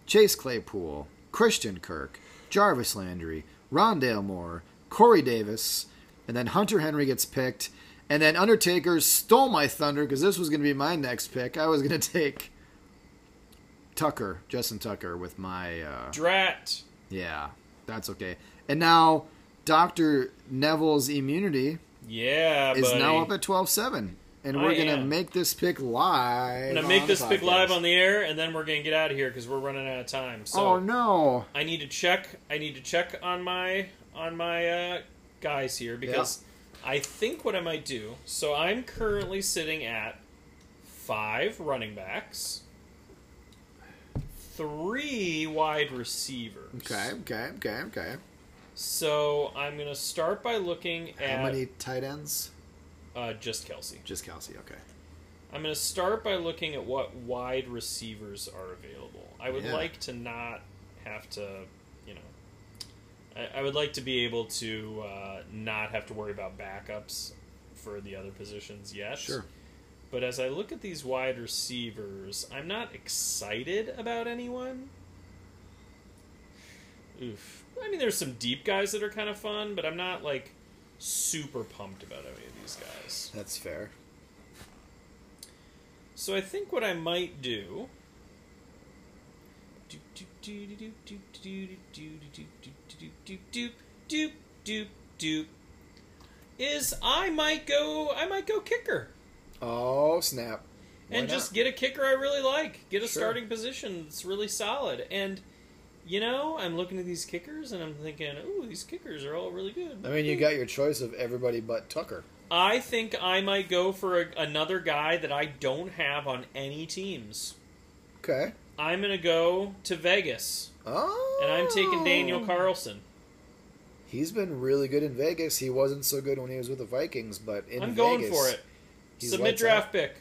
Speaker 2: Chase Claypool, Christian Kirk, Jarvis Landry, Rondale Moore, Corey Davis, and then Hunter Henry gets picked. And then Undertaker stole my thunder because this was going to be my next pick. I was going to take Tucker, Justin Tucker, with my uh,
Speaker 1: Drat.
Speaker 2: yeah. That's okay. And now Doctor Neville's immunity
Speaker 1: Yeah,
Speaker 2: is
Speaker 1: buddy.
Speaker 2: now up at 12-7 and
Speaker 1: I
Speaker 2: we're gonna
Speaker 1: am.
Speaker 2: make this pick live
Speaker 1: I'm gonna
Speaker 2: on
Speaker 1: make
Speaker 2: the
Speaker 1: this pick
Speaker 2: podcast.
Speaker 1: live on the air, and then we're gonna get out of here because we're running out of time. So
Speaker 2: oh no
Speaker 1: I need to check. I need to check on my on my uh, guys here because I think what I might do. So I'm currently sitting at five running backs, three wide receivers.
Speaker 2: okay okay okay okay
Speaker 1: So I'm gonna start by looking at
Speaker 2: how many tight ends
Speaker 1: uh, just Kelsey.
Speaker 2: just kelsey okay
Speaker 1: I'm going to start by looking at what wide receivers are available. I would
Speaker 2: Yeah.
Speaker 1: like to not have to, you know, I, I would like to be able to uh, not have to worry about backups for the other positions yet.
Speaker 2: sure
Speaker 1: But as I look at these wide receivers, I'm not excited about anyone. Oof. I mean, there's some deep guys that are kind of fun, but I'm not like super pumped about any of these guys.
Speaker 2: that's fair
Speaker 1: So I think what I might do. Doop, doop, doo, doo, doo, doo, doo, doo, doo, doo, doo, doo, doo, doo, doo, Is I might go I might go kicker
Speaker 2: oh snap Why
Speaker 1: and
Speaker 2: not?
Speaker 1: just get a kicker I really like, get a
Speaker 2: Sure.
Speaker 1: starting position that's really solid. And you know, I'm looking at these kickers and I'm thinking, ooh, these kickers are all really good.
Speaker 2: i mean you got your choice of everybody but tucker
Speaker 1: I think I might go for a, another guy that I don't have on any teams.
Speaker 2: okay
Speaker 1: I'm gonna go to Vegas,
Speaker 2: oh
Speaker 1: and I'm taking Daniel Carlson.
Speaker 2: he's been really good in vegas he wasn't so good when he was with the vikings but in
Speaker 1: I'm
Speaker 2: vegas
Speaker 1: going for it.
Speaker 2: he's
Speaker 1: Submit
Speaker 2: lights
Speaker 1: draft pick.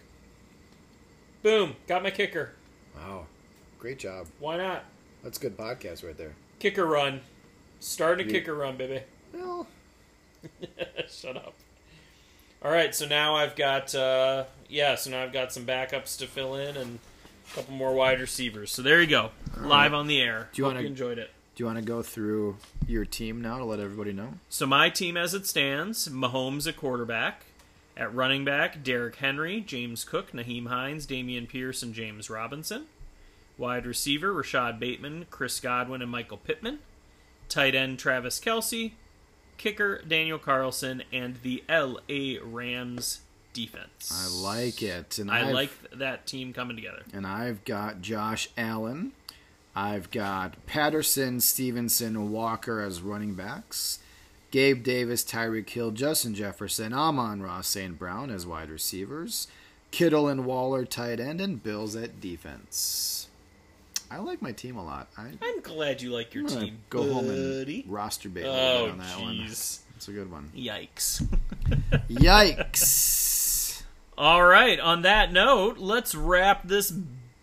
Speaker 1: Boom, got my kicker.
Speaker 2: out. wow great job
Speaker 1: Why not?
Speaker 2: that's good podcast right there
Speaker 1: Kicker run, starting a
Speaker 2: You-
Speaker 1: kicker run, baby.
Speaker 2: well
Speaker 1: Shut up. All right, so now I've got uh, yeah, so now I've got some backups to fill in and a couple more wide receivers. So there you go, live on the air.
Speaker 2: Do you
Speaker 1: Hope
Speaker 2: wanna-
Speaker 1: you enjoyed it?
Speaker 2: Do you want to go through your team now to let everybody know?
Speaker 1: So my team as it stands, Mahomes at quarterback. At running back, Derrick Henry, James Cook, Naheem Hines, Damian Pierce, and James Robinson. Wide receiver, Rashad Bateman, Chris Godwin, and Michael Pittman. Tight end, Travis Kelsey. Kicker, Daniel Carlson, and the L.A. Rams
Speaker 2: I
Speaker 1: defense.
Speaker 2: like it, and
Speaker 1: I
Speaker 2: I've-
Speaker 1: like that team coming together.
Speaker 2: and I've got Josh Allen. I've got Patterson, Stevenson, Walker as running backs. Gabe Davis, Tyreek Hill, Justin Jefferson, Amon Ross, St. Brown as wide receivers. Kittle and Waller tight end, and Bills at defense. I like my team a lot. I,
Speaker 1: I'm glad you like your
Speaker 2: I'm gonna
Speaker 1: team,
Speaker 2: go home
Speaker 1: buddy.
Speaker 2: and roster bait a little
Speaker 1: oh,
Speaker 2: bit on that one.
Speaker 1: jeez.
Speaker 2: It's a good one.
Speaker 1: Yikes.
Speaker 2: Yikes!
Speaker 1: All right. On that note, let's wrap this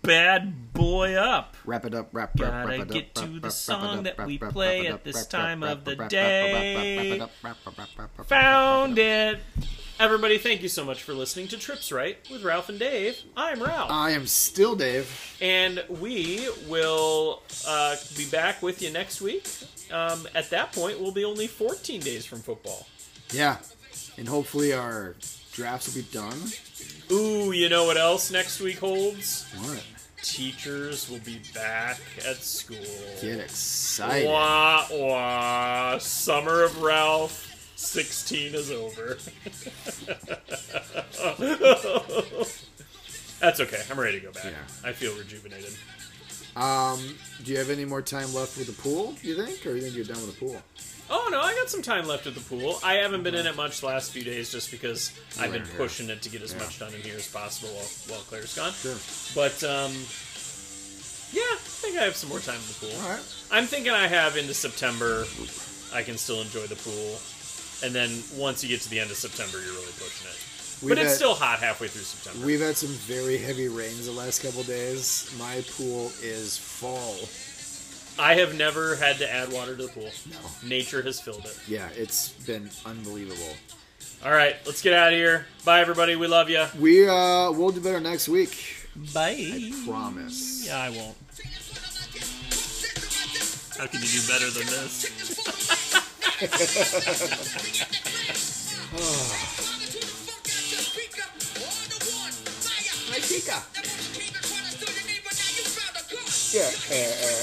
Speaker 1: bad boy up.
Speaker 2: Wrap it up, wrap, wrap, wrap
Speaker 1: Gotta
Speaker 2: it up,
Speaker 1: get
Speaker 2: wrap,
Speaker 1: to the
Speaker 2: wrap,
Speaker 1: song
Speaker 2: wrap it
Speaker 1: that
Speaker 2: up,
Speaker 1: we
Speaker 2: wrap,
Speaker 1: play
Speaker 2: wrap it
Speaker 1: at
Speaker 2: up,
Speaker 1: this
Speaker 2: wrap it
Speaker 1: time
Speaker 2: up,
Speaker 1: of
Speaker 2: wrap
Speaker 1: the
Speaker 2: it up,
Speaker 1: day.
Speaker 2: wrap it up, wrap it up, wrap it up, wrap it up, wrap it up, wrap it up,
Speaker 1: Found
Speaker 2: wrap it up.
Speaker 1: it. Everybody, thank you so much for listening to Trips Right with Ralph and Dave. I'm Ralph.
Speaker 2: I am still Dave.
Speaker 1: and we will uh, be back with you next week. Um, at that point, we'll be only 14 days from football.
Speaker 2: Yeah. And hopefully our drafts will be done.
Speaker 1: Ooh, you know what else next week holds?
Speaker 2: What?
Speaker 1: Teachers will be back at school.
Speaker 2: Get excited.
Speaker 1: Wah, wah. Summer of Ralph. 16 is over. That's okay. I'm ready to go back.
Speaker 2: Yeah.
Speaker 1: I feel rejuvenated.
Speaker 2: Um, do you have any more time left with the pool, you think? Or you think you're done with the pool?
Speaker 1: Oh no, I got some time left at the pool. I haven't been in it much the last few days just because I've been
Speaker 2: Yeah, yeah.
Speaker 1: pushing it to get as
Speaker 2: Yeah.
Speaker 1: much done in here as possible while, while Claire's gone.
Speaker 2: Sure.
Speaker 1: But um, yeah, I think I have some more time in the pool.
Speaker 2: All right.
Speaker 1: I'm thinking I have into September. I can still enjoy the pool, and then once you get to the end of September, you're really pushing it.
Speaker 2: We've
Speaker 1: but it's
Speaker 2: had-
Speaker 1: still hot halfway through September.
Speaker 2: We've had some very heavy rains the last couple days. My pool is full.
Speaker 1: I have never had to add water to the pool.
Speaker 2: No.
Speaker 1: Nature has filled it.
Speaker 2: Yeah, it's been unbelievable.
Speaker 1: All right, let's get out of here. Bye, everybody. We love you.
Speaker 2: We uh we'll do better next week.
Speaker 1: Bye.
Speaker 2: Promise.
Speaker 1: Yeah, I won't.
Speaker 3: How
Speaker 1: How could you do better than this?
Speaker 3: this?
Speaker 2: Chica.
Speaker 3: Yeah.
Speaker 2: Yeah.